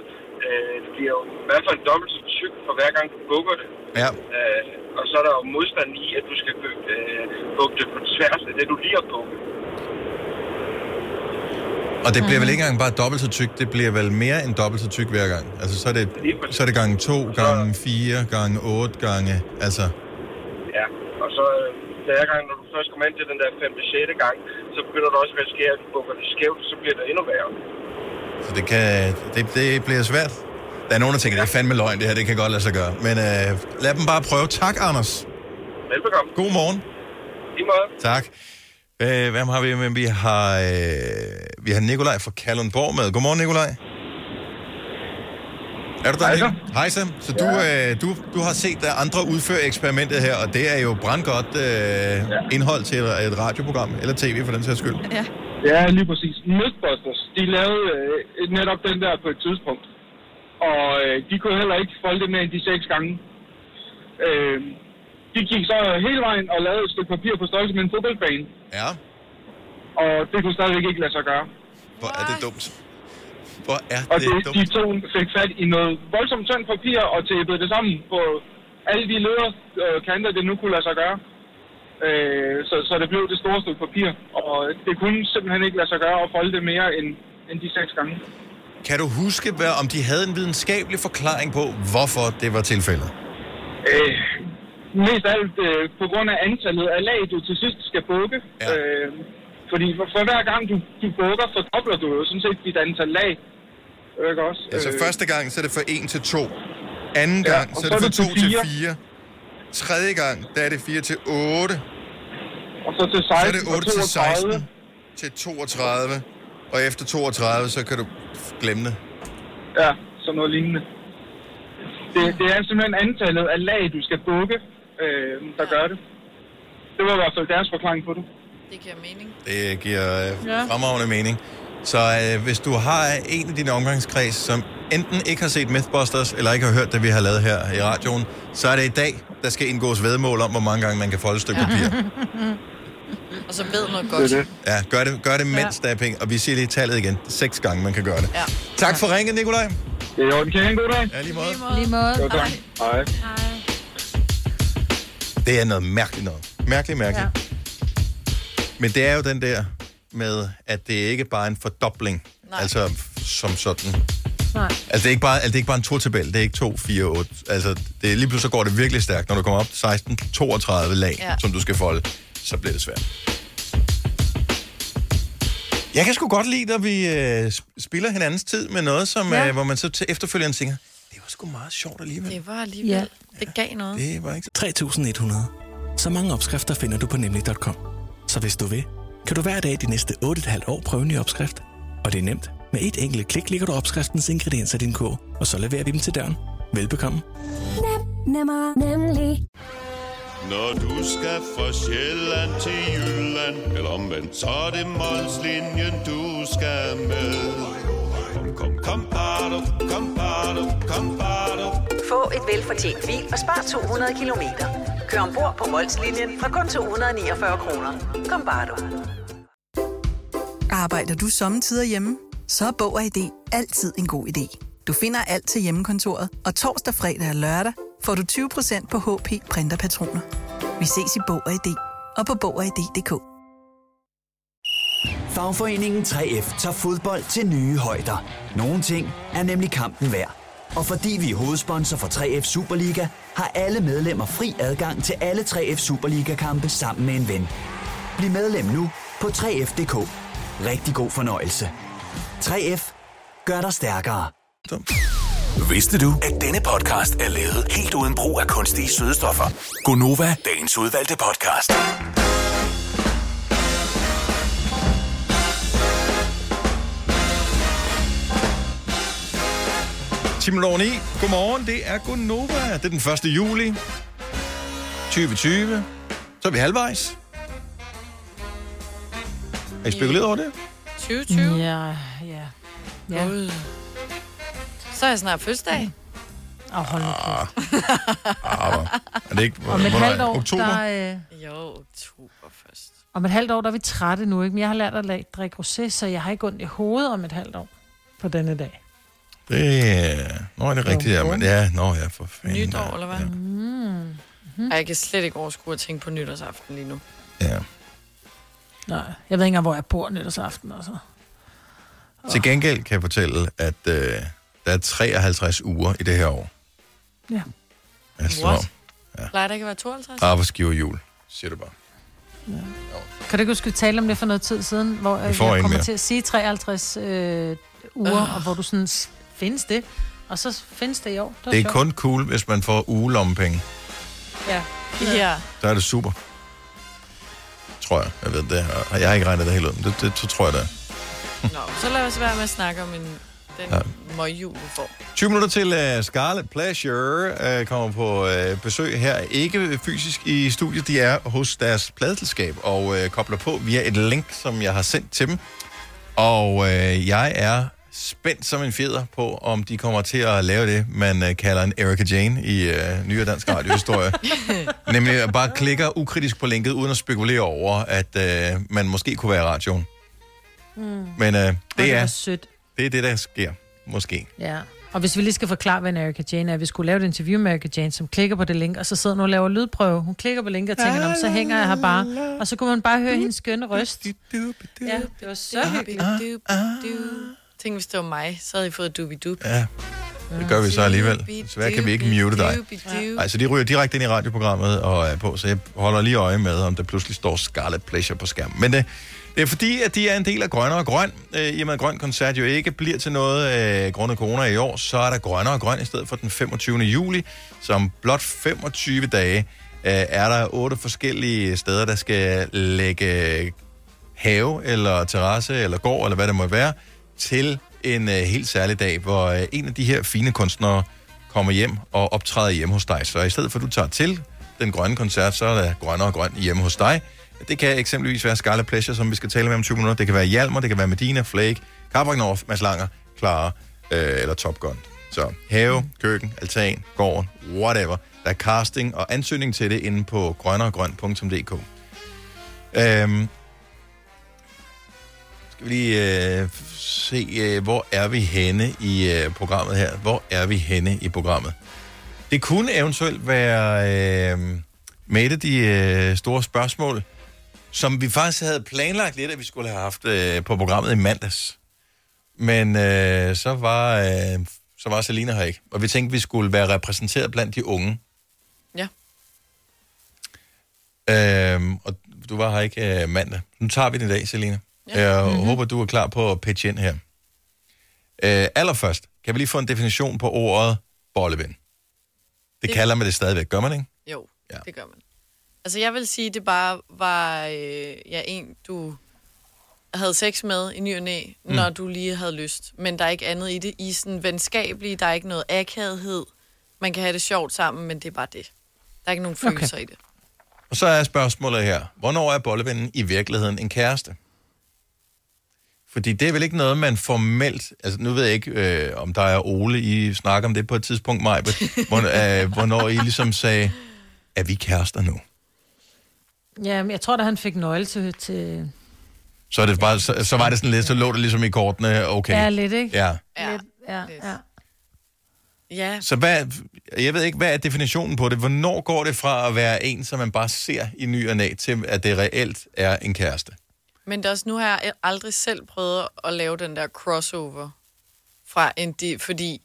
Speaker 5: Øh, det bliver jo i hvert fald dobbelt så tyk for hver gang, du bukker det.
Speaker 1: Ja.
Speaker 5: Øh, og så er der jo modstand i, at du skal bygge, øh, bygge det på tværs af det, du lige har bukket.
Speaker 1: Og det bliver vel ikke engang bare dobbelt så tyk, det bliver vel mere end dobbelt så tyk hver gang. Altså, så er det, så er det gange to, gange fire, gange otte, gange... Altså,
Speaker 5: Ja, og så øh, hver gang, når du først kommer ind til den der 5. 6. gang, så begynder du også at risikere, at du bukker det skævt, så bliver det endnu værre.
Speaker 1: så det, kan, det, det bliver svært. Der er nogen, der tænker, det er fandme løgn, det her, det kan godt lade sig gøre. Men øh, lad dem bare prøve. Tak, Anders.
Speaker 5: Velbekomme.
Speaker 1: God morgen.
Speaker 5: I måde.
Speaker 1: Tak. Øh, hvem har vi med? Vi har, øh, vi har Nikolaj fra Kalundborg med. Godmorgen, Nikolaj. Er du der? Hej, Hej Sam. Så du, øh, du, du har set, at andre udfører eksperimentet her, og det er jo brandgodt øh, ja. indhold til et, et radioprogram, eller tv for den sags skyld.
Speaker 2: Ja.
Speaker 26: Ja, lige præcis. Mythbusters, de lavede øh, netop den der på et tidspunkt. Og øh, de kunne heller ikke folde det mere end de seks gange. Øh, de gik så hele vejen og lavede et stykke papir på størrelse med en fodboldbane.
Speaker 1: Ja.
Speaker 26: Og det kunne stadigvæk ikke lade sig gøre.
Speaker 1: Hvor er det dumt. Hvor er
Speaker 26: Og
Speaker 1: det
Speaker 26: de,
Speaker 1: dumt.
Speaker 26: de to fik fat i noget voldsomt tyndt papir og tæppede det sammen på alle de ledere øh, kanter, det nu kunne lade sig gøre. Øh, så, så det blev det store stykke papir, og det kunne simpelthen ikke lade sig gøre at folde det mere end, end de seks gange.
Speaker 1: Kan du huske, hvad, om de havde en videnskabelig forklaring på, hvorfor det var tilfældet?
Speaker 26: Øh, mest af alt øh, på grund af antallet af lag, du til sidst skal bukke. Ja. Øh, fordi for, for hver gang du, du bukker, fordobler du jo sådan set dit antal lag. Ikke også?
Speaker 1: Altså
Speaker 26: Øh,
Speaker 1: første gang, så er det fra 1 til 2. Anden
Speaker 26: Ja,
Speaker 1: gang,
Speaker 26: og
Speaker 1: så er det fra 2
Speaker 26: til
Speaker 1: til
Speaker 26: fire.
Speaker 1: 4. Tredje gang, der er det 4 til 8.
Speaker 26: Og så til 16
Speaker 1: Så er det
Speaker 26: og
Speaker 1: 8 til 16
Speaker 26: 32.
Speaker 1: til 32. Og efter 32, så kan du f- glemme det.
Speaker 26: Ja, sådan noget lignende. Det, det er simpelthen antallet af lag, du skal bukke, øh, der gør det. Det var i hvert fald deres forklaring på det.
Speaker 2: Det giver mening.
Speaker 1: Det giver øh,
Speaker 2: Ja.
Speaker 1: fremragende mening. Så øh, hvis du har en i din omgangskreds, som enten ikke har set Mythbusters, eller ikke har hørt det, vi har lavet her i radioen, så er det i dag, der skal indgås vedmål om, hvor mange gange man kan folde et stykke ja. *laughs* papir.
Speaker 2: *laughs* Og så ved noget godt.
Speaker 1: Ja, gør det, gør det mens ja. der er penge. Og vi siger lige tallet igen. Seks gange, man kan gøre det.
Speaker 2: Ja.
Speaker 1: Tak for ringet, Nikolaj.
Speaker 26: Det er jo en kæmpe god dag.
Speaker 1: Ja, lige måde.
Speaker 3: Lige måde.
Speaker 1: Godt, tak.
Speaker 26: Hej.
Speaker 1: Det er noget mærkeligt noget. Mærkeligt, mærkeligt. Ja. Men det er jo den der med, at det ikke bare er en fordobling. Nej. Altså, f- som sådan.
Speaker 3: Nej.
Speaker 1: Altså, det er ikke bare, altså, det er ikke bare en totabel. Det er ikke 2, 4, 8. Altså, det er, lige pludselig så går det virkelig stærkt. Når du kommer op til 16, 32 lag,
Speaker 2: Ja.
Speaker 1: ja. som du skal folde, så bliver det svært. Jeg kan sgu godt lide, når vi øh, sp- spilder hinandens tid med noget, som, ja. øh, hvor man så til efterfølgende tænker, det var sgu meget sjovt alligevel.
Speaker 2: Det var alligevel.
Speaker 17: Ja.
Speaker 2: Ja. Det gav noget.
Speaker 1: Det var ikke...
Speaker 17: 3.100. Så mange opskrifter finder du på nemlig.com. Så hvis du vil, kan du hver dag de næste 8,5 år prøve en ny opskrift. Og det er nemt. Med et enkelt klik ligger du opskriftens ingredienser i din kog, og så leverer vi dem til døren. Velbekomme.
Speaker 9: Nem, nemmer, nemlig.
Speaker 18: Når du skal fra Sjælland til Jylland Eller omvendt, så er det Molslinjen, du skal med Kom, kom, kom, bado, kom, bado, kom, bado.
Speaker 19: *laughs* Få et velfortjent bil og spar 200 kilometer. Kør ombord på Molslinjen fra kun 249 kroner. Kom bare du.
Speaker 20: Arbejder du sommetider hjemme? Så er Bog og ID altid en god idé. Du finder alt til hjemmekontoret, og torsdag, fredag og lørdag får du 20% på HP printerpatroner. Vi ses i Bog og ID og på Bog og ID.dk.
Speaker 21: Fagforeningen 3F tager fodbold til nye højder. Nogle ting er nemlig kampen værd. Og fordi vi er hovedsponsor for 3F Superliga, har alle medlemmer fri adgang til alle 3F Superliga-kampe sammen med en ven. Bliv medlem nu på 3F.dk. Rigtig god fornøjelse. 3F gør dig stærkere.
Speaker 4: Vidste du, at denne podcast er lavet helt uden brug af kunstige sødestoffer? Gonova, dagens udvalgte podcast.
Speaker 1: Timen over 9. Godmorgen, det er Gunnova. Det er den 1. juli 2020. Så er vi halvvejs. Har I spekuleret over det?
Speaker 2: 2020?
Speaker 3: Ja, ja. ja.
Speaker 2: Gud. Så er jeg snart fødselsdag.
Speaker 3: Åh, oh, hold nu kæft.
Speaker 1: Ah, Er det ikke?
Speaker 3: Om et
Speaker 1: hvornår er
Speaker 3: halvt
Speaker 1: det?
Speaker 3: år,
Speaker 1: Oktober?
Speaker 3: der, øh... Jo, oktober først. Om et halvt år, der er vi trætte nu, ikke? Men jeg har lært at la- drikke rosé, så jeg har ikke ondt i hovedet om et halvt år på denne dag.
Speaker 1: Det... Nå, er det rigtigt, ja, men ja, nå, ja, for fanden.
Speaker 2: Nytår, eller hvad? Mm. Mm-hmm. Ej, jeg kan slet ikke overskue at tænke på nytårsaften lige nu.
Speaker 3: Nej, jeg ved ikke engang, hvor jeg bor nytårsaften, altså.
Speaker 1: Til gengæld kan jeg fortælle, at øh, der er 53 uger i det her år.
Speaker 3: Ja.
Speaker 1: Jeg slår
Speaker 2: What? Ja. Plejer det ikke at være 52?
Speaker 1: Arbejdsgiverhjul, siger du bare.
Speaker 3: Kan du ikke huske, vi talte om det for noget tid siden, hvor
Speaker 1: Vi
Speaker 3: jeg,
Speaker 1: får
Speaker 3: jeg
Speaker 1: en
Speaker 3: kommer
Speaker 1: mere.
Speaker 3: til at sige 53 øh, uger, og hvor du sådan, "S- findes det? Og så findes det i år. var
Speaker 1: Det er
Speaker 3: sjovt.
Speaker 1: kun cool, hvis man får ugelommepenge.
Speaker 3: Ja.
Speaker 2: ja.
Speaker 1: Der er det super. Tror jeg. Jeg ved det. Og jeg har ikke regnet det helt ud, men det, det, så tror jeg det er.
Speaker 2: Nå, så lad os være med at snakke om en, den ja. møgjul, vi får.
Speaker 1: 20 minutter til uh, Scarlet Pleasure uh, kommer på uh, besøg her. Ikke fysisk i studiet, de er hos deres pladeselskab og uh, kobler på via et link, som jeg har sendt til dem. Og uh, jeg er spændt som en fjeder på, om de kommer til at lave det, man uh, kalder en Erika Jane i uh, nyere dansk radiohistorie. Nemlig at bare klikker ukritisk på linket, uden at spekulere over, at uh, man måske kunne være i radioen.
Speaker 3: Mm.
Speaker 1: Men uh,
Speaker 3: det
Speaker 1: det,
Speaker 3: var
Speaker 1: er,
Speaker 3: sødt.
Speaker 1: det er det, der sker. Måske.
Speaker 3: Ja. Og hvis vi lige skal forklare, hvad en Erika Jane er, vi skulle lave et interview med Erika Jane, som klikker på det link, og så sidder hun og laver lydprøve. Hun klikker på linket og tænker, om så hænger jeg her bare. Og så kunne man bare høre hendes skønne røst. Ja, det var så hyggeligt.
Speaker 2: Ah, Tænk, hvis det var mig, så havde I fået dubi dub.
Speaker 1: Ja. Det gør vi så alligevel. Desværre kan vi ikke mute dig. Nej, så Altså, de ryger direkte ind i radioprogrammet og er på, så jeg holder lige øje med, om der pludselig står Scarlet Pleasure på skærmen. Men det, det er fordi, at de er en del af Grønnere og Grøn. Øh, I og med, at Grøn Koncert jo ikke bliver til noget øh, grundet corona i år, så er der Grønnere og Grøn i stedet for den 25. juli, som blot 25 dage øh, er der otte forskellige steder, der skal lægge have, eller terrasse, eller gård, eller hvad det må være, til en øh, helt særlig dag, hvor øh, en af de her fine kunstnere kommer hjem og optræder hjemme hos dig. Så i stedet for, at du tager til den grønne koncert, så er der grønnere og grøn hjemme hos dig. Det kan eksempelvis være Scarlet Pleasure, som vi skal tale med om 20 minutter. Det kan være Hjalmar, det kan være Medina, Flake, Carbragnorf, Mads Langer, Clara øh, eller Top Gun. Så have, køkken, altan, gården, whatever. Der er casting og ansøgning til det inde på grønneregrøn.dk. Øhm, skal vi lige øh, se, øh, hvor er vi henne i øh, programmet her? Hvor er vi henne i programmet? Det kunne eventuelt være øh, med et af de øh, store spørgsmål, som vi faktisk havde planlagt lidt, at vi skulle have haft øh, på programmet i mandags. Men øh, så, var, øh, så var Selina her ikke, og vi tænkte, vi skulle være repræsenteret blandt de unge.
Speaker 2: Ja.
Speaker 1: Øhm, og du var her ikke øh, mandag. Nu tager vi den i dag, Selina. Ja. Jeg mm-hmm. håber, du er klar på at pitche ind her. Øh, allerførst, kan vi lige få en definition på ordet bolleven? Det, det kalder man det stadigvæk, gør man ikke?
Speaker 2: Jo, ja. det gør man. Altså, jeg vil sige, det bare var øh, ja, en, du havde sex med i ny og næ,
Speaker 27: Mm.
Speaker 2: når du lige havde lyst. Men der er ikke andet i det. I er sådan venskabelige, der er ikke noget akavethed. Man kan have det sjovt sammen, men det er bare det. Der er ikke nogen følelser okay. i det.
Speaker 1: Og så er spørgsmålet her, hvornår er bollevennen i virkeligheden en kæreste? Fordi det er vel ikke noget, man formelt... Altså, nu ved jeg ikke, øh, om der er Ole, I snakker om det på et tidspunkt, Majbet, hvor, øh, hvornår I ligesom sagde, er vi kærester nu?
Speaker 3: Ja, men jeg tror da, han fik nøgle til... til
Speaker 1: Så, er det bare, så, så var det sådan lidt, så lå det ligesom i kortene, okay.
Speaker 3: Ja, lidt, ikke?
Speaker 1: Ja.
Speaker 2: Ja,
Speaker 3: lidt, ja, ja.
Speaker 2: Ja,
Speaker 1: Så hvad, jeg ved ikke, hvad er definitionen på det? Hvornår går det fra at være en, som man bare ser i ny og næ, til at det reelt er en kæreste?
Speaker 2: Men det er også nu har jeg aldrig selv prøvet at lave den der crossover fra en de, fordi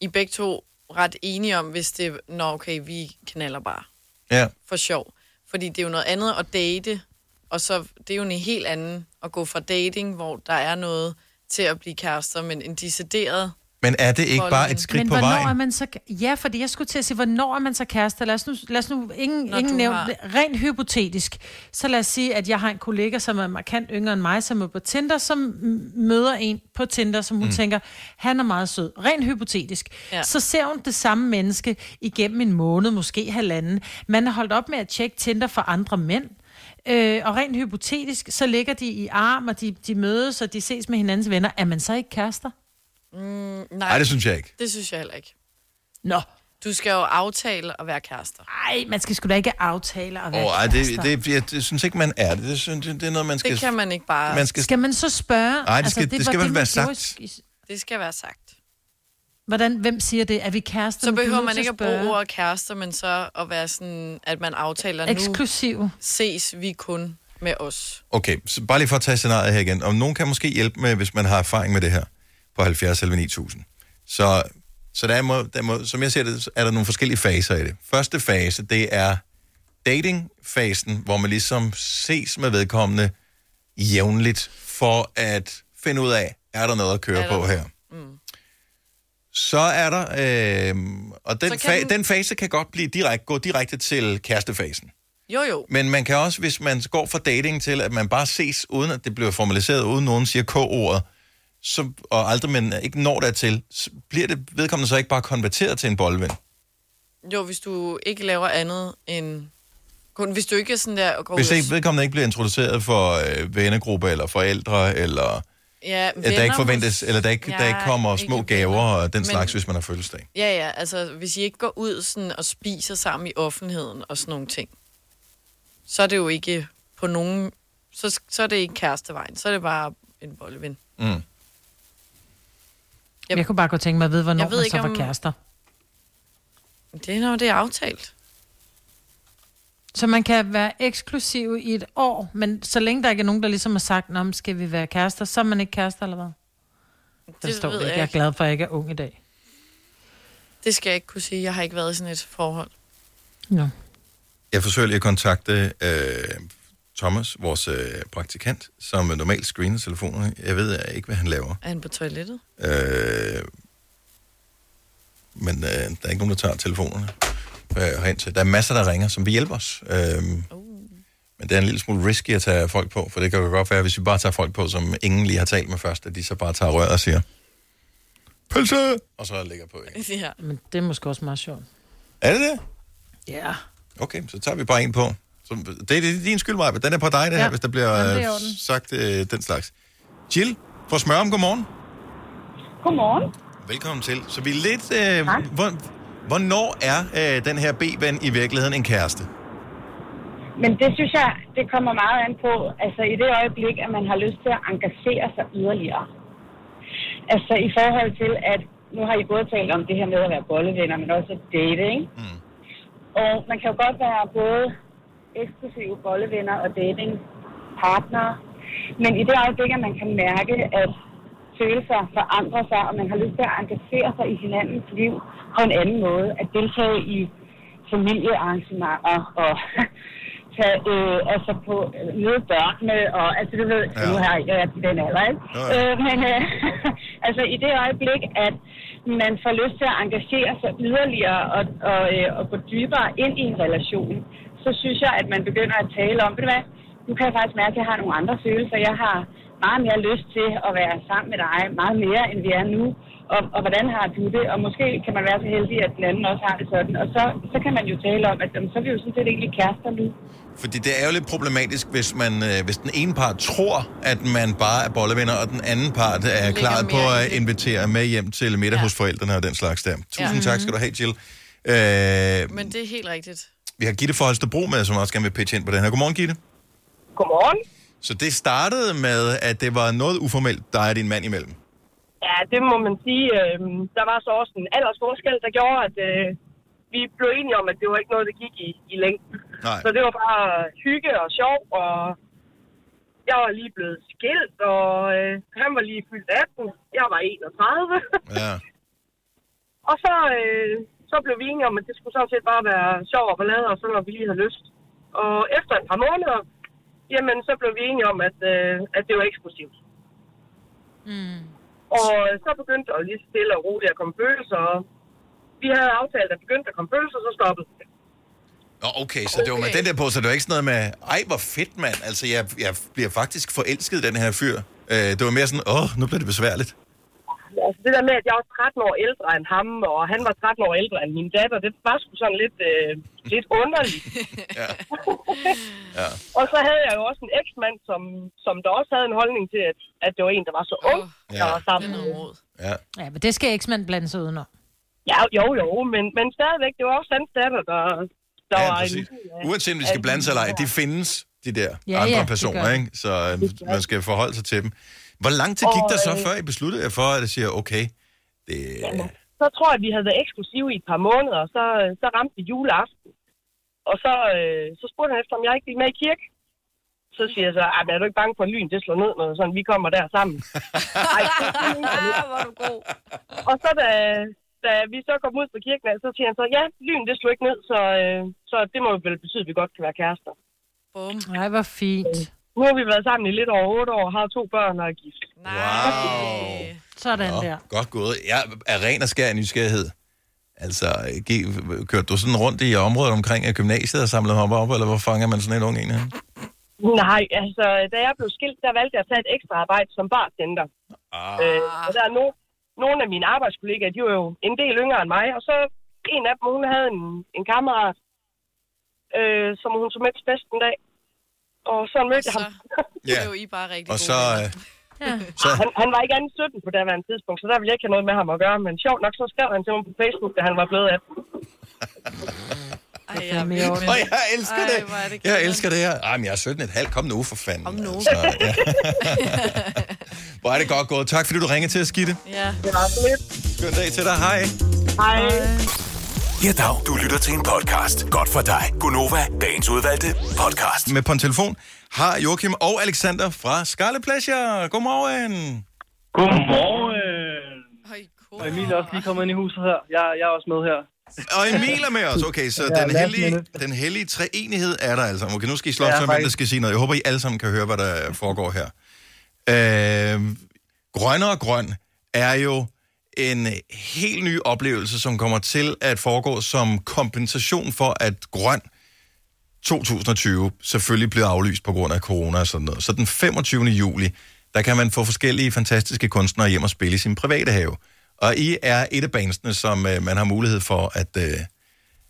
Speaker 2: I er begge to ret enige om, hvis det når okay, vi knaller bare
Speaker 1: Ja.
Speaker 2: for sjov. Fordi det er jo noget andet at date, og så det er jo en helt anden at gå fra dating, hvor der er noget til at blive kærester, men en decideret...
Speaker 1: Men er det ikke bare
Speaker 2: Bolleven.
Speaker 1: et skridt
Speaker 2: Men
Speaker 1: på
Speaker 3: hvornår
Speaker 1: vejen?
Speaker 3: er man så... Ja, fordi jeg skulle til at sige, hvornår er man så kærester? Lad os nu, lad os nu ingen,
Speaker 2: Når
Speaker 3: ingen
Speaker 2: du
Speaker 3: nævne,
Speaker 2: har-
Speaker 3: har... rent hypotetisk. Så lad os sige, at jeg har en kollega, som er markant yngre end mig, som er på Tinder, som m- møder en på Tinder, som hun
Speaker 10: Mm.
Speaker 3: mm. tænker, han er meget sød. Rent hypotetisk.
Speaker 10: Ja.
Speaker 3: Ja. Så ser hun det samme menneske igennem en måned, måske halvanden. Man har holdt op med at tjekke Tinder for andre mænd. Øh, og rent hypotetisk, så ligger de i arm, og de, de mødes, og de ses med hinandens venner. Er man så ikke kærester?
Speaker 2: Mm, nej,
Speaker 1: Nej, det synes jeg ikke.
Speaker 2: Det synes jeg heller ikke.
Speaker 3: Nå.
Speaker 2: Du skal jo aftale at være kærester.
Speaker 3: Nej, man skal sgu da ikke aftale at være
Speaker 1: Åh, ej,
Speaker 3: kærester.
Speaker 1: det, det, jeg, det synes ikke, man er det. Det, synes, det er noget, man skal...
Speaker 2: Det kan man ikke bare...
Speaker 1: Man skal-
Speaker 3: Skal man så spørge? Altså,
Speaker 1: Nej, det skal- det
Speaker 3: var
Speaker 1: skal vel
Speaker 3: man
Speaker 1: være
Speaker 3: gjorde
Speaker 1: sagt.
Speaker 3: i-
Speaker 2: Det skal være sagt.
Speaker 3: Hvordan, hvem siger det? Er vi kærester?
Speaker 2: Så behøver man ikke at bruge ordet kærester, men så at være sådan, at man aftaler nu.
Speaker 3: Eksklusiv.
Speaker 2: Ses vi kun med os.
Speaker 1: Okay, så bare lige for at tage scenariet her igen. Og nogen kan måske hjælpe med, hvis man har erfaring med det her, på 70 eller 9000. Så, så der er, må, der må, som jeg ser det, så er der nogle forskellige faser i det. Første fase, det er datingfasen, hvor man ligesom ses med vedkommende jævnligt, for at finde ud af, er der noget at køre på her. Mm. Så er der, øh, og den,
Speaker 2: Så kan
Speaker 1: fa-
Speaker 2: den-
Speaker 1: den fase kan godt blive direkte, gå direkte til kærestefasen.
Speaker 2: Jo jo,
Speaker 1: Men man kan også, hvis man går fra dating til, at man bare ses, uden at det bliver formaliseret, uden nogen siger K-ordet, så, og aldrig man ikke når dertil, så bliver det vedkommende så ikke bare konverteret til en boldven.
Speaker 2: jo, hvis du ikke laver andet end... Kun, hvis du ikke er sådan der og går
Speaker 1: Hvis
Speaker 2: ud og-
Speaker 1: ikke, vedkommende ikke bliver introduceret for øh, vennegruppe eller forældre, eller
Speaker 2: ja,
Speaker 1: at der
Speaker 2: venner
Speaker 1: ikke forventes,
Speaker 2: mås-
Speaker 1: eller der ikke, ja, der ikke kommer små
Speaker 2: ikke
Speaker 1: gaver og den
Speaker 2: Men-
Speaker 1: slags, hvis man har fødselsdag.
Speaker 2: Ja, ja, altså hvis I ikke går ud sådan, og spiser sammen i offentligheden og sådan nogle ting, så er det jo ikke på nogen... Så, så er det ikke kærestevejen, så er det bare en bolleven.
Speaker 1: Mm.
Speaker 3: Jeg kunne bare godt tænke mig at vide, hvornår
Speaker 2: Jeg ved
Speaker 3: man
Speaker 2: ikke,
Speaker 3: så var
Speaker 2: om-
Speaker 3: kærester.
Speaker 2: Det er, når det er aftalt.
Speaker 3: Så man kan være eksklusiv i et år, men så længe der ikke er nogen, der ligesom har sagt, Nå, men skal vi være kærester, så er man ikke kærester eller hvad? Det,
Speaker 2: Det
Speaker 3: det står
Speaker 2: ved
Speaker 3: det ikke.
Speaker 2: jeg
Speaker 3: Jeg er
Speaker 2: ikke.
Speaker 3: glad for, at jeg ikke er ung i dag.
Speaker 2: Det skal jeg ikke kunne sige. Jeg har ikke været i sådan et forhold.
Speaker 1: Jeg forsøger lige at kontakte øh, Thomas, vores øh, praktikant, som normalt screener telefonerne. Jeg ved øh, ikke, hvad han laver.
Speaker 2: Er han på toilettet?
Speaker 1: Øh, men øh, der er ikke nogen, der tager telefonerne øh, herind til. Der er masser, der ringer, som vil hjælpe os. Øh,
Speaker 3: Oh.
Speaker 1: Men det er en lille smule risky at tage folk på, for det kan jo godt være, hvis vi bare tager folk på, som ingen lige har talt med først, at de så bare tager røret og siger, pølse! Og så lægger på. Ikke?
Speaker 2: Ja.
Speaker 3: Men det er måske også meget sjovt.
Speaker 1: Er det det?
Speaker 3: Ja.
Speaker 1: Okay, så tager vi bare en på. Så, det, det er din skyld, Maja. Den er på dig, det her,
Speaker 3: Ja.
Speaker 1: hvis der bliver
Speaker 3: Jamen, det er i
Speaker 1: øh,
Speaker 3: orden.
Speaker 1: sagt øh, den slags. Jill fra Smørum, godmorgen.
Speaker 28: Godmorgen.
Speaker 1: Velkommen til. Så vi er lidt... Øh, hvor, hvornår er øh, den her B-ven i virkeligheden en kæreste?
Speaker 28: Men det synes jeg, det kommer meget an på, altså i det øjeblik, at man har lyst til at engagere sig yderligere. Altså i forhold til, at nu har I både talt om det her med at være bollevenner, men også at date, ikke? Mm. Og man kan jo godt være både eksklusive bollevenner og datingpartnere, men i det øjeblik, at man kan mærke, at følelser forandrer sig, og man har lyst til at engagere sig i hinandens liv på en anden måde, at deltage i familiearrangementer og tage, øh, altså på øh, møde børnene, og altså du ved, ja. nu har jeg ikke været i den alder, ikke? Ja. Øh, men øh, *laughs* altså i det øjeblik, at man får lyst til at engagere sig yderligere og, og, øh, og gå dybere ind i en relation, så synes jeg, at man begynder at tale om, ved du hvad, nu kan jeg faktisk mærke, at jeg har nogle andre følelser. Jeg har meget mere lyst til at være sammen med dig, meget mere end vi er nu. Og, og hvordan har du det? Og måske kan man være så heldig, at den anden også har det sådan. Og så, så kan man jo tale om, at jamen, så er vi jo sådan set egentlig kærester nu.
Speaker 1: Fordi det er jo lidt problematisk, hvis, man, øh, hvis den ene part tror, at man bare er bollevenner, og den anden part er klar på at invitere med hjem til middag ja. hos forældrene og den slags der. Tusind
Speaker 2: Ja.
Speaker 1: ja. tak skal du have, Jill. Øh,
Speaker 2: Men det er helt rigtigt.
Speaker 1: vi har Gitte fra Holstebro med, som også gerne vil pitche ind på den her. Godmorgen, Gitte.
Speaker 14: Godmorgen.
Speaker 1: Så det startede med, at det var noget uformelt, dig og din mand imellem.
Speaker 14: Ja, det må man sige. Øh, der var så også en aldersforskel, der gjorde, at øh, vi blev enige om, at det var ikke noget, der gik i, i længden.
Speaker 1: Nej.
Speaker 14: Så det var bare hygge og sjov, og jeg var lige blevet skilt, og øh, han var lige fyldt 18. Jeg var 31.
Speaker 1: Ja.
Speaker 14: *laughs* og så, øh, så blev vi enige om, at det skulle sådan set bare være sjov og ballade, og så når vi lige havde lyst. Og efter et par måneder, jamen, så blev vi enige om, at, øh, at det var eksklusivt.
Speaker 3: Mm.
Speaker 14: Og øh, så begyndte der jo lige stille og roligt at komme følelser. og Vi havde aftalt, at begyndte at komme følelser, så stoppede det.
Speaker 1: Nå, okay, så okay. det var med den der på, så det var ikke sådan noget med, ej, hvor fedt, mand. Altså, jeg, jeg bliver faktisk forelsket i den her fyr. Øh, det var mere sådan, åh, nu bliver det besværligt.
Speaker 14: Altså det der med, at jeg var 13 år ældre end ham, og han var 13 år ældre end min datter, det var sgu sådan lidt, øh, lidt underligt.
Speaker 1: Ja.
Speaker 14: Og så havde jeg jo også en eksmand, som, som der også havde en holdning til, at, at det var en, der var så ung,
Speaker 1: ja.
Speaker 14: der var sammen med.
Speaker 1: Ja.
Speaker 3: Ja, men det skal eksmanden blande sig udenom.
Speaker 14: Ja, jo, jo, men, men stadigvæk, det var også hans datter, der, der
Speaker 1: Ja,
Speaker 14: var
Speaker 1: præcis.
Speaker 14: en...
Speaker 1: Uanset om de skal blande sig eller ej, de findes, de der
Speaker 14: Ja,
Speaker 1: ja, andre ja,
Speaker 14: ja, det gør
Speaker 1: personer,
Speaker 14: de.
Speaker 1: ikke? Så øh, man skal forholde sig til dem. Hvor lang tid gik
Speaker 14: Og,
Speaker 1: der så,
Speaker 14: øh,
Speaker 1: før I besluttede jer for, at jeg siger, okay, det...
Speaker 14: så tror jeg, at vi havde været eksklusive i et par måneder, og så, øh, så ramte vi juleaften. Og så, øh, så spurgte han efter, om jeg ikke ville med i kirke. Så siger jeg så, "Ej, men er du ikke bange for, at lyn det slår ned, når sådan, vi kommer der
Speaker 1: *laughs*
Speaker 14: sammen?
Speaker 2: *laughs*
Speaker 14: Ej,
Speaker 2: Ah, hvor er du god.
Speaker 14: Og så da, da vi så kom ud fra kirken, af, så siger han så, ja, lyn det slog ikke ned, så, øh, så det må vel betyde, at vi godt kan være kærester. Øh,
Speaker 2: Bum.
Speaker 3: Nej, hvor fint.
Speaker 14: Nu har vi været sammen i lidt over otte år, har to børn og er gift.
Speaker 1: Wow.
Speaker 3: Sådan
Speaker 1: Nå,
Speaker 3: der.
Speaker 1: godt gået. Jeg er ren og skær nysgerrighed. Altså, gi- kørte du sådan rundt i området omkring øh, gymnasiet og samlede hopper op, eller hvor fanger man sådan en ung en her?
Speaker 14: Nej, altså, da jeg blev skilt, der valgte jeg at tage et ekstra arbejde som bartender.
Speaker 1: Ah.
Speaker 14: Øh, og der er no, nogle af mine arbejdskollegaer, de var jo en del yngre end mig, og så en af dem, hun havde en, en kammerat, øh, som hun tog med til fest en dag. Og så mødte jeg ham.
Speaker 1: Ja.
Speaker 14: Det var I bare rigtig
Speaker 1: Og så... Øh,
Speaker 14: Ja.
Speaker 1: Så-
Speaker 14: Han, han var ikke andet 17 på daværende tidspunkt, så der ville jeg ikke have noget med ham at gøre. Men sjovt nok, så skrev han til mig på Facebook, da han var blevet 18.
Speaker 2: Ej, jeg, er
Speaker 1: mere
Speaker 2: vild
Speaker 1: Og
Speaker 2: med det.
Speaker 1: jeg elsker
Speaker 2: Ej,
Speaker 1: det.
Speaker 2: hvor er det
Speaker 1: Jeg elsker det her. Ej, men jeg er 17 et halvt. Kom nu, for fanden. Kom
Speaker 2: nu.
Speaker 1: ja. *laughs* Hvor er det godt gået. Tak, fordi du ringede til at skidte.
Speaker 2: Ja.
Speaker 14: Det var så lidt.
Speaker 1: Skøn dag til dig. Hej.
Speaker 14: Hej.
Speaker 4: Ja, dag. Du lytter til en podcast. Godt for dig. Gunova, dagens udvalgte podcast.
Speaker 1: Med på en telefon har Joachim og Alexander fra Skarle Pleasure. Godmorgen.
Speaker 27: Godmorgen. Og Emil er også lige kommet ind i huset her. Jeg, jeg er også med her.
Speaker 1: Og Emil er med os. Okay, så
Speaker 27: Ja,
Speaker 1: den,
Speaker 27: last
Speaker 1: hellige,
Speaker 27: minute.
Speaker 1: den hellige treenighed er der altså. Okay, nu skal I slå
Speaker 27: Ja,
Speaker 1: ja, hvem der
Speaker 27: faktisk.
Speaker 1: skal sige noget. Jeg håber, I alle sammen kan høre, hvad der foregår her. Øh, grønne og grøn er jo en helt ny oplevelse, som kommer til at foregå som kompensation for, at grøn 2020 selvfølgelig blev aflyst på grund af corona og sådan noget. Så den 25. juli, der kan man få forskellige fantastiske kunstnere hjem og spille i sin private have. Og I er et af bandsene, som øh, man har mulighed for at, øh,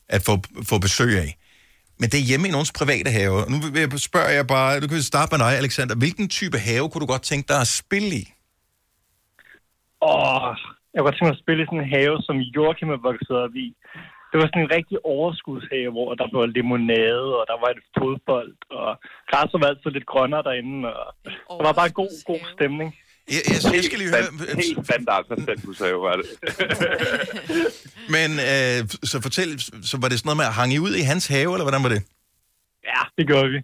Speaker 1: at få, få besøg af. Men det er hjemme i nogens private have. Nu vil jeg- spørger jeg bare, du kan vi starte med dig, Alexander. Hvilken type have kunne du godt tænke dig at spille i?
Speaker 27: Åh, jeg kunne godt tænke mig at spille i sådan en have, som Joachim er vokset op i. Det var sådan en rigtig overskudshave, hvor der var limonade, og der var et fodbold, og græsset var altid lidt grønnere derinde, og der var bare god, god stemning.
Speaker 1: Jeg, jeg, jeg skal lige høre... Helt
Speaker 10: standard forstandshushave, var det.
Speaker 1: Men øh, så fortæl, så var det sådan noget med, at hang I ud i hans have, eller hvordan var det?
Speaker 27: Ja, det gør vi.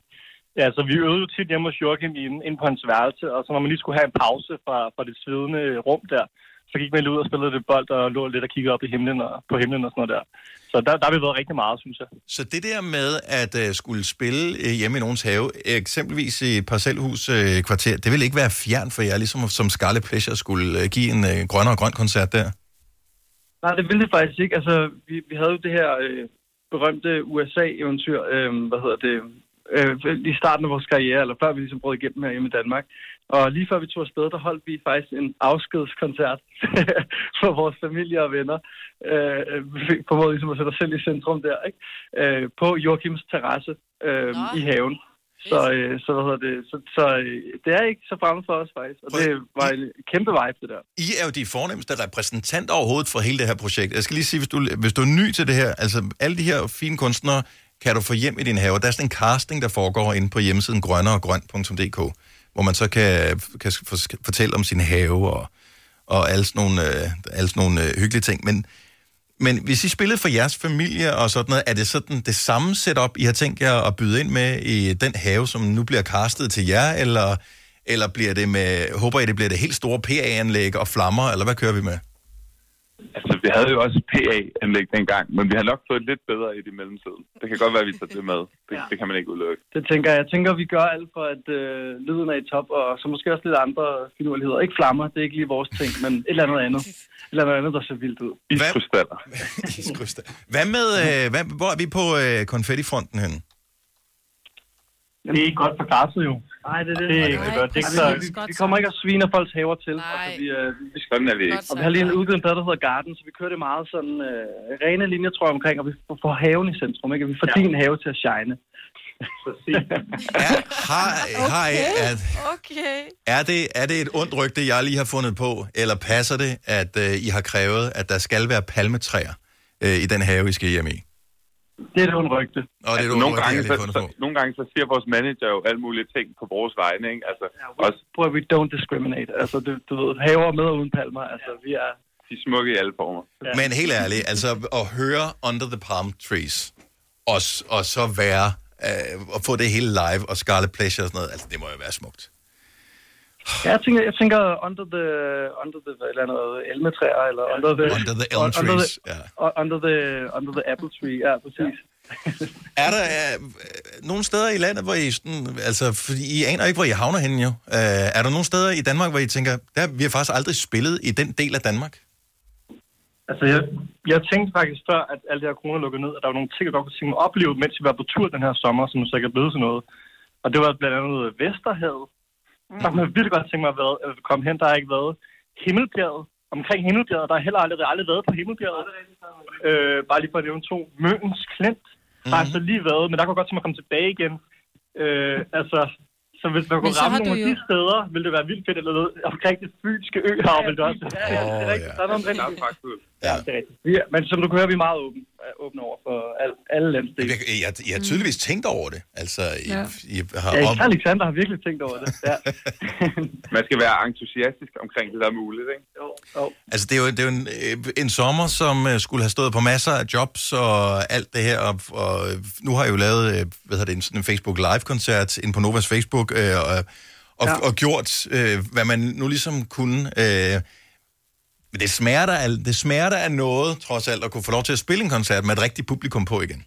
Speaker 27: Ja, så vi øvede jo tit hjemme hos Joachim inde, inde på hans værelse, og så når man lige skulle have en pause fra, fra det svedende øh, rum der, så gik man lige ud og spillede lidt bold og lå lidt og kiggede op i himlen og, på himlen og sådan noget der. Så der, der har vi været rigtig meget, synes jeg.
Speaker 1: Så det der med at øh, skulle spille øh, hjemme i nogens have, eksempelvis i et parcelhuskvarter, øh, kvarter, det ville ikke være fjern for jer, ligesom som Scarlet Pleasure skulle øh, give en øh, grønnere grøn koncert der.
Speaker 27: Nej, det ville det faktisk ikke. Altså, vi, vi havde jo det her øh, berømte USA-eventyr, øh, hvad hedder det, øh, i starten af vores karriere, eller før vi ligesom brød igennem her hjemme i Danmark. Og lige før vi tog afsted, der holdt vi faktisk en afskedskoncert *laughs* for vores familie og venner. Øh, vi formåede ligesom at sætte os selv i centrum der, ikke? Øh, på Joachims terrasse øh, i haven. Så, øh, så, hvad hedder det, så, så øh, det er ikke så fremmed for os faktisk, og det var en kæmpe vibe det der.
Speaker 1: I er jo de fornemmeste repræsentanter overhovedet for hele det her projekt. Jeg skal lige sige, hvis du, hvis du er ny til det her, altså alle de her fine kunstnere, kan du få hjem i din have. Der er sådan en casting, der foregår inde på hjemmesiden grønneregrøn.dk, hvor man så kan, kan for- fortælle om sin have og, og alle sådan nogle, øh, alle sådan nogle øh, hyggelige ting. Men, men hvis I spillede for jeres familie og sådan noget, er det sådan det samme setup, I har tænkt jer at byde ind med i den have, som nu bliver castet til jer, eller, eller bliver det med, håber I, det bliver det helt store PA-anlæg og flammer, eller hvad kører vi med?
Speaker 10: Altså, vi havde jo også PA-anlæg dengang, men vi har nok fået lidt bedre i det i mellemtiden. Det kan godt være, at vi tager det med. Det, ja. det kan man ikke udelukke.
Speaker 27: Det tænker jeg. Jeg tænker, vi gør alt for, at øh, lyden er i top, og så måske også lidt andre finurligheder. Ikke flammer, det er ikke lige vores ting, men et eller andet andet. Et eller andet andet, der ser vildt ud.
Speaker 10: Iskrystaller.
Speaker 1: Iskrystaller. Hvad med, øh, hvad, hvor er vi på øh, konfettifronten henne?
Speaker 27: Det er ikke godt for græsset jo. Nej, det er det. Det er ikke
Speaker 1: Nej,
Speaker 27: godt. Det er ikke
Speaker 1: præcis.
Speaker 27: så, vi kommer ikke og sviner folks haver til. Altså, vi, øh, vi,
Speaker 10: Sådan er vi ikke.
Speaker 27: og vi har lige en udgivet plade, der hedder Garden, så vi kører det meget sådan øh, rene linjer, tror jeg, omkring, og vi får- får haven i centrum, ikke? Og vi får ja. din have til at shine.
Speaker 1: ja, har, har I, er,
Speaker 2: Okay.
Speaker 1: er, det, er det et ondt rygte, jeg lige har fundet på, eller passer det, at øh, I har krævet, at der skal være palmetræer øh, i den have, I skal hjem i?
Speaker 27: Det er et ondt rygte.
Speaker 1: Og
Speaker 6: Altså,
Speaker 1: det er et ondt
Speaker 10: Altså, nogle,
Speaker 1: rygte,
Speaker 10: gange,
Speaker 1: jeg
Speaker 10: så,
Speaker 1: lige har fundet
Speaker 10: så, nogle gange så siger vores manager jo alle mulige ting på vores vegne, ikke? Altså, ja, også
Speaker 27: *laughs* Prøv at we don't discriminate. Altså, du, du ved, haver med og uden palmer. Altså, vi er...
Speaker 10: de er smukke i alle former.
Speaker 1: Ja. Men helt ærligt, altså at høre Under the Palm Trees, og, s- og så være, øh, og få det hele live, og Scarlet Pleasure og sådan noget, altså det må jo være smukt.
Speaker 27: Ja, jeg tænker, jeg tænker under the, under the hvad, eller noget, elmetræer, eller under the...
Speaker 1: Under the elm
Speaker 27: under the,
Speaker 1: trees, ja.
Speaker 27: under the, under the apple tree, ja, præcis.
Speaker 1: Er der øh, øh, nogle steder i landet, hvor I sådan, altså, fordi I aner ikke, hvor I havner henne jo. Øh, er der nogle steder i Danmark, hvor I tænker, der, vi har faktisk aldrig spillet i den del af Danmark?
Speaker 27: Altså, jeg, jeg tænkte faktisk før, at alt det her corona lukkede ned, at der var nogle ting, jeg godt kunne tænke mig at opleve, mens vi var på tur den her sommer, som så ikke er blevet til noget. Og det var blandt andet Vesterhavet. Mm. Der kunne jeg virkelig godt tænke mig at, være, at komme hen. Der har ikke været Himmelbjerget. Omkring Himmelbjerget, der har heller aldrig, aldrig været på Himmelbjerget. Øh, bare lige for at nævne to. Møgens Klint mm.
Speaker 29: Mhm.
Speaker 27: har jeg så lige været, men der kunne jeg godt tænke mig at komme tilbage igen. Øh, altså, så hvis man
Speaker 29: Men
Speaker 27: kunne
Speaker 29: så
Speaker 27: ramme
Speaker 29: har
Speaker 27: nogle
Speaker 29: du
Speaker 27: af
Speaker 29: jo-
Speaker 27: de steder, ville det være vildt fedt. Eller noget. omkring det fynske øhav, ville det også.
Speaker 10: Ja, ja, det er rigtigt.
Speaker 27: Der er noget omkring det.
Speaker 1: Ja.
Speaker 27: Ja, men som du kan høre, vi er meget åbne, åbne over for al, alle landsdele.
Speaker 1: Jeg, jeg, jeg har tydeligvis tænkt over det. Altså, I,
Speaker 27: Ja.
Speaker 1: ja. I har
Speaker 27: Ja,
Speaker 1: om...
Speaker 27: især Alexander har virkelig tænkt over det. Ja.
Speaker 10: Man skal være entusiastisk omkring det, der er muligt, ikke?
Speaker 27: Jo, jo.
Speaker 1: Altså, det er jo, det er jo en, øh, en sommer, som øh, skulle have stået på masser af jobs og alt det her. Og, og øh, nu har jeg jo lavet øh, hvad hedder det, en, sådan en Facebook Live-koncert ind på Novas Facebook, øh, og, og, ja. og gjort, øh, hvad man nu ligesom kunne. Øh, men det smager, der af, det smager der af noget, trods alt, at kunne få lov til at spille en koncert med et rigtigt publikum på igen.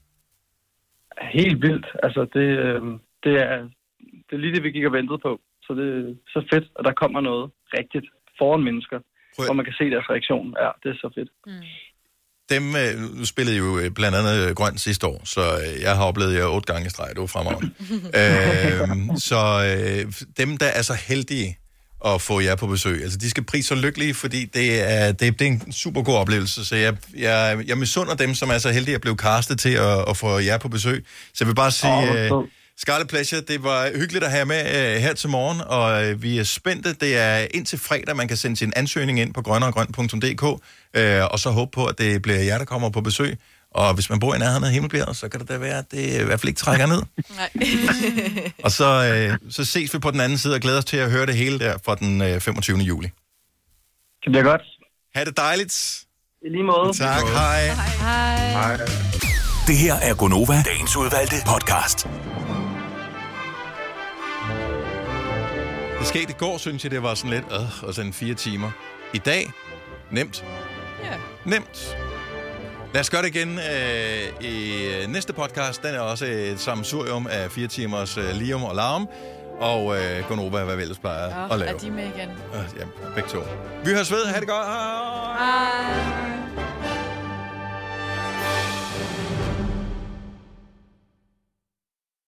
Speaker 27: Helt vildt. Altså, det, øh, det, er, det er lige det, vi gik og ventede på. Så det er så fedt, at der kommer noget rigtigt foran mennesker, Prøv. hvor man kan se deres reaktion. Ja, det er så fedt.
Speaker 1: Dem øh, nu spillede jo øh, blandt andet øh, grønt sidste år, så øh, jeg har oplevet jer otte gange i streg, det var fremragende. øh, så øh, dem, der er så heldige at få jer på besøg, altså de skal prise så lykkelige, fordi det er, det, det er en super god oplevelse, så jeg, jeg, jeg misunder dem, som er så heldige at blive castet til at, at få jer på besøg. Så jeg vil bare
Speaker 11: Åh, hvor
Speaker 1: sige, øh,
Speaker 11: sødt.
Speaker 1: Scarlet Pleasure, det var hyggeligt at have jer med øh, her til morgen, og øh, vi er spændte. Det er indtil fredag, man kan sende sin ansøgning ind på grønneregrøn.dk, øh, og så håbe på, at det bliver jer, der kommer på besøg. Og hvis man bor i nærheden af Himmelbjerget, så kan det da være, at det i hvert fald ikke trækker ned.
Speaker 2: Nej.
Speaker 1: Og så, øh, så ses vi på den anden side og glæder os til at høre det hele der fra den øh, 25. juli.
Speaker 27: Det bliver godt.
Speaker 1: Ha' det dejligt.
Speaker 27: I lige måde.
Speaker 1: Tak, hej.
Speaker 3: Hej.
Speaker 4: Det her er Gonova, dagens udvalgte podcast.
Speaker 1: Det skete i går, synes jeg, det var sådan lidt, øh, og sådan fire timer. I dag, nemt.
Speaker 2: Ja.
Speaker 1: Nemt. Lad os gøre det igen øh, i øh, næste podcast. Den er også et sammensurium af fire timers øh, lium og larm. Og øh, Gonova, hvad vi ellers plejer
Speaker 2: Nå,
Speaker 1: at lave.
Speaker 2: er de med igen?
Speaker 1: Øh, ja, begge to. Vi høres ved. Ha' det godt. Hej.
Speaker 2: Hej.